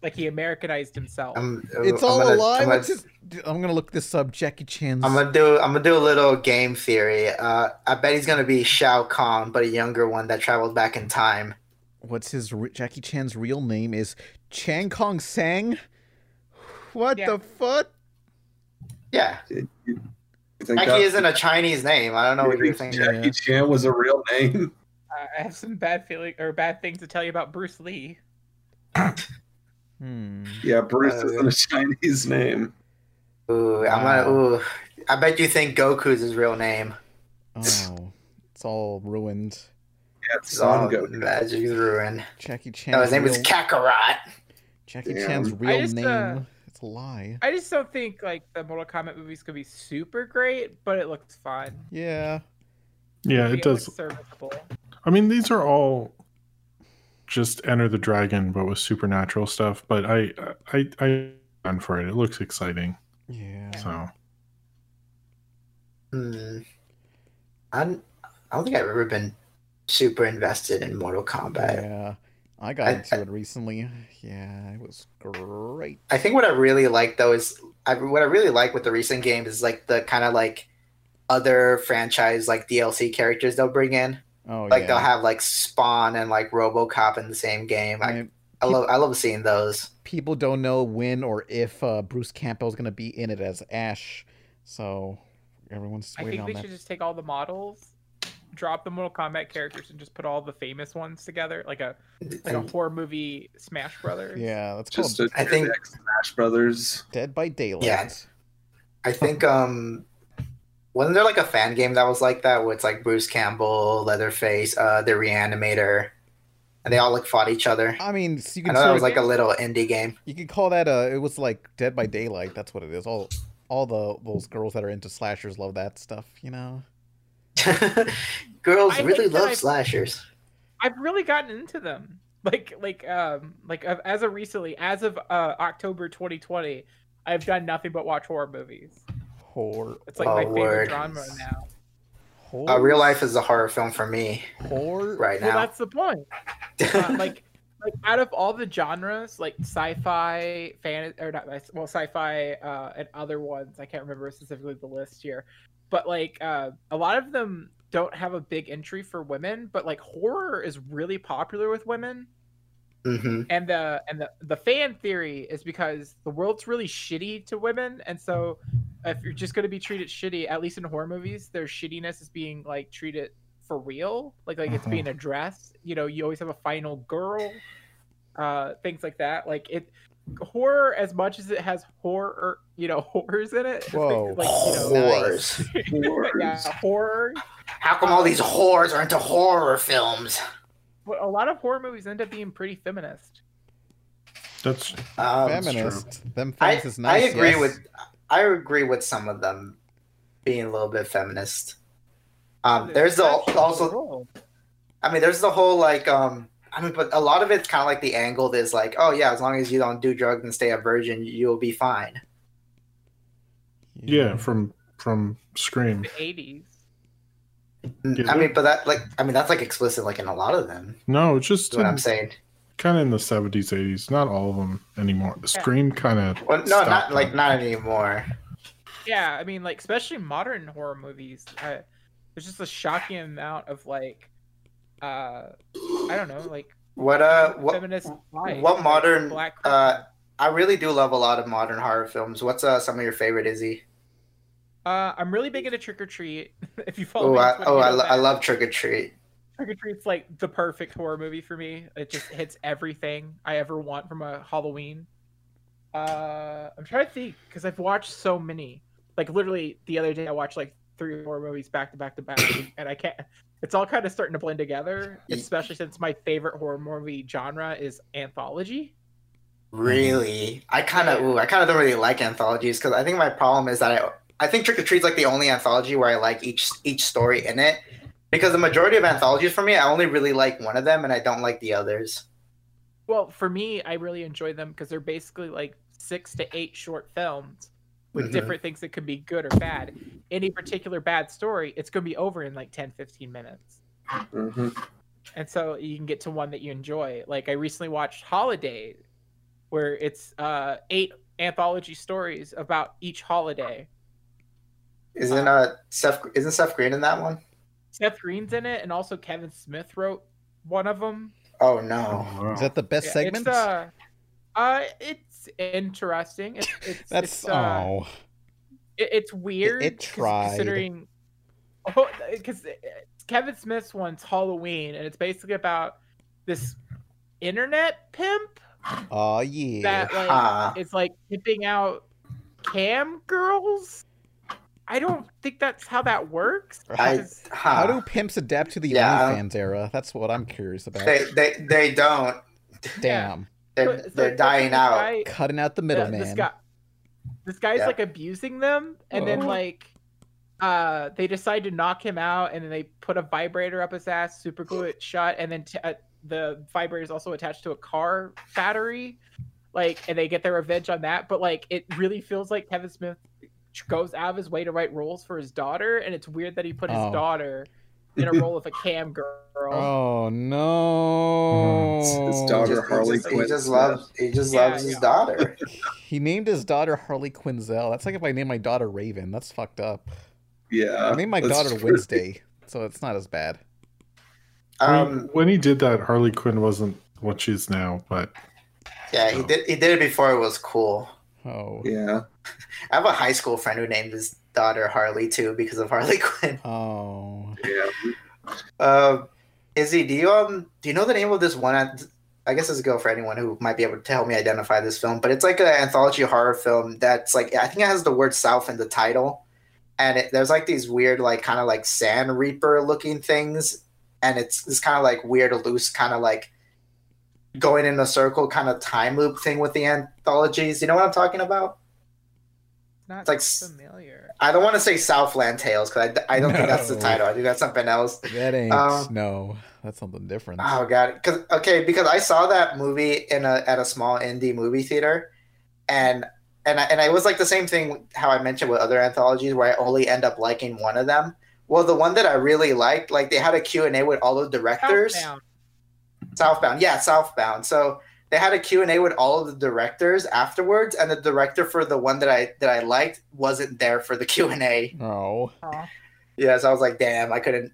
Speaker 3: Like he Americanized himself.
Speaker 1: it's all a
Speaker 6: gonna-
Speaker 1: lie.
Speaker 6: Uh, I'm
Speaker 1: What's
Speaker 6: gonna-
Speaker 1: his- I'm gonna look this up. Jackie Chan's.
Speaker 6: I'm gonna do I'm gonna do a little game theory. Uh, I bet he's gonna be Shao Kahn, but a younger one that traveled back in time.
Speaker 1: What's his re- Jackie Chan's real name is Chang Kong Sang. What the fuck?
Speaker 6: Yeah,
Speaker 2: Thank God.
Speaker 6: actually, isn't a Chinese name. I don't know what you're thinking.
Speaker 2: Jackie Chan was a real name.
Speaker 3: Uh, I have some bad feeling or bad things to tell you about Bruce Lee.
Speaker 6: Hmm.
Speaker 2: Yeah, Bruce
Speaker 6: Uh,
Speaker 2: isn't a Chinese name.
Speaker 6: Ooh, I'm gonna.
Speaker 1: Uh,
Speaker 6: Ooh, I bet you think Goku's his real name.
Speaker 1: Oh, it's all ruined.
Speaker 2: Yeah,
Speaker 6: it's all magic ruin.
Speaker 1: Jackie Chan.
Speaker 6: No, Oh, his name is Kakarot.
Speaker 1: Jackie
Speaker 6: Damn.
Speaker 1: Chan's
Speaker 6: I
Speaker 1: real
Speaker 3: just,
Speaker 1: name.
Speaker 3: uh,
Speaker 1: it's a lie.
Speaker 3: I just don't think like the Mortal Kombat movies could be super great, but it looks fun.
Speaker 1: Yeah.
Speaker 4: Yeah,
Speaker 3: I
Speaker 4: it
Speaker 3: think
Speaker 4: does.
Speaker 3: looks serviceable.
Speaker 4: I mean, these are all just Enter the Dragon, but with supernatural stuff. But I, I, I, I'm for it. It looks exciting.
Speaker 1: Yeah.
Speaker 4: So
Speaker 6: Hmm. I'm, I don't think I've ever been super invested in Mortal Kombat.
Speaker 1: Yeah, I got
Speaker 6: I-
Speaker 1: into it recently. Yeah, it was great.
Speaker 6: I think what I really like though is I, what I really like with the recent games is like the kind of like other franchise like DLC characters they'll bring in.
Speaker 1: Oh,
Speaker 6: like
Speaker 1: yeah.
Speaker 6: they'll have like Spawn and like RoboCop in the same game. I, I love I love seeing those.
Speaker 1: People don't know when or if uh, Bruce Campbell's gonna be in it as Ash, so everyone's
Speaker 3: I
Speaker 1: waiting
Speaker 3: think
Speaker 1: on
Speaker 3: they
Speaker 1: that.
Speaker 3: should just take all the models, drop the Mortal Kombat characters, and just put all the famous ones together, like a like a
Speaker 1: And-
Speaker 3: horror movie Smash Brothers.
Speaker 1: Yeah, that's
Speaker 2: Just
Speaker 1: called.
Speaker 2: a I think Smash Brothers.
Speaker 1: Dead by Daylight.
Speaker 6: Yeah. I think um wasn't there like a fan game that was like that where it's like Bruce Campbell, Leatherface, uh the reanimator and they all like fought each other.
Speaker 1: I mean, so you
Speaker 6: I
Speaker 1: can
Speaker 6: know that
Speaker 1: sort
Speaker 6: was
Speaker 1: of-
Speaker 6: like a little indie game.
Speaker 1: You could call that uh it was like Dead by Daylight. That's what it is. All all the those girls that are into slashers love that stuff. You know.
Speaker 6: Girls
Speaker 3: I
Speaker 6: really
Speaker 3: think that
Speaker 6: love
Speaker 3: I-
Speaker 6: slashers.
Speaker 3: I've really gotten into them. Like like um like of- as of recently, as of uh, October 2020, I've done nothing but watch horror movies.
Speaker 1: Horror.
Speaker 3: It's like my
Speaker 6: Oh,
Speaker 3: favorite
Speaker 6: word.
Speaker 3: genre now.
Speaker 6: Uh, real life is a horror film for me
Speaker 1: Horror.
Speaker 6: right
Speaker 3: Well,
Speaker 6: now.
Speaker 3: that's the point. Uh, like, like out of all the genres, like sci-fi, fan, or not, well, sci-fi uh, and other ones, I can't remember specifically the list here, but like uh, a lot of them don't have a big entry for women, but like horror is really popular with women.
Speaker 6: hmm
Speaker 3: and the and the, the fan theory is because the world's really shitty to women and so if you're just going to be treated shitty at least in horror movies their shittiness is being like treated for real like like it's
Speaker 1: Mhm.
Speaker 3: being addressed you know you always have a final girl uh things like that like it horror as much as it has horror you know horrors in it it's
Speaker 1: Whoa.
Speaker 3: like you know
Speaker 6: Whores.
Speaker 3: yeah, horror
Speaker 6: How come all these whores are into horror films?
Speaker 3: but a lot of horror movies end up being pretty feminist
Speaker 4: that's
Speaker 6: Um,
Speaker 1: feminist. Them
Speaker 6: I,
Speaker 1: things is nice.
Speaker 6: I agree
Speaker 1: yes.
Speaker 6: with I agree with some of them being a little bit feminist. Um, there's the, also I mean there's the whole like um I mean but a lot of it's kind of like the angle is like oh yeah as long as you don't do drugs and stay a virgin you'll be fine.
Speaker 4: yeah, from from Scream.
Speaker 3: the 80s
Speaker 4: Yeah.
Speaker 6: Mm,
Speaker 1: Mm-hmm.
Speaker 6: I mean but that like I mean that's like explicit like in a lot of them.
Speaker 4: No, it's just
Speaker 6: Is what
Speaker 4: in-
Speaker 1: Hmm.
Speaker 6: I'm saying.
Speaker 4: kind of in the seventies, eighties. Not all of them anymore. Scream kind of.
Speaker 6: Well, no, not like not anymore.
Speaker 3: Yeah, I mean, like especially modern horror movies, uh, there's just a shocking amount of like, uh, I don't know, like
Speaker 6: What uh what
Speaker 3: feminist. lies,
Speaker 6: what
Speaker 3: like,
Speaker 6: modern
Speaker 3: black?
Speaker 6: uh I really do love a lot of modern horror films. What's uh some of your favorite Izzy?
Speaker 3: Uh, I'm really big into Trick or Treat. if you follow
Speaker 6: Oh,
Speaker 3: me, on
Speaker 6: I,
Speaker 3: Twitter,
Speaker 6: oh,
Speaker 3: you
Speaker 6: I,
Speaker 3: know
Speaker 6: lo- I
Speaker 3: that.
Speaker 6: love Trick or Treat.
Speaker 3: Trick or Treat's like the perfect horror movie for me. It just hits everything I ever want from a Halloween. Uh, I'm trying to think because I've watched so many. Like literally the other day, I watched like three or four movies back to back to back, and I can't. It's all kind of starting to blend together, especially since my favorite horror movie genre is anthology.
Speaker 6: Really, I kind of, ooh, I kind of don't really like anthologies because I think my problem is that I, I think Trick or Treat's like the only anthology where I like each each story in it, Because the majority of anthologies for me, I only really like one of them, and I don't like the others.
Speaker 3: Well, for me, I really enjoy them because they're basically like six to eight short films with
Speaker 6: Mhm.
Speaker 3: different things that could be good or bad. Any particular bad story, it's going to be over in like 10, 15 minutes.
Speaker 2: Mm-hmm.
Speaker 3: And so you can get to one that you enjoy. Like I recently watched Holiday, where it's uh, eight anthology stories about each holiday.
Speaker 6: Isn't uh Seth isn't Seth Green in that one?
Speaker 3: Seth Green's in it, and also Kevin Smith wrote one of them.
Speaker 6: Oh no!
Speaker 1: Is that the best segment?
Speaker 3: It's, uh, uh, it's interesting. It's, it's,
Speaker 1: That's
Speaker 3: it's, uh,
Speaker 1: oh,
Speaker 3: it, it's weird.
Speaker 1: it
Speaker 3: 'cause
Speaker 1: tried.
Speaker 3: considering oh, because Kevin Smith's one's Halloween, and it's basically about this internet pimp
Speaker 1: oh yeah.
Speaker 3: that like it's like tipping out cam girls. I don't think that's how that works. because-
Speaker 1: How do pimps adapt to the
Speaker 6: uh, Yeah, I
Speaker 1: OnlyFans era? That's what I'm curious about.
Speaker 6: They they they don't.
Speaker 1: Damn,
Speaker 6: They're,
Speaker 3: So- so
Speaker 6: they're dying
Speaker 3: this
Speaker 6: out.
Speaker 3: guy-
Speaker 1: cutting out the
Speaker 3: Yeah, This
Speaker 1: middleman.
Speaker 3: guy, this guy's
Speaker 6: Yeah.
Speaker 3: like abusing them, and then
Speaker 1: Oh.
Speaker 3: like, uh, they decide to knock him out, and then they put a vibrator up his ass, super glue it shut, and then t- uh, the vibrator is also attached to a car battery, like, and they get their revenge on that. But like, it really feels like Kevin Smith goes out of his way to write roles for his daughter, and it's weird that he put his
Speaker 1: Oh.
Speaker 3: daughter in a role of a cam girl.
Speaker 1: Oh no!
Speaker 6: Mm-hmm.
Speaker 2: His daughter Harley
Speaker 6: just- he
Speaker 2: Quinn.
Speaker 6: just loves- he just
Speaker 3: Yeah, loves his yeah.
Speaker 6: daughter.
Speaker 1: he named his daughter Harley Quinzel. That's like if I named my daughter Raven. That's fucked up.
Speaker 2: Yeah.
Speaker 6: Uh,
Speaker 1: I named my
Speaker 2: that's
Speaker 1: daughter
Speaker 2: true.
Speaker 1: Wednesday, so it's not as bad.
Speaker 6: Um,
Speaker 4: I mean, when he did that, Harley Quinn wasn't what she is now, but
Speaker 6: Yeah, he did. He did it before it was cool.
Speaker 1: Oh,
Speaker 2: Yeah.
Speaker 6: I have a high school friend who named his daughter Harley too because of Harley Quinn.
Speaker 1: oh,
Speaker 2: Yeah.
Speaker 6: Uh, Izzy, do you um do you know the name of this one? I- I guess it's a go for anyone who might be able to help me identify this film, but it's like an anthology horror film that's like I think it has the word South in the title, and it, there's like these weird like kind of like sand reaper looking things, and it's this kind of like weird loose kind of like going in a circle kind of time loop thing with the anthologies. You know what I'm talking about?
Speaker 3: Not
Speaker 6: It's like s-
Speaker 3: familiar.
Speaker 6: I don't want to say Southland Tales because I, I don't think that's the
Speaker 1: No.
Speaker 6: title. I think that's something else.
Speaker 1: that ain't
Speaker 6: Um,
Speaker 1: no. That's something different.
Speaker 6: Oh god, because okay, because I saw that movie in a at a small indie movie theater, and and I, and I was like the same thing how I mentioned with other anthologies where I only end up liking one of them. Well, the one that I really liked, like they had a Q and A with all the directors.
Speaker 3: Countdown.
Speaker 6: Southbound, yeah, Southbound. So they had a Q and A with all of the directors afterwards, and the director for the one that I that I liked wasn't there for the Q and A.
Speaker 1: Oh,
Speaker 3: Aw.
Speaker 6: Yeah, so I was like, damn, I couldn't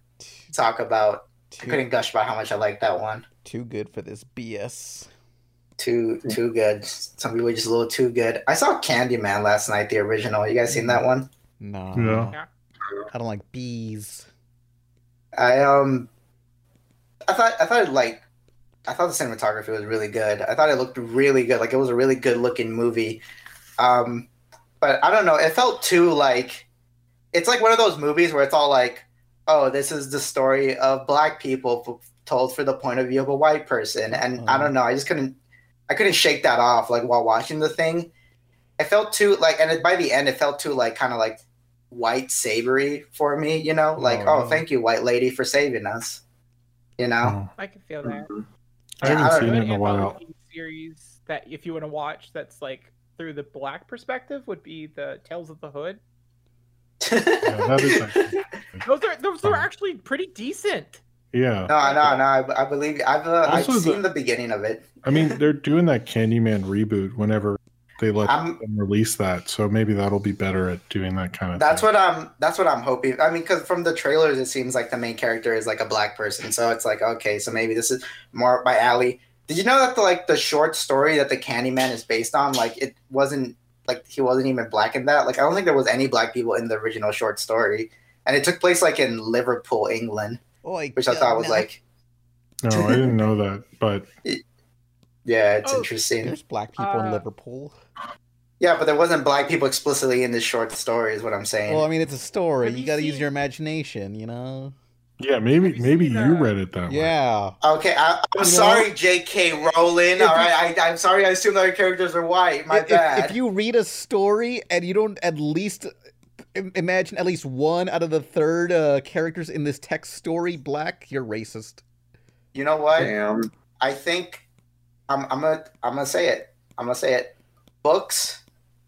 Speaker 6: talk about, I
Speaker 1: too,
Speaker 6: couldn't gush about how much I liked that one.
Speaker 1: too good for this BS.
Speaker 6: Too too good. Some people are just a little too good. I saw Candyman last night, the original. You guys seen that one?
Speaker 1: No,
Speaker 4: Yeah.
Speaker 1: I don't like bees.
Speaker 6: I um, I thought I thought it like, I thought the cinematography was really good. I thought it looked really good. Like it was a really good looking movie. Um, but I don't know. It felt too like, it's like one of those movies where it's all like, oh, this is the story of black people f- told for the point of view of a white person, and I don't know. I just couldn't, I couldn't shake that off. Like while watching the thing, it felt too like, and it, by the end, it felt too like kind of like white savory for me. You know, like
Speaker 1: Oh,
Speaker 6: oh,
Speaker 1: no.
Speaker 6: thank you, white lady, for saving us. You know,
Speaker 4: oh,
Speaker 3: I can feel that.
Speaker 4: I
Speaker 6: Yeah, I
Speaker 4: haven't
Speaker 6: don't
Speaker 4: seen
Speaker 3: good
Speaker 4: it in a while.
Speaker 3: anthology series that if you want to watch that's like through the black perspective would be the Tales of the Hood.
Speaker 4: Yeah, that is actually-
Speaker 3: Those are those are
Speaker 4: Um,
Speaker 3: actually pretty decent.
Speaker 4: yeah.
Speaker 6: no, no, no. I, I believe I've uh, I've
Speaker 4: Also the-
Speaker 6: seen the beginning of it.
Speaker 4: I mean, they're doing that Candyman reboot whenever they let
Speaker 6: I'm-
Speaker 4: them release that, so maybe that'll be better at doing that kind of.
Speaker 6: That's
Speaker 4: thing.
Speaker 6: what I'm. That's what I'm hoping. I mean, because from the trailers, it seems like the main character is like a black person, so it's like okay, so maybe this is more up my alley. Did you know that the like the short story that the Candyman is based on, like it wasn't like he wasn't even black in that. Like I don't think there was any black people in the original short story, and it took place like in Liverpool, England,
Speaker 1: Like,
Speaker 6: which I thought was
Speaker 1: uh,
Speaker 6: like
Speaker 4: No, I didn't know that, but
Speaker 6: yeah, it's
Speaker 3: Oh,
Speaker 6: interesting.
Speaker 1: there's black people in
Speaker 3: Uh,
Speaker 1: Liverpool.
Speaker 6: Yeah, but there wasn't black people explicitly in the short story, is what I'm saying.
Speaker 1: Well, I mean, it's a story.
Speaker 3: have
Speaker 1: You
Speaker 3: you
Speaker 1: got to use
Speaker 3: seen-
Speaker 1: your imagination, you know.
Speaker 4: yeah, maybe
Speaker 3: Have you
Speaker 4: maybe
Speaker 3: seen,
Speaker 4: you
Speaker 3: uh,
Speaker 4: read it that way.
Speaker 1: Yeah.
Speaker 6: Okay, I, I'm
Speaker 1: You know?
Speaker 6: sorry, J.K. Rowling. All right, I, I'm sorry. I assume that our characters are white. My
Speaker 1: if, if-
Speaker 6: bad.
Speaker 1: if you read a story and you don't at least im- imagine at least one out of the third uh, characters in this text story black, you're racist.
Speaker 6: You know what?
Speaker 1: Damn.
Speaker 6: I think I'm, I'm gonna I'm gonna say it. I'm gonna say it. Books,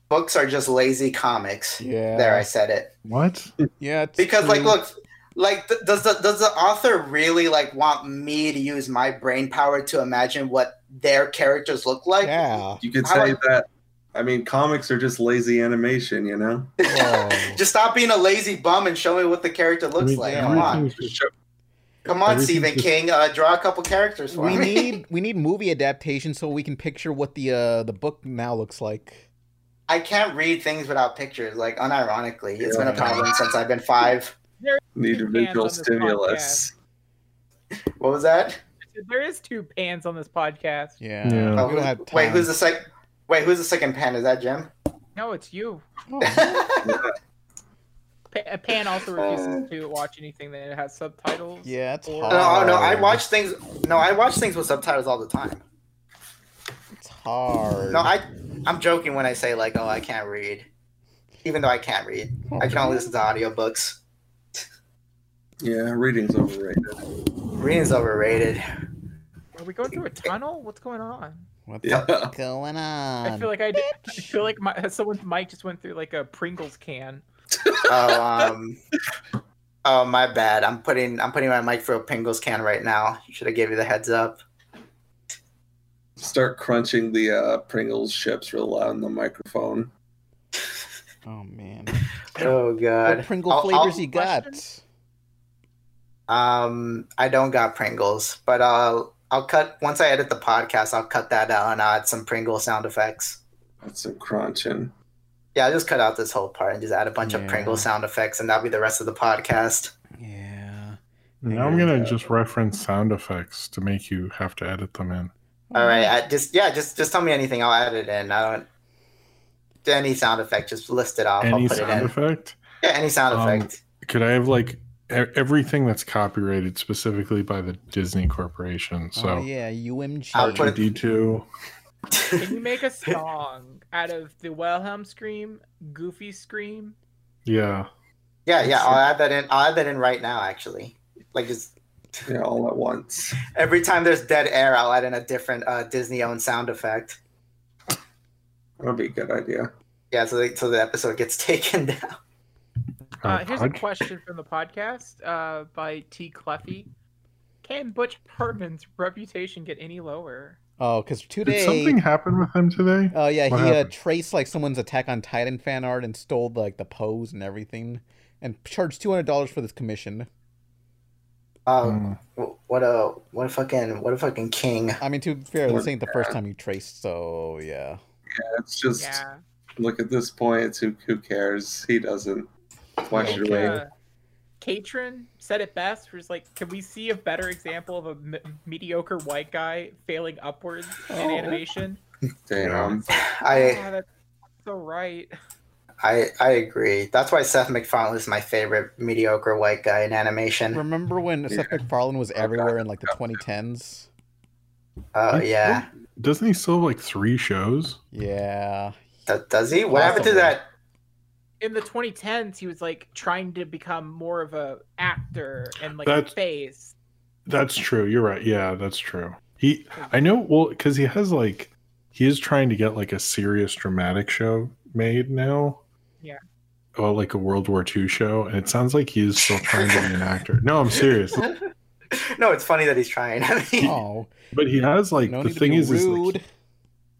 Speaker 6: books are just lazy comics.
Speaker 1: Yeah.
Speaker 6: There, I said it.
Speaker 4: What?
Speaker 1: Yeah.
Speaker 6: Because like, look, like th- does the does the author really like want me to use my brain power to imagine what their characters look like?
Speaker 1: Yeah.
Speaker 2: You could
Speaker 6: How
Speaker 2: say
Speaker 6: about-
Speaker 2: that. I mean, comics are just lazy animation, you know.
Speaker 6: Just stop being a lazy bum and show me what the character looks like. Come on, come on,
Speaker 1: everything's
Speaker 6: Stephen
Speaker 1: just-
Speaker 6: King, uh, draw a couple characters for
Speaker 1: We
Speaker 6: me.
Speaker 1: need we need movie adaptation so we can picture what the uh, the book now looks like.
Speaker 6: I can't read things without pictures. Like, unironically, it's been a
Speaker 1: Yeah.
Speaker 6: problem since I've been five.
Speaker 2: Need visual stimulus.
Speaker 6: What was that?
Speaker 3: There is two pans on this podcast.
Speaker 1: Yeah.
Speaker 6: Oh, who- wait, who's the second? Wait, who's the second pan? Is that Jim?
Speaker 3: No, it's you. Pa- Pan also refuses to watch anything that has subtitles.
Speaker 1: Yeah, it's
Speaker 6: No, oh, no, I watch things. No, I watch things with subtitles all the time.
Speaker 1: It's hard.
Speaker 6: No, I, I'm joking when I say like, oh, I can't read, even though I can't read. I can only listen to audiobooks.
Speaker 2: Yeah, reading's overrated.
Speaker 6: Reading's overrated.
Speaker 3: Are we going through a tunnel? What's going on?
Speaker 1: What's
Speaker 2: Yeah.
Speaker 1: going
Speaker 3: I
Speaker 4: Um,
Speaker 1: on?
Speaker 3: feel like I, did- I feel like my, someone's mic just went through like a Pringles can.
Speaker 6: oh, um, oh, my bad. I'm putting I'm putting my mic through a Pringles can right now. Should have gave you the heads up.
Speaker 2: Start crunching the uh, Pringles chips real loud in the microphone.
Speaker 1: Oh man.
Speaker 6: Oh god.
Speaker 1: What Pringle
Speaker 6: I'll-
Speaker 1: flavors
Speaker 6: I'll-
Speaker 1: you got?
Speaker 6: Um, I don't got Pringles, but I'll I'll cut once I edit the podcast. I'll cut that out and add some Pringle sound effects.
Speaker 2: That's some crunching.
Speaker 6: Yeah, I'll just cut out this whole part and just add a bunch of Pringle sound effects, and that'll be the rest of the podcast.
Speaker 4: Now I'm gonna just reference sound effects to make you have to edit them in.
Speaker 6: All right, I just yeah, just just tell me anything. I'll add it in. I don't any sound effect. Just list it off. I'll
Speaker 4: Any
Speaker 6: put it
Speaker 4: sound
Speaker 6: in.
Speaker 4: effect?
Speaker 6: Yeah, any sound
Speaker 4: Um,
Speaker 6: effect.
Speaker 4: Could I have like e- everything that's copyrighted specifically by the Disney Corporation? So
Speaker 1: oh yeah, UMG.
Speaker 4: R2D2.
Speaker 3: Can you make a song out of the Wilhelm scream, Goofy scream?
Speaker 4: Yeah.
Speaker 6: Yeah, yeah, I'll add that in. I'll add that in right now, actually. Like just
Speaker 2: yeah, all at once.
Speaker 6: Every time there's dead air, I'll add in a different uh, Disney-owned sound effect.
Speaker 2: That'd be a good idea.
Speaker 6: Yeah, so they, so the episode gets taken down.
Speaker 3: Uh, here's a question from the podcast uh, by T. Cleffy. Can Butch Hartman's reputation get any lower?
Speaker 1: Oh, because today.
Speaker 4: Did something happen with him today?
Speaker 1: Oh yeah,
Speaker 4: What
Speaker 1: he uh,
Speaker 4: happened?
Speaker 1: traced like someone's Attack on Titan fan art and stole like the pose and everything, and charged two hundred dollars for this commission.
Speaker 6: Um, wh- what a what a fucking what a fucking king.
Speaker 1: I mean, to be fair, this ain't the first time you traced, so yeah.
Speaker 2: Yeah, it's just look at this point. It's who who cares? He doesn't. Why should we?
Speaker 3: Uh, Katrin said it best. Was like, can we see a better example of a m- mediocre white guy failing upwards in
Speaker 6: Oh.
Speaker 3: animation?
Speaker 2: Damn.
Speaker 3: Ah,
Speaker 6: I
Speaker 3: that's so right.
Speaker 6: I I agree. That's why Seth MacFarlane is my favorite mediocre white guy in animation.
Speaker 1: Remember when Seth MacFarlane was everywhere in like the 2010s?
Speaker 6: Oh
Speaker 1: Uh,
Speaker 4: He-
Speaker 6: yeah.
Speaker 4: Doesn't he still have like three shows?
Speaker 1: Yeah.
Speaker 6: does he? What happened to that?
Speaker 3: In the 2010s, he was like trying to become more of a actor and like
Speaker 4: That's-
Speaker 3: a face.
Speaker 4: That's true. You're right. Yeah, that's true. He, I know. Well, because he has like, he is trying to get like a serious dramatic show made now.
Speaker 3: Yeah.
Speaker 4: Oh, like a World War II show, and it sounds like he is still trying to be an actor. No, I'm serious.
Speaker 6: No, it's funny that he's trying. I mean,
Speaker 1: oh,
Speaker 4: But he has like
Speaker 1: No
Speaker 4: the
Speaker 1: need to
Speaker 4: thing
Speaker 1: be
Speaker 4: is, is like,
Speaker 1: rude.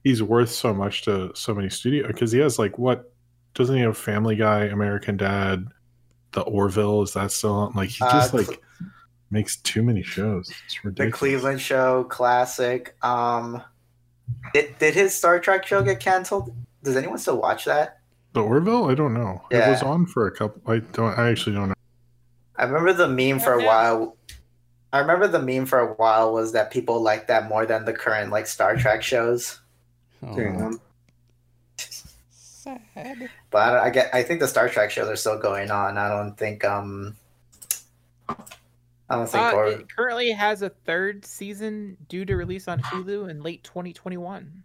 Speaker 4: he's worth so much to so many studio because he has like what doesn't he have Family Guy, American Dad, The Orville? Is that still on? Like he
Speaker 6: Uh,
Speaker 4: just
Speaker 6: Cle-
Speaker 4: like makes too many shows. It's
Speaker 6: the
Speaker 4: ridiculous.
Speaker 6: Cleveland show classic. Um, did did his Star Trek show get canceled? Does anyone still watch that?
Speaker 4: The Orville? I don't know. It was
Speaker 6: Yeah.
Speaker 4: on for a couple. I don't. I actually don't know.
Speaker 6: I remember the meme for a while. I remember the meme for a while was that people liked that more than the current like Star Trek shows.
Speaker 2: Damn.
Speaker 1: Oh, Sad.
Speaker 6: But I, don't- I get. I think the Star Trek shows are still going on. I don't think. Um, I don't think.
Speaker 3: Uh,
Speaker 6: Or,
Speaker 3: it currently has a third season due to release on Hulu in late 2021.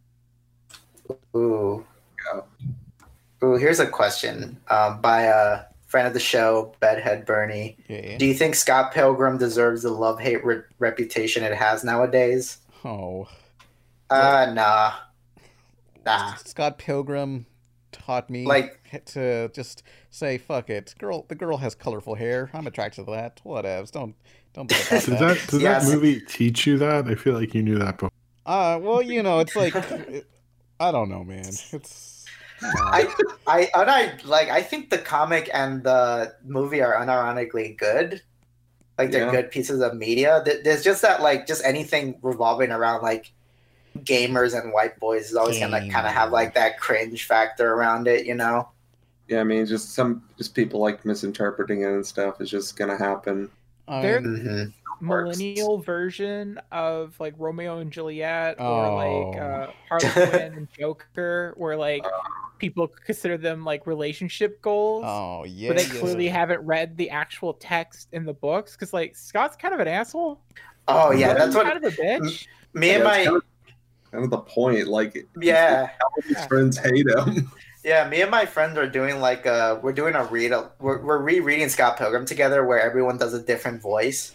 Speaker 6: ooh. Ooh. Here's a question um, by uh, friend of the show, Bedhead Bernie.
Speaker 1: Yeah.
Speaker 6: Do you think Scott Pilgrim deserves the love hate re- reputation it has nowadays?
Speaker 1: Oh.
Speaker 6: Uh, nah.
Speaker 4: Ah.
Speaker 6: Nah.
Speaker 1: Scott Pilgrim taught me
Speaker 6: Like-
Speaker 1: to just say fuck it. Girl, the girl has colorful hair. I'm attracted to that. Whatevs. Don't don't. Did
Speaker 4: Did that did that movie teach you that? I feel like you knew that before.
Speaker 1: Uh, well, you know, it's like I don't know, man. It's
Speaker 6: I, I, and I like. I think the comic and the movie are unironically good. Like they're
Speaker 2: Yeah.
Speaker 6: good pieces of media. Th- There's just that, like, just anything revolving around like gamers and white boys is always gonna kind of have like that cringe factor around it, you know?
Speaker 2: Yeah, I mean, just some just people like misinterpreting it and stuff is just gonna happen.
Speaker 3: There-
Speaker 2: Mm-hmm.
Speaker 3: millennial version of like Romeo and Juliet or like uh,
Speaker 6: Oh.
Speaker 3: Harley Quinn and Joker, where like people consider them like relationship goals.
Speaker 1: Oh yeah.
Speaker 3: but they
Speaker 1: yeah.
Speaker 3: clearly haven't read the actual text in the books because like Scott's kind of an asshole.
Speaker 6: Oh yeah, that's what
Speaker 3: kind of a bitch.
Speaker 6: me and
Speaker 2: Yeah,
Speaker 6: my
Speaker 2: it's kind of, kind of the point. Like,
Speaker 6: yeah.
Speaker 2: his friends hate him.
Speaker 6: Yeah, me and my friends are doing like uh we're doing a read we're we're rereading Scott Pilgrim together where everyone does a different voice.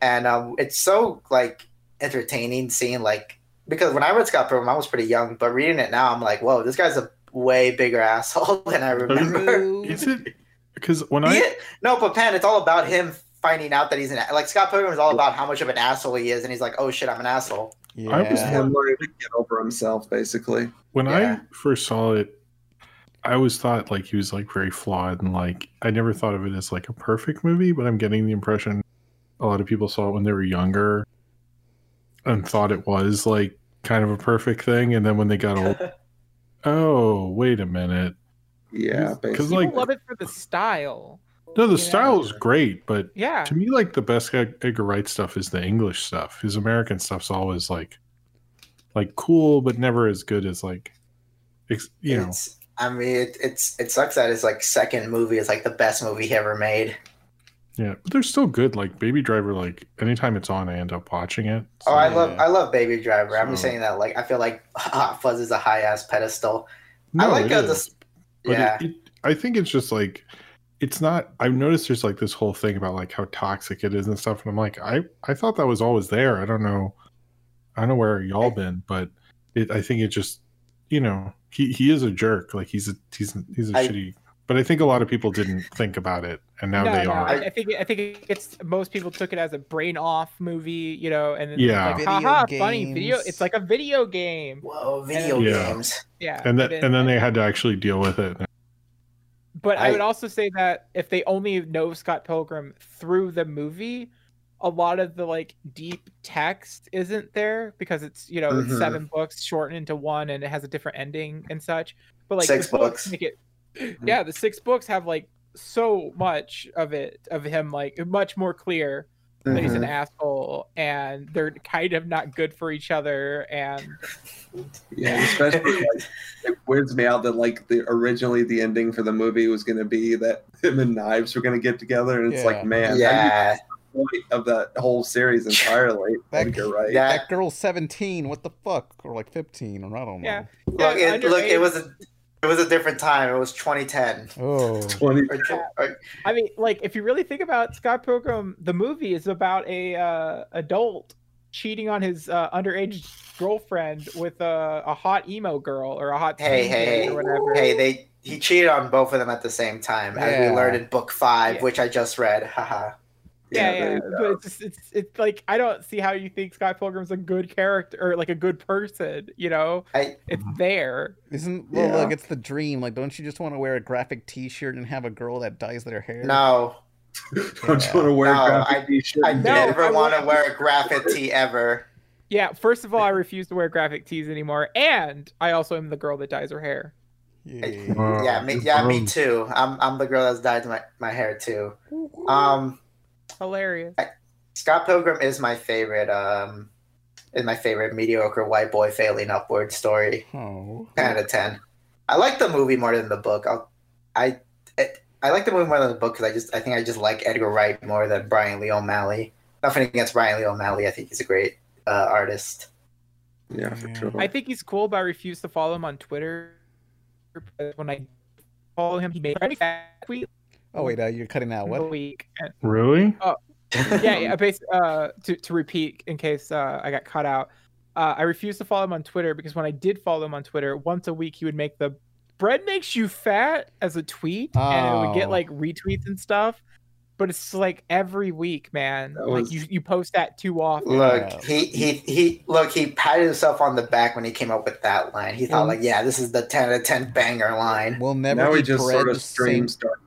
Speaker 6: And um it's so like entertaining seeing like because when I read Scott Pilgrim I was pretty young, but reading it now I'm like, whoa, this guy's a way bigger asshole than I remember.
Speaker 4: Is it? Because when
Speaker 6: Yeah.
Speaker 4: I
Speaker 6: No, but Pan, it's all about him finding out that he's an like Scott Pilgrim is all about how much of an asshole he is and he's like, Oh shit, I'm an asshole.
Speaker 2: I was
Speaker 1: Yeah.
Speaker 2: him learning to get over himself, basically.
Speaker 4: when I first saw it, I always thought like he was like very flawed and like I never thought of it as like a perfect movie, but I'm getting the impression a lot of people saw it when they were younger and thought it was like kind of a perfect thing, and then when they got old, oh wait a minute,
Speaker 2: yeah,
Speaker 4: because
Speaker 3: People
Speaker 4: like
Speaker 3: love it for the style.
Speaker 4: no, the style is great, but
Speaker 3: Yeah.
Speaker 4: to me like the best Ed- Edgar Wright stuff is the English stuff. His American stuff's always like like cool, but never as good as like ex- you know.
Speaker 6: It's- I mean it, it's it sucks that his like second movie is like the best movie he ever made.
Speaker 4: Yeah, but they're still good. Like Baby Driver, like anytime it's on, I end up watching it.
Speaker 6: Oh, I love I love Baby Driver. I'm just
Speaker 4: So-
Speaker 6: saying that like I feel like Hot Fuzz is a high ass pedestal. I
Speaker 4: No,
Speaker 6: like
Speaker 4: it
Speaker 6: uh,
Speaker 4: is,
Speaker 6: this.
Speaker 4: But it-
Speaker 6: Yeah,
Speaker 4: it, I think it's just like it's not. I've noticed there's like this whole thing about like how toxic it is and stuff, and I'm like, I I thought that was always there. I don't know, I don't know where y'all been, but it, I think it just you know he he is a jerk. Like he's a he's a- he's a
Speaker 6: I-
Speaker 4: shitty. But I think a lot of people didn't think about it, and now
Speaker 3: no,
Speaker 4: they
Speaker 3: no,
Speaker 4: are.
Speaker 3: I, I think I think it's most people took it as a brain off movie, you know, and then
Speaker 4: Yeah.
Speaker 3: it's like,
Speaker 4: Video
Speaker 3: haha, funny video.
Speaker 1: games.
Speaker 3: It's like a video game.
Speaker 6: Whoa,
Speaker 4: video Yeah. games.
Speaker 3: Yeah,
Speaker 4: and that and then they had to actually deal with it.
Speaker 3: But I,
Speaker 6: I-
Speaker 3: would also say that if they only know Scott Pilgrim through the movie, a lot of the like deep text isn't there because it's you know it's
Speaker 6: Mhm.
Speaker 3: seven books shortened into one and it has a different ending and such. But like
Speaker 6: Six
Speaker 3: the
Speaker 6: books. Mm-hmm.
Speaker 3: make it. Yeah, the six books have like so much of it of him like much more clear that he's an
Speaker 6: Mhm.
Speaker 3: asshole and they're kind of not good for each other and
Speaker 2: Yeah, especially like, it weirds me out that like the originally the ending for the movie was gonna be that him and Knives were gonna get together, and it's
Speaker 1: Yeah.
Speaker 2: like, man, I
Speaker 6: yeah.
Speaker 2: mean, the point of that whole series entirely.
Speaker 1: That-
Speaker 2: Edgar Wright.
Speaker 6: Yeah.
Speaker 1: That girl's 17. What the fuck? Or like 15, or I don't know.
Speaker 3: yeah.
Speaker 6: Look,
Speaker 3: Yeah,
Speaker 6: it, look, it
Speaker 3: underage-
Speaker 6: was a it was a different time. It was 2010.
Speaker 1: Oh.
Speaker 2: Twenty.
Speaker 6: Or, tw- or-
Speaker 3: I mean, like if you really think about Scott Pilgrim, the movie is about a uh, adult cheating on his uh, underage girlfriend with a, a hot emo girl or a hot
Speaker 6: hey,
Speaker 3: teen
Speaker 6: hey,
Speaker 3: kid or whatever.
Speaker 6: hey, hey, they he cheated on both of them at the same time, as
Speaker 1: Yeah.
Speaker 6: we learned in book five,
Speaker 3: Yeah.
Speaker 6: which I just read. Haha.
Speaker 3: yeah,
Speaker 2: Yeah,
Speaker 3: yeah,
Speaker 2: there you
Speaker 3: but it's, just, it's it's like I don't see how you think Scott Pilgrim's a good character or like a good person. You know,
Speaker 6: I-
Speaker 3: it's there.
Speaker 1: Isn't well,
Speaker 2: Yeah.
Speaker 1: look, it's the dream. Like, don't you just want to wear a graphic T-shirt and have a girl that dyes their hair?
Speaker 6: No,
Speaker 2: Don't you want to wear
Speaker 6: No,
Speaker 2: graphic
Speaker 6: I-
Speaker 2: t-shirt
Speaker 6: I
Speaker 2: and
Speaker 3: No,
Speaker 6: never
Speaker 3: I
Speaker 6: want to
Speaker 3: won't.
Speaker 6: wear a graphic tee ever.
Speaker 3: Yeah. First of all, I refuse to wear graphic tees anymore, and I also am the girl that dyes her hair.
Speaker 1: Yeah.
Speaker 2: Uh.
Speaker 6: yeah, me, yeah,
Speaker 3: Um,
Speaker 6: me too. I'm I'm the girl that's dyed my, my hair too. Um.
Speaker 3: Hilarious.
Speaker 6: Scott Pilgrim is my favorite. Um, is my favorite mediocre white boy failing upward story.
Speaker 1: Oh.
Speaker 6: Ten out of ten. I like the movie more than the book. I'll, I, it, I like the movie more than the book because I just I think I just like Edgar Wright more than Brian Lee O'Malley. Nothing against Brian Lee O'Malley. I think he's a great uh, artist.
Speaker 2: Yeah, for sure.
Speaker 3: I think he's cool, but I refuse to follow him on Twitter. But when I follow him, he made a tweet
Speaker 1: Oh wait, uh, you're cutting out.
Speaker 3: a
Speaker 1: What?
Speaker 3: week. And-
Speaker 4: Really?
Speaker 3: Oh, yeah. yeah bas- uh, to, to repeat, in case uh, I got cut out, uh, I refused to follow him on Twitter because when I did follow him on Twitter, once a week he would make the bread makes you fat as a tweet, and it would get
Speaker 1: Oh.
Speaker 3: like retweets and stuff. But it's like every week, man.
Speaker 6: That
Speaker 3: Like
Speaker 6: was-
Speaker 3: you, you post that too often.
Speaker 6: Look, he, he he look, he patted himself on the back when he came up with that line. He thought like, yeah, this is the ten out of ten banger line.
Speaker 1: We'll never
Speaker 2: now he
Speaker 1: eat
Speaker 2: just
Speaker 1: bread
Speaker 2: sort of
Speaker 1: the same-
Speaker 2: streams dark.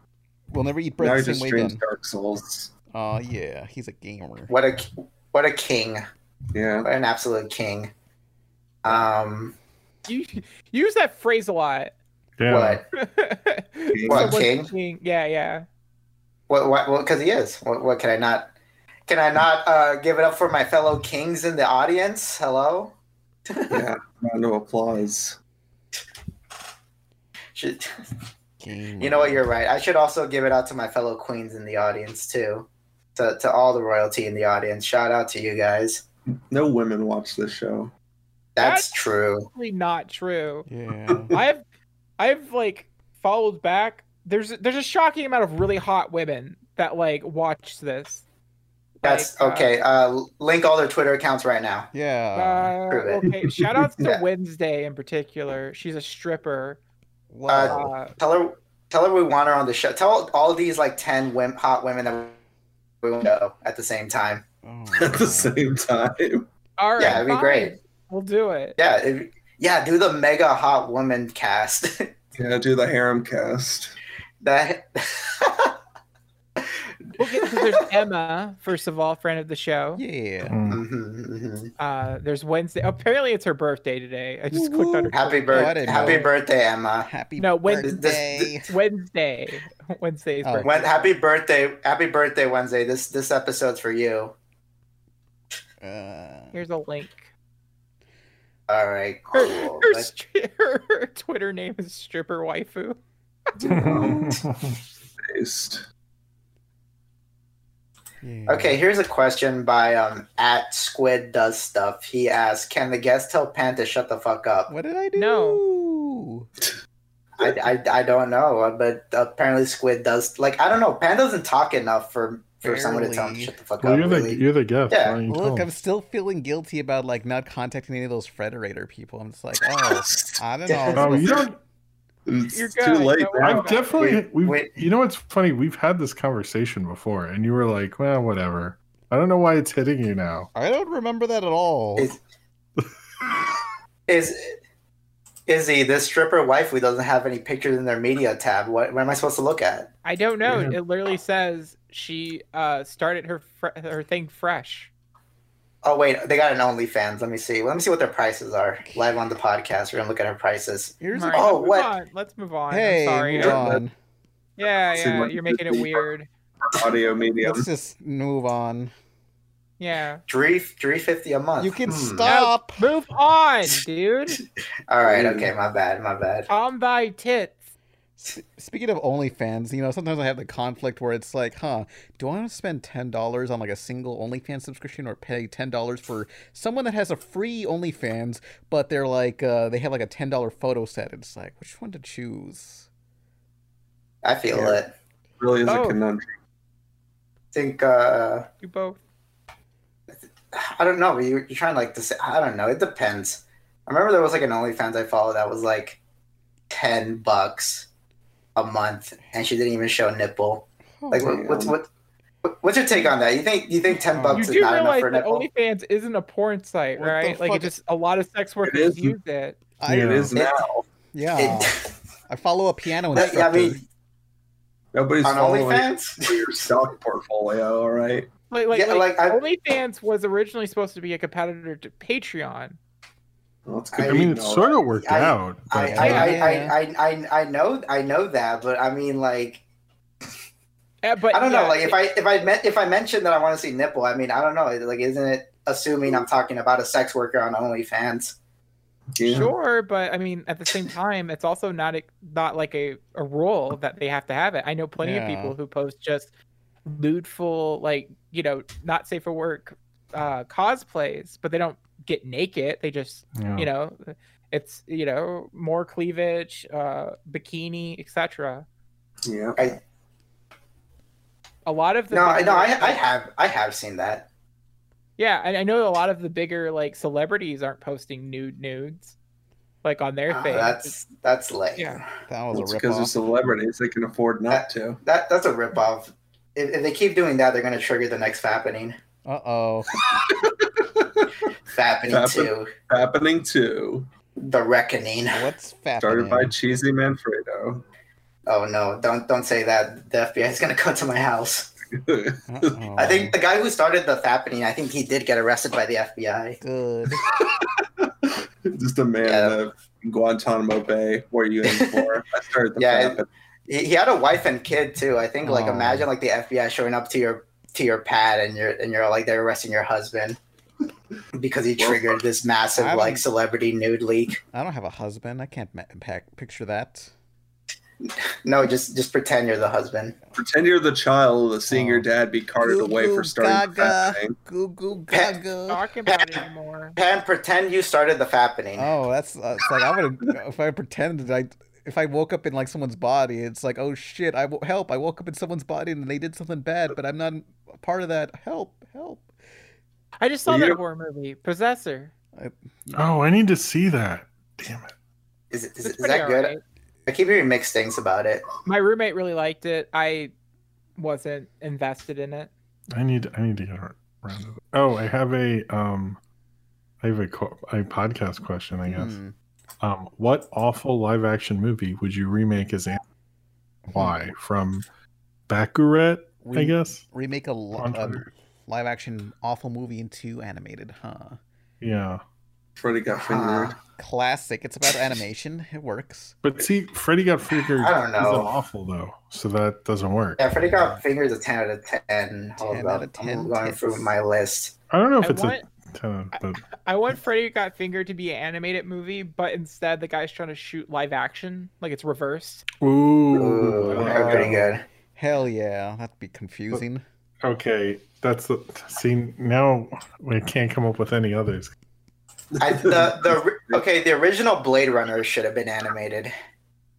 Speaker 1: We'll never eat bread
Speaker 2: Now he
Speaker 1: the same
Speaker 2: just
Speaker 1: way
Speaker 2: streams
Speaker 1: again.
Speaker 2: Dark Souls.
Speaker 1: Oh yeah, he's a gamer.
Speaker 6: What a what a king.
Speaker 2: Yeah.
Speaker 6: What an absolute king. Um
Speaker 3: You, you use that phrase a lot.
Speaker 6: what? What
Speaker 3: Someone's
Speaker 6: king?
Speaker 3: king? Yeah, yeah.
Speaker 6: What what what cause he is. What what can I not can I not uh give it up for my fellow kings in the audience? Hello?
Speaker 2: Yeah. Round of applause.
Speaker 6: Should, you know what, you're right. I should also give it out to my fellow queens in the audience too. To to all the royalty in the audience. Shout out to you guys.
Speaker 2: No women watch this show.
Speaker 6: That's true.
Speaker 3: Probably not true.
Speaker 1: Yeah.
Speaker 3: I've I've like followed back. There's there's a shocking amount of really hot women that like watch this.
Speaker 6: That's
Speaker 3: Like, uh,
Speaker 6: okay. Uh, link all their Twitter accounts right now.
Speaker 1: Yeah.
Speaker 3: Uh,
Speaker 6: prove it.
Speaker 3: okay, shout outs to
Speaker 6: Yeah.
Speaker 3: Wednesday in particular. She's a stripper.
Speaker 1: Wow.
Speaker 3: Uh,
Speaker 6: Tell her, tell her we want her on the show. Tell all these like ten wim, hot women that we want to know at the same time.
Speaker 1: Oh,
Speaker 2: At the same time.
Speaker 3: all right,
Speaker 6: yeah, it'd be
Speaker 3: fine.
Speaker 6: great.
Speaker 3: We'll do it.
Speaker 6: Yeah, it, yeah, do the mega hot woman cast.
Speaker 2: Yeah, do the harem cast.
Speaker 6: that
Speaker 3: We'll get, 'cause there's Emma, first of all, friend of the show.
Speaker 1: yeah.
Speaker 4: Mm.
Speaker 1: Mm-hmm,
Speaker 6: Mhm, mhm.
Speaker 3: Uh, there's Wednesday. Apparently, it's her birthday today. I just clicked on her.
Speaker 6: happy
Speaker 1: Oh, I
Speaker 6: birthday,
Speaker 1: didn't
Speaker 6: happy
Speaker 1: know.
Speaker 6: birthday, Emma.
Speaker 1: Happy
Speaker 3: No, when-
Speaker 6: This- this-
Speaker 1: birthday.
Speaker 3: Wednesday. Wednesday's
Speaker 1: Oh.
Speaker 3: birthday.
Speaker 6: When, happy birthday, happy birthday, Wednesday. This this episode's for you.
Speaker 1: Uh,
Speaker 3: Here's a link.
Speaker 6: All right,
Speaker 3: Her,
Speaker 6: cool.
Speaker 3: her,
Speaker 6: Let's-
Speaker 3: stri- her Twitter name is Stripper Waifu.
Speaker 2: Based.
Speaker 1: yeah.
Speaker 6: Okay, here's a question by um at Squid Does Stuff. He asks, "Can the guest tell Pan to shut the fuck up?"
Speaker 1: What did I do?
Speaker 6: I, I, I don't know, uh, but apparently Squid does. Like I don't know, Pan doesn't talk enough for for someone to tell him to
Speaker 1: Barely.
Speaker 6: shut the fuck
Speaker 4: Well,
Speaker 6: up.
Speaker 4: you're the
Speaker 6: really.
Speaker 4: you're the guest.
Speaker 6: Yeah.
Speaker 4: Why don't you tell
Speaker 1: Look,
Speaker 4: them?
Speaker 1: I'm still feeling guilty about like not contacting any of those Frederator people. I'm just like, oh, I don't know. I'm
Speaker 4: Oh,
Speaker 1: supposed
Speaker 4: you
Speaker 1: to-
Speaker 4: don't.
Speaker 2: It's
Speaker 3: You're
Speaker 2: too
Speaker 3: good.
Speaker 2: late.
Speaker 3: Don't worry
Speaker 2: now.
Speaker 4: I've
Speaker 3: Okay.
Speaker 4: definitely.
Speaker 6: Wait,
Speaker 4: We've,
Speaker 6: wait.
Speaker 4: You know, it's funny. We've had this conversation before, and you were like, "Well, whatever." I don't know why it's hitting you now.
Speaker 1: I don't remember that at all.
Speaker 6: It's- Is Izzy this stripper waifu doesn't have any pictures in their media tab? What, what am I supposed to look at?
Speaker 3: I don't know.
Speaker 4: Yeah.
Speaker 3: It literally says she uh, started her fr- her thing fresh.
Speaker 6: Oh wait, they got an OnlyFans. Let me see. Let me see what their prices are. Live on the podcast, we're gonna look at her prices.
Speaker 1: Here's
Speaker 3: All
Speaker 1: a
Speaker 3: right,
Speaker 6: Oh,
Speaker 3: let's move
Speaker 6: what?
Speaker 3: on. Let's move on.
Speaker 1: hey,
Speaker 3: I'm sorry.
Speaker 1: move
Speaker 2: Yeah.
Speaker 1: on.
Speaker 3: Yeah,
Speaker 2: See
Speaker 3: yeah.
Speaker 2: what-
Speaker 3: You're making it weird.
Speaker 2: Audio medium.
Speaker 1: Let's just move on.
Speaker 3: Yeah.
Speaker 6: Three three fifty a month.
Speaker 1: You can
Speaker 6: Hmm.
Speaker 1: stop.
Speaker 3: Move on, dude.
Speaker 6: All right.
Speaker 2: Mm.
Speaker 6: Okay. My bad. My bad.
Speaker 3: On thy tits.
Speaker 1: S- Speaking of OnlyFans, you know, sometimes I have the conflict where it's like, huh, do I want to spend $10 on like a single OnlyFans subscription or pay $10 for someone that has a free OnlyFans, but they're like, uh, they have like a $10 photo set? It's like, which one to choose?
Speaker 6: I feel
Speaker 2: Yeah.
Speaker 6: it.
Speaker 2: Really is
Speaker 3: Oh.
Speaker 2: a conundrum.
Speaker 6: think uh
Speaker 3: You both.
Speaker 6: I don't know. But you're, you're trying like to say I don't know. It depends. I remember there was like an OnlyFans I followed that was like ten bucks a month, and she didn't even show a nipple.
Speaker 1: Oh,
Speaker 6: Like what,
Speaker 2: damn.
Speaker 6: what's what? what- What's your take on that? You think you think ten
Speaker 1: You
Speaker 3: You
Speaker 6: bucks is
Speaker 3: do
Speaker 6: not enough
Speaker 3: realize
Speaker 6: for a
Speaker 3: that
Speaker 6: nipple?
Speaker 3: OnlyFans isn't a porn site,
Speaker 1: What the
Speaker 3: right? Like,
Speaker 1: fuck?
Speaker 3: it just a lot of sex workers
Speaker 2: isn't.
Speaker 3: use it.
Speaker 1: I,
Speaker 4: Yeah.
Speaker 2: It is
Speaker 6: It-
Speaker 2: now.
Speaker 1: Yeah.
Speaker 6: It-
Speaker 1: I follow a piano
Speaker 6: That-
Speaker 1: instructor.
Speaker 6: yeah, I mean,
Speaker 2: Nobody's
Speaker 6: on
Speaker 2: following
Speaker 6: OnlyFans.
Speaker 2: your stock portfolio, all right?
Speaker 3: Like, like,
Speaker 6: Yeah,
Speaker 3: like,
Speaker 6: like, I-
Speaker 3: OnlyFans was originally supposed to be a competitor to Patreon.
Speaker 2: Well, it's
Speaker 4: I
Speaker 6: I
Speaker 4: mean,
Speaker 2: competing
Speaker 4: it
Speaker 2: all
Speaker 4: sort of worked
Speaker 6: I-
Speaker 4: out.
Speaker 6: I,
Speaker 4: but-
Speaker 6: I, I,
Speaker 1: Yeah.
Speaker 6: I, I, I know I know that, but I mean like
Speaker 3: Uh, but
Speaker 6: I don't know.
Speaker 3: yeah,
Speaker 6: Like
Speaker 3: it-
Speaker 6: if I if I meant if I mentioned that I want to see nipple, I mean I don't know. Like isn't it assuming I'm talking about a sex worker on OnlyFans?
Speaker 2: Yeah.
Speaker 3: Sure, but I mean, at the same time, it's also not a, not like a, a rule that they have to have it. I know plenty of
Speaker 1: Yeah.
Speaker 3: people who post just lewdful, like you know, not safe for work uh, cosplays, but they don't get naked. They just
Speaker 4: yeah.
Speaker 3: you
Speaker 6: Oh.
Speaker 3: know, it's you know more cleavage, uh, bikini, etc.
Speaker 2: Yeah.
Speaker 6: I
Speaker 3: A lot of the
Speaker 6: No, I- no, I,
Speaker 3: bigger-
Speaker 6: I have, I have seen that.
Speaker 3: Yeah, and I know a lot of the bigger like celebrities aren't posting nude nudes, like on their
Speaker 6: Ah,
Speaker 3: face.
Speaker 6: that's that's late.
Speaker 3: Uh, Yeah.
Speaker 1: That
Speaker 3: was a
Speaker 2: because they're
Speaker 3: ripoff.
Speaker 2: celebrities; they can afford not to.
Speaker 6: That that's a ripoff. If, if they keep doing that, they're gonna trigger the next fappening.
Speaker 1: Uh oh.
Speaker 6: Fappening
Speaker 2: Happen-
Speaker 6: two,
Speaker 2: happening too.
Speaker 6: the reckoning.
Speaker 1: What's fappening?
Speaker 2: Started by Cheesy Manfredo.
Speaker 6: Oh no! Don't don't say that. The FBI is gonna come to my house. I
Speaker 1: Um,
Speaker 6: think the guy who started the fappening, I think he did get arrested by the FBI.
Speaker 1: Good.
Speaker 2: Just a man of Guantanamo Bay. What are you in for? I started the
Speaker 6: Yeah,
Speaker 2: fap-
Speaker 6: He, he had a wife and kid too. I think. Like
Speaker 1: Oh.
Speaker 6: imagine like the FBI showing up to your to your pad and you're and you're like they're arresting your husband because he triggered this massive
Speaker 1: I
Speaker 6: like
Speaker 1: haven't-
Speaker 6: celebrity nude leak.
Speaker 1: I don't have a husband. I can't ma- pack, picture that.
Speaker 6: No, just just pretend you're the husband.
Speaker 2: Pretend you're the child of seeing
Speaker 3: Oh.
Speaker 2: your dad be carted away for starting the fat thing.
Speaker 1: Goo goo
Speaker 6: Pet-
Speaker 3: Talking about it anymore.
Speaker 6: Pan, pretend you started the fappening.
Speaker 1: Oh, that's uh, it's like I would if I pretended I if I woke up in like someone's body, it's like oh shit, I wo- help. I woke up in someone's body and they did something bad, but I'm not a part of that. Help, help.
Speaker 3: I just saw
Speaker 1: Well,
Speaker 3: that
Speaker 1: you-
Speaker 3: horror movie, Possessor.
Speaker 4: Oh, I need to see that. Damn it.
Speaker 6: Is, is,
Speaker 3: It's
Speaker 6: is
Speaker 3: pretty
Speaker 6: that good?
Speaker 3: alright.
Speaker 6: I keep hearing mixed things about it.
Speaker 3: My roommate really liked it. I wasn't invested in it.
Speaker 4: I need I need to get around to it. Oh, I have a um I have a, co- a podcast question, I guess.
Speaker 1: Hmm.
Speaker 4: Um what awful live action movie would you remake as an why from Baccarat, I
Speaker 1: Re-
Speaker 4: guess?
Speaker 1: remake a, li-
Speaker 4: On
Speaker 1: a
Speaker 4: Twitter.
Speaker 1: live action awful movie into animated, huh?
Speaker 4: Yeah.
Speaker 2: Freddy got fingered.
Speaker 1: Classic. It's about animation. It works.
Speaker 4: But see, Freddy Got Fingered
Speaker 6: I don't
Speaker 4: isn't
Speaker 6: know.
Speaker 4: awful though, so that doesn't work.
Speaker 6: Yeah, Freddy Got Fingers a 10 out of 10. Hold
Speaker 1: 10
Speaker 6: on.
Speaker 1: out of 10
Speaker 6: I'm going
Speaker 1: tits.
Speaker 6: through my list.
Speaker 4: I don't know Oh, if
Speaker 3: I
Speaker 4: it's
Speaker 3: want-
Speaker 4: a ten, but
Speaker 3: I want Freddy Got Fingered to be an animated movie, but instead the guy's trying to shoot live action, like it's reversed.
Speaker 4: ooh,
Speaker 6: Ooh,
Speaker 4: I like
Speaker 6: that's pretty
Speaker 4: that.
Speaker 6: good.
Speaker 1: Hell yeah, that'd be confusing.
Speaker 4: Okay, that's the see now we can't come up with any others.
Speaker 6: I, the, the, ri- okay, the original Blade Runner should have been animated.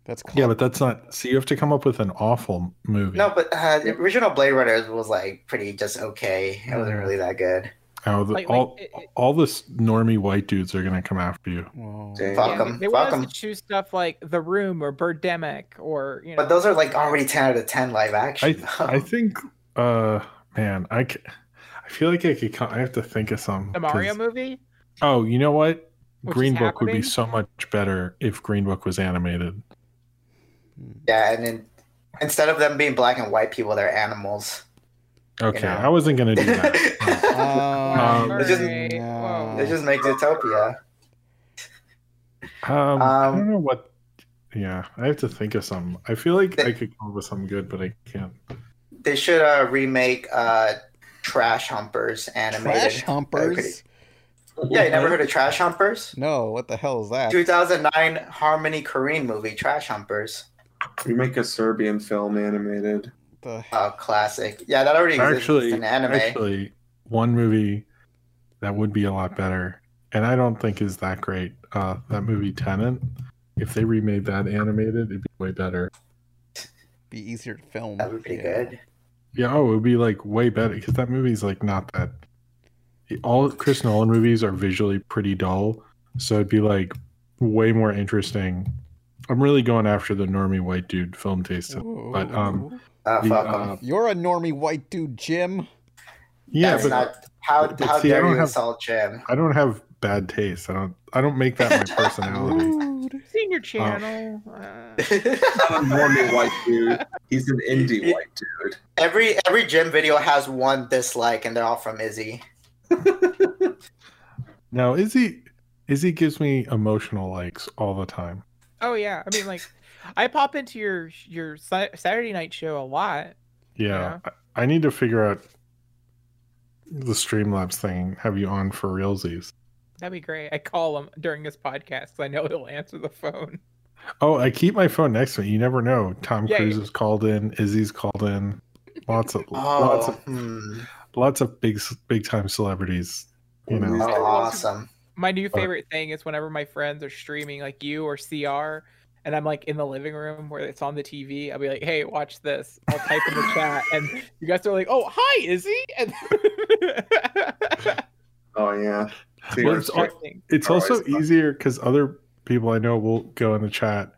Speaker 1: That's cla-
Speaker 4: Yeah, but that's not. See, you have to come up with an awful movie.
Speaker 6: No, but uh, the original Blade Runner was like pretty just okay. It wasn't really that good.
Speaker 4: Now the,
Speaker 3: Like- like,
Speaker 4: all
Speaker 3: it- it-
Speaker 4: all this normie white dudes are gonna come after you.
Speaker 1: Whoa.
Speaker 2: Dang.
Speaker 6: Fuck
Speaker 3: Yeah,
Speaker 6: 'em.
Speaker 3: they- they
Speaker 6: Fuck
Speaker 3: want
Speaker 6: 'em.
Speaker 3: us to choose stuff like The Room or Birdemic or you know.
Speaker 6: But those are like already 10 out of 10 live
Speaker 4: I
Speaker 6: action.
Speaker 4: I think, uh, man, I c- I feel like I could. co- I have to think of some.
Speaker 3: the Mario
Speaker 4: 'cause-
Speaker 3: movie.
Speaker 4: Oh, you know what?
Speaker 3: Which is
Speaker 4: Green Book would be
Speaker 3: happening?
Speaker 4: so much better if Green Book was animated.
Speaker 6: yeah, and then instead of them being black and white people, they're animals.
Speaker 4: Okay,
Speaker 6: know.
Speaker 4: I wasn't gonna do that.
Speaker 6: it
Speaker 1: Um,
Speaker 3: Wow,
Speaker 6: it just-
Speaker 3: alright, whoa.
Speaker 1: It
Speaker 6: just makes Utopia.
Speaker 4: Um, I
Speaker 6: Um,
Speaker 4: don't know what. Yeah, I have to think of some. I feel like
Speaker 6: Th-
Speaker 4: I could come up with something good, but I can't.
Speaker 6: They should uh, remake uh, Trash Humpers animated.
Speaker 1: Trash
Speaker 6: That could-
Speaker 1: humpers.
Speaker 6: Yeah, you never heard of Trash Humpers?
Speaker 1: No, what the hell is that?
Speaker 6: 2009 Harmony Korine movie, Trash Humpers.
Speaker 2: You make a Serbian film animated.
Speaker 1: The hell?
Speaker 6: Oh, classic. Yeah, that already exists
Speaker 4: Actually,
Speaker 6: in anime.
Speaker 4: actually, one movie that would be a lot better, and I don't think is that great. Uh, that movie Tenant. If they remade that animated, it'd be way better.
Speaker 1: Be easier to film.
Speaker 6: that would be
Speaker 1: Yeah.
Speaker 6: good.
Speaker 4: Yeah, oh, it would be like way better because that movie's like not that. All Chris Nolan movies are visually pretty dull, so it'd be like way more interesting. I'm really going after the normie white dude film taste, but um,
Speaker 1: Ooh.
Speaker 6: Oh,
Speaker 4: the,
Speaker 6: fuck 'em.
Speaker 4: uh,
Speaker 1: You're a normie white dude, Jim.
Speaker 4: yeah,
Speaker 6: That's
Speaker 4: but
Speaker 6: not. How,
Speaker 4: but
Speaker 6: how
Speaker 4: see, I
Speaker 6: dare
Speaker 4: don't
Speaker 6: you
Speaker 4: have-
Speaker 6: insult Jim?
Speaker 4: I don't have bad taste. I don't. I don't make that my personality.
Speaker 1: Rude.
Speaker 3: Seen your channel. uh,
Speaker 2: Not a normie white dude. He's an indie white dude.
Speaker 6: every every Jim video has one dislike, and they're all from Izzy.
Speaker 4: now, Izzy, Izzy gives me emotional likes all the time.
Speaker 3: oh yeah, I mean like, I pop into your your Sa- Saturday night show a lot.
Speaker 4: Yeah, I, I need to figure out the Streamlabs thing. Have you on for realsies?
Speaker 3: That'd be great. I call him during this podcast 'cause I know he'll answer the phone.
Speaker 4: Oh, I keep my phone next to me. You never know. Tom
Speaker 3: Yeah,
Speaker 4: Cruise
Speaker 3: yeah.
Speaker 4: is called in. Izzy's called in. Lots of
Speaker 6: Oh,
Speaker 4: lots of
Speaker 6: hmm.
Speaker 4: lots of big big time celebrities. You know.
Speaker 6: oh
Speaker 2: Music.
Speaker 6: awesome.
Speaker 3: My new
Speaker 4: But-
Speaker 3: favorite thing is whenever my friends are streaming like you or CR and I'm like in the living room where it's on the TV, I'll be like, "Hey, watch this." I'll type in the chat, and you guys are like, "Oh, hi, Izzy!" And
Speaker 2: Oh yeah. See,
Speaker 4: Well, it's al-
Speaker 3: Interesting.
Speaker 4: it's also easier because other people I know will go in the chat,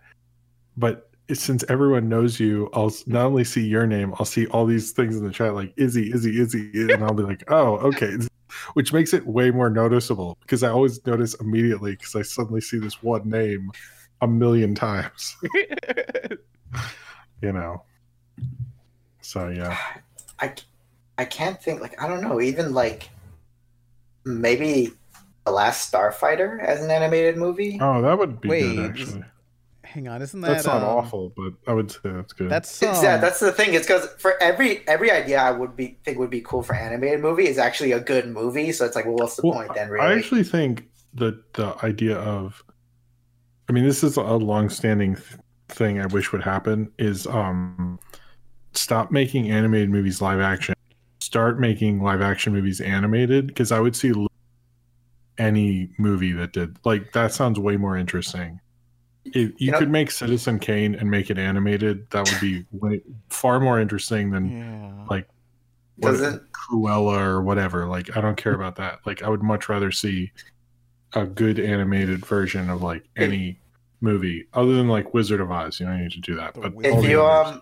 Speaker 4: but it's- since everyone knows you, I'll s- not only see your name, I'll see all these things in the chat like Izzy, Izzy, Izzy, and I'll be like, oh, okay, which makes it way more noticeable because I always notice immediately because I suddenly see this one name a million times, you know. So yeah,
Speaker 6: I, I can't think like I don't know even like maybe the last Starfighter as an animated movie.
Speaker 4: oh, that would be
Speaker 6: Wait,
Speaker 4: good actually.
Speaker 1: Hang on, isn't
Speaker 4: That's
Speaker 6: that,
Speaker 4: not
Speaker 6: um,
Speaker 4: awful, but I would say that's good.
Speaker 1: That's
Speaker 6: It's- yeah, that's the thing. It's because for every every idea I would be think would be cool for animated movie is actually a good movie. So it's like, well, what's the point then? Really?
Speaker 4: I actually think that the idea of, I mean, this is a long-standing th- thing I wish would happen is um, stop making animated movies live action, start making live action movies animated because I would see l- any movie that did like that sounds way more interesting. If you,
Speaker 6: You know-
Speaker 4: could make Citizen Kane and make it animated, that would be way, far more interesting than like what-
Speaker 6: Doesn't-
Speaker 4: Cruella or whatever. Like I don't care about that. Like I would much rather see a good animated version of like any movie other than like Wizard of Oz. You don't need to do that. But
Speaker 6: if you um,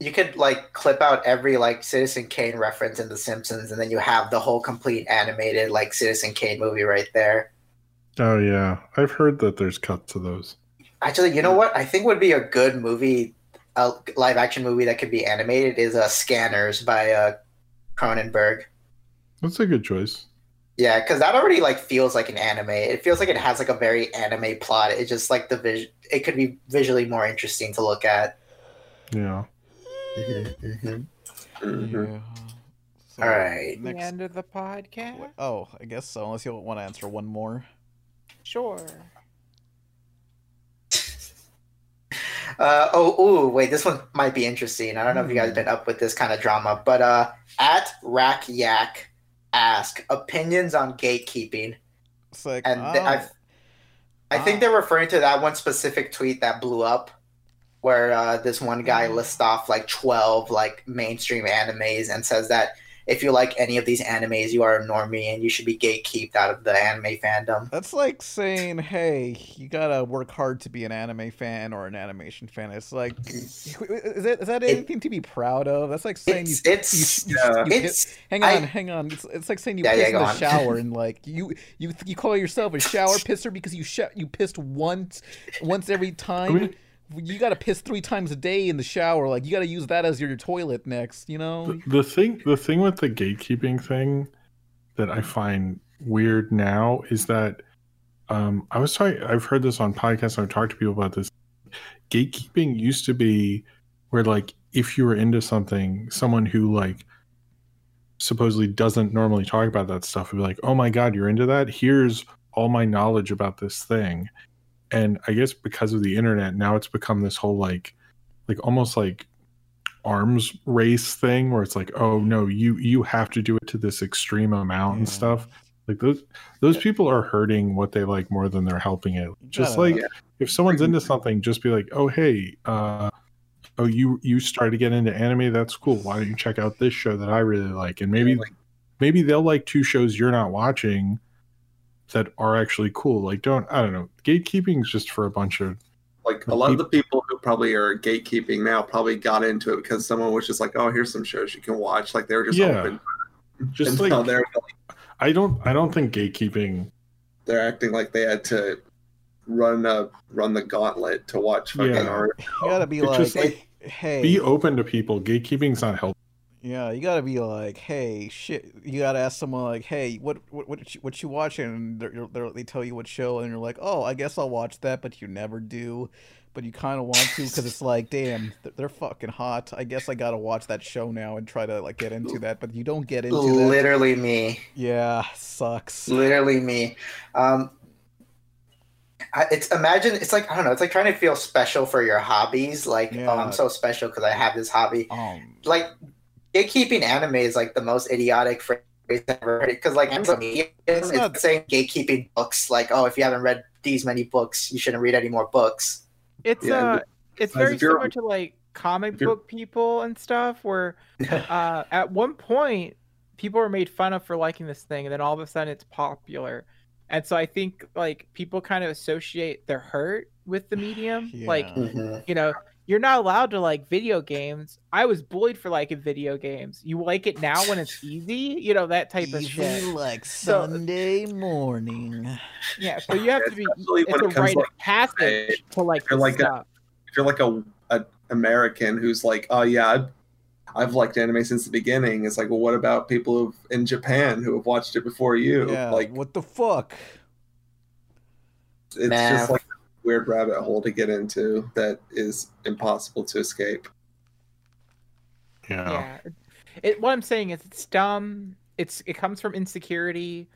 Speaker 6: you could like clip out every like Citizen Kane reference in The Simpsons, and then you have the whole complete animated like Citizen Kane movie right there.
Speaker 4: oh yeah, I've heard that there's cuts of those.
Speaker 6: Actually, you know what? I think would be a good movie, a live action movie that could be animated is uh, Scanners by uh, Cronenberg.
Speaker 4: That's a good choice.
Speaker 6: Yeah, because that already like feels like an anime. It feels like it has like a very anime plot. It just like the vis- It could be visually more interesting to look at.
Speaker 4: Yeah.
Speaker 2: Mm-hmm.
Speaker 1: Yeah. So,
Speaker 6: Mm-hmm. All right.
Speaker 3: the
Speaker 1: Next.
Speaker 3: end of the podcast.
Speaker 1: Oh, I guess so. Unless you want to answer one more.
Speaker 3: Sure.
Speaker 6: Uh, oh, ooh, wait, this one might be interesting. I don't know if you guys have been up with this kind of drama, but uh, at Rack Yak ask opinions on gatekeeping.
Speaker 1: It's like, oh.
Speaker 6: and th- I, I think they're referring to that one specific tweet that blew up, where uh, this one guy
Speaker 1: Mm-hmm.
Speaker 6: lists off like twelve like mainstream animes and says that if you like any of these animes, you are a normie and you should be gatekeeped out of the anime fandom.
Speaker 1: That's like saying, "Hey, you gotta work hard to be an anime fan or an animation fan." It's like, is that is that anything to be proud of? That's like saying you.
Speaker 6: It's
Speaker 1: you-
Speaker 6: yeah.
Speaker 1: you piss-
Speaker 6: it's
Speaker 1: hang
Speaker 6: I-
Speaker 1: on, hang on. It's, it's like saying you
Speaker 6: Yeah,
Speaker 1: piss
Speaker 6: yeah,
Speaker 1: in
Speaker 6: go
Speaker 1: the
Speaker 6: on.
Speaker 1: shower and like you you th- you call yourself a shower pisser because you sh- you pissed once once every time.
Speaker 4: mean-
Speaker 1: you gotta piss three times a day in the shower. Like you gotta use that as your toilet next. You know.
Speaker 4: The thing, the thing with the gatekeeping thing that I find weird now is that um, I was talking. I've heard this on podcasts. I've talked to people about this. Gatekeeping used to be where, like, if you were into something, someone who like supposedly doesn't normally talk about that stuff would be like, "Oh my god, you're into that? Here's all my knowledge about this thing." And I guess because of the internet, now it's become this whole like, like almost like arms race thing where it's like oh no you you have to do it to this extreme amount and stuff like those those people are hurting what they like more than they're helping it just
Speaker 1: gotta-
Speaker 4: like if someone's into something just be like oh hey uh oh you you started to get into anime that's cool why don't you check out this show that i really like and maybe maybe they'll like two shows you're not watching that are actually cool like don't i don't know gatekeeping's just for a bunch of
Speaker 2: like a lot of the people who probably are gatekeeping now probably got into it because someone was just like, "Oh, here's some shows you can watch." Like they were just
Speaker 4: Yeah.
Speaker 2: open.
Speaker 4: Just
Speaker 2: and
Speaker 4: like-
Speaker 2: now they're
Speaker 4: i don't i don't think gatekeeping
Speaker 2: they're acting like they had to run a run the gauntlet to watch fucking
Speaker 4: Yeah.
Speaker 2: art.
Speaker 1: You gotta be
Speaker 4: It's
Speaker 1: like,
Speaker 4: just
Speaker 1: hey,
Speaker 4: be open to people gatekeeping's not helpful
Speaker 1: Yeah, you gotta be like, hey, shit. You gotta ask someone like, hey, what, what, what, you, what you watching? And they're, they're, they tell you what show, and you're like, oh, I guess I'll watch that, but you never do. But you kind of want to because it's like, damn, they're, they're fucking hot. I guess I gotta watch that show now and try to like get into that. But you don't get into that.
Speaker 6: Literally me.
Speaker 1: Yeah, sucks.
Speaker 6: Literally me. Um, I, it's imagine it's like I don't know. It's like trying to feel special for your hobbies. Like oh, I'm so special because I have this hobby.
Speaker 1: Um,
Speaker 6: like gatekeeping anime is like the most idiotic phrase I've ever heard. Because like anime, it's, it's saying gatekeeping books. Like oh, if you haven't read these many books, you shouldn't read any more books.
Speaker 3: It's
Speaker 2: Yeah,
Speaker 3: uh,
Speaker 2: and
Speaker 3: it's
Speaker 2: as
Speaker 3: very
Speaker 2: if you're-
Speaker 3: similar to like comic
Speaker 2: if you're-
Speaker 3: book people and stuff, where uh, at one point people were made fun of for liking this thing, and then all of a sudden it's popular. And so I think like people kind of associate their hurt with the medium. Like,
Speaker 1: Mm-hmm.
Speaker 6: Mhm.
Speaker 3: you know, you're not allowed to like video games. I was bullied for liking video games. You like it now when it's easy, you know, that type of shit.
Speaker 1: like
Speaker 3: So-
Speaker 1: Sunday morning.
Speaker 3: Yeah, so you have to be
Speaker 2: Especially
Speaker 3: it's
Speaker 2: when
Speaker 3: a
Speaker 2: it comes,
Speaker 3: rite of
Speaker 2: like,
Speaker 3: passage to like
Speaker 2: if you're
Speaker 3: this
Speaker 2: like
Speaker 3: stuff.
Speaker 2: a, if you're like a, a American who's like, oh yeah, I've, I've liked anime since the beginning. It's like, well, what about people who've, in Japan who have watched it before you?
Speaker 1: Yeah,
Speaker 2: Like,
Speaker 1: what the fuck?
Speaker 2: it's
Speaker 6: Nah.
Speaker 2: just like a weird rabbit hole to get into that is impossible to escape.
Speaker 4: Yeah.
Speaker 3: Yeah. It, what I'm saying is it's dumb. It's it comes from insecurity.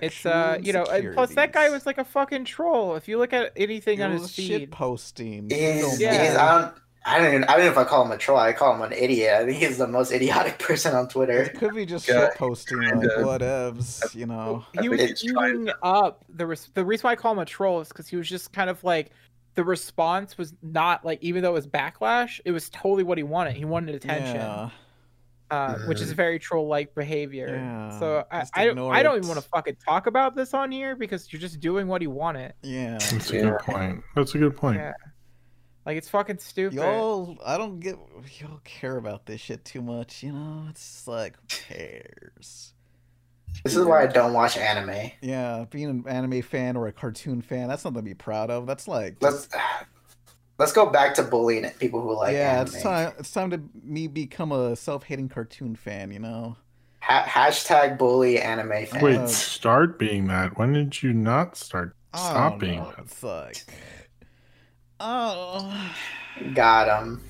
Speaker 3: it's uh you know and plus that guy was like a fucking troll. If you look at anything on his
Speaker 1: shit
Speaker 3: feed,
Speaker 1: posting.
Speaker 6: He's,
Speaker 3: Yeah.
Speaker 6: he's- I don't. I don't even. I don't know if I call him a troll. I call him an idiot. I think he's the most idiotic person on Twitter.
Speaker 1: Could be just
Speaker 2: Yeah,
Speaker 1: shit posting like
Speaker 2: kinda.
Speaker 1: whatevs, you know.
Speaker 2: I
Speaker 3: he
Speaker 2: think
Speaker 3: was
Speaker 2: he's trying
Speaker 3: eating up the res- the reason why I call him a troll is because he was just kind of like the response was not like even though it was backlash, it was totally what he wanted. He wanted attention,
Speaker 1: Yeah.
Speaker 3: uh, which is very troll like behavior.
Speaker 1: Yeah,
Speaker 3: So I,
Speaker 1: just
Speaker 3: I don't
Speaker 1: ignore
Speaker 3: I don't
Speaker 1: it.
Speaker 3: even want to fucking talk about this on here because you're just doing what he wanted.
Speaker 1: Yeah.
Speaker 4: That's a
Speaker 2: Yeah.
Speaker 4: good point. That's a good point.
Speaker 3: Yeah. Like it's fucking stupid.
Speaker 1: Y'all I don't get y'all care about this shit too much, you know? It's just like who cares.
Speaker 6: This is why I don't watch anime.
Speaker 1: Yeah, being an anime fan or a cartoon fan, that's something to be proud of. That's like
Speaker 6: Let's let's go back to bullying people who like
Speaker 1: Yeah,
Speaker 6: anime.
Speaker 1: it's time it's time to me become a self hating cartoon fan, you know?
Speaker 6: Ha- hashtag bully anime fan.
Speaker 4: Wait,
Speaker 1: Uh,
Speaker 4: start being that. When did you not start?
Speaker 3: Oh,
Speaker 1: I
Speaker 4: Stop
Speaker 1: don't
Speaker 4: being
Speaker 1: know,
Speaker 4: that.
Speaker 1: It's like Oh
Speaker 6: Got him.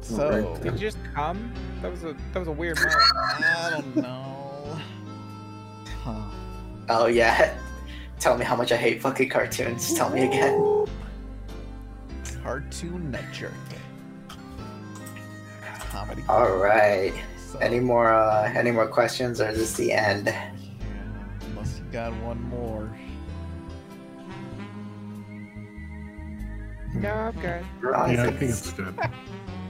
Speaker 1: so
Speaker 3: Did you just come? That was a that was a weird moment.
Speaker 1: I don't know. Huh.
Speaker 6: Oh yeah. Tell me how much I hate fucking cartoons. Tell me again.
Speaker 1: Cartoon nut jerk. Comedy.
Speaker 6: All right.
Speaker 1: So,
Speaker 6: Any more uh, any more questions or is this the end?
Speaker 1: yeah, unless you got one more.
Speaker 3: No, I'm good.
Speaker 4: Yeah, I think it's good.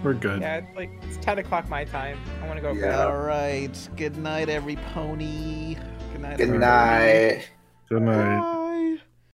Speaker 4: We're good.
Speaker 3: Yeah, it's like it's ten o'clock my time. I want to go.
Speaker 2: Yeah.
Speaker 3: bed.
Speaker 1: All right. Good night, every pony. Good night.
Speaker 6: Good
Speaker 1: everybody.
Speaker 6: night.
Speaker 4: Good night.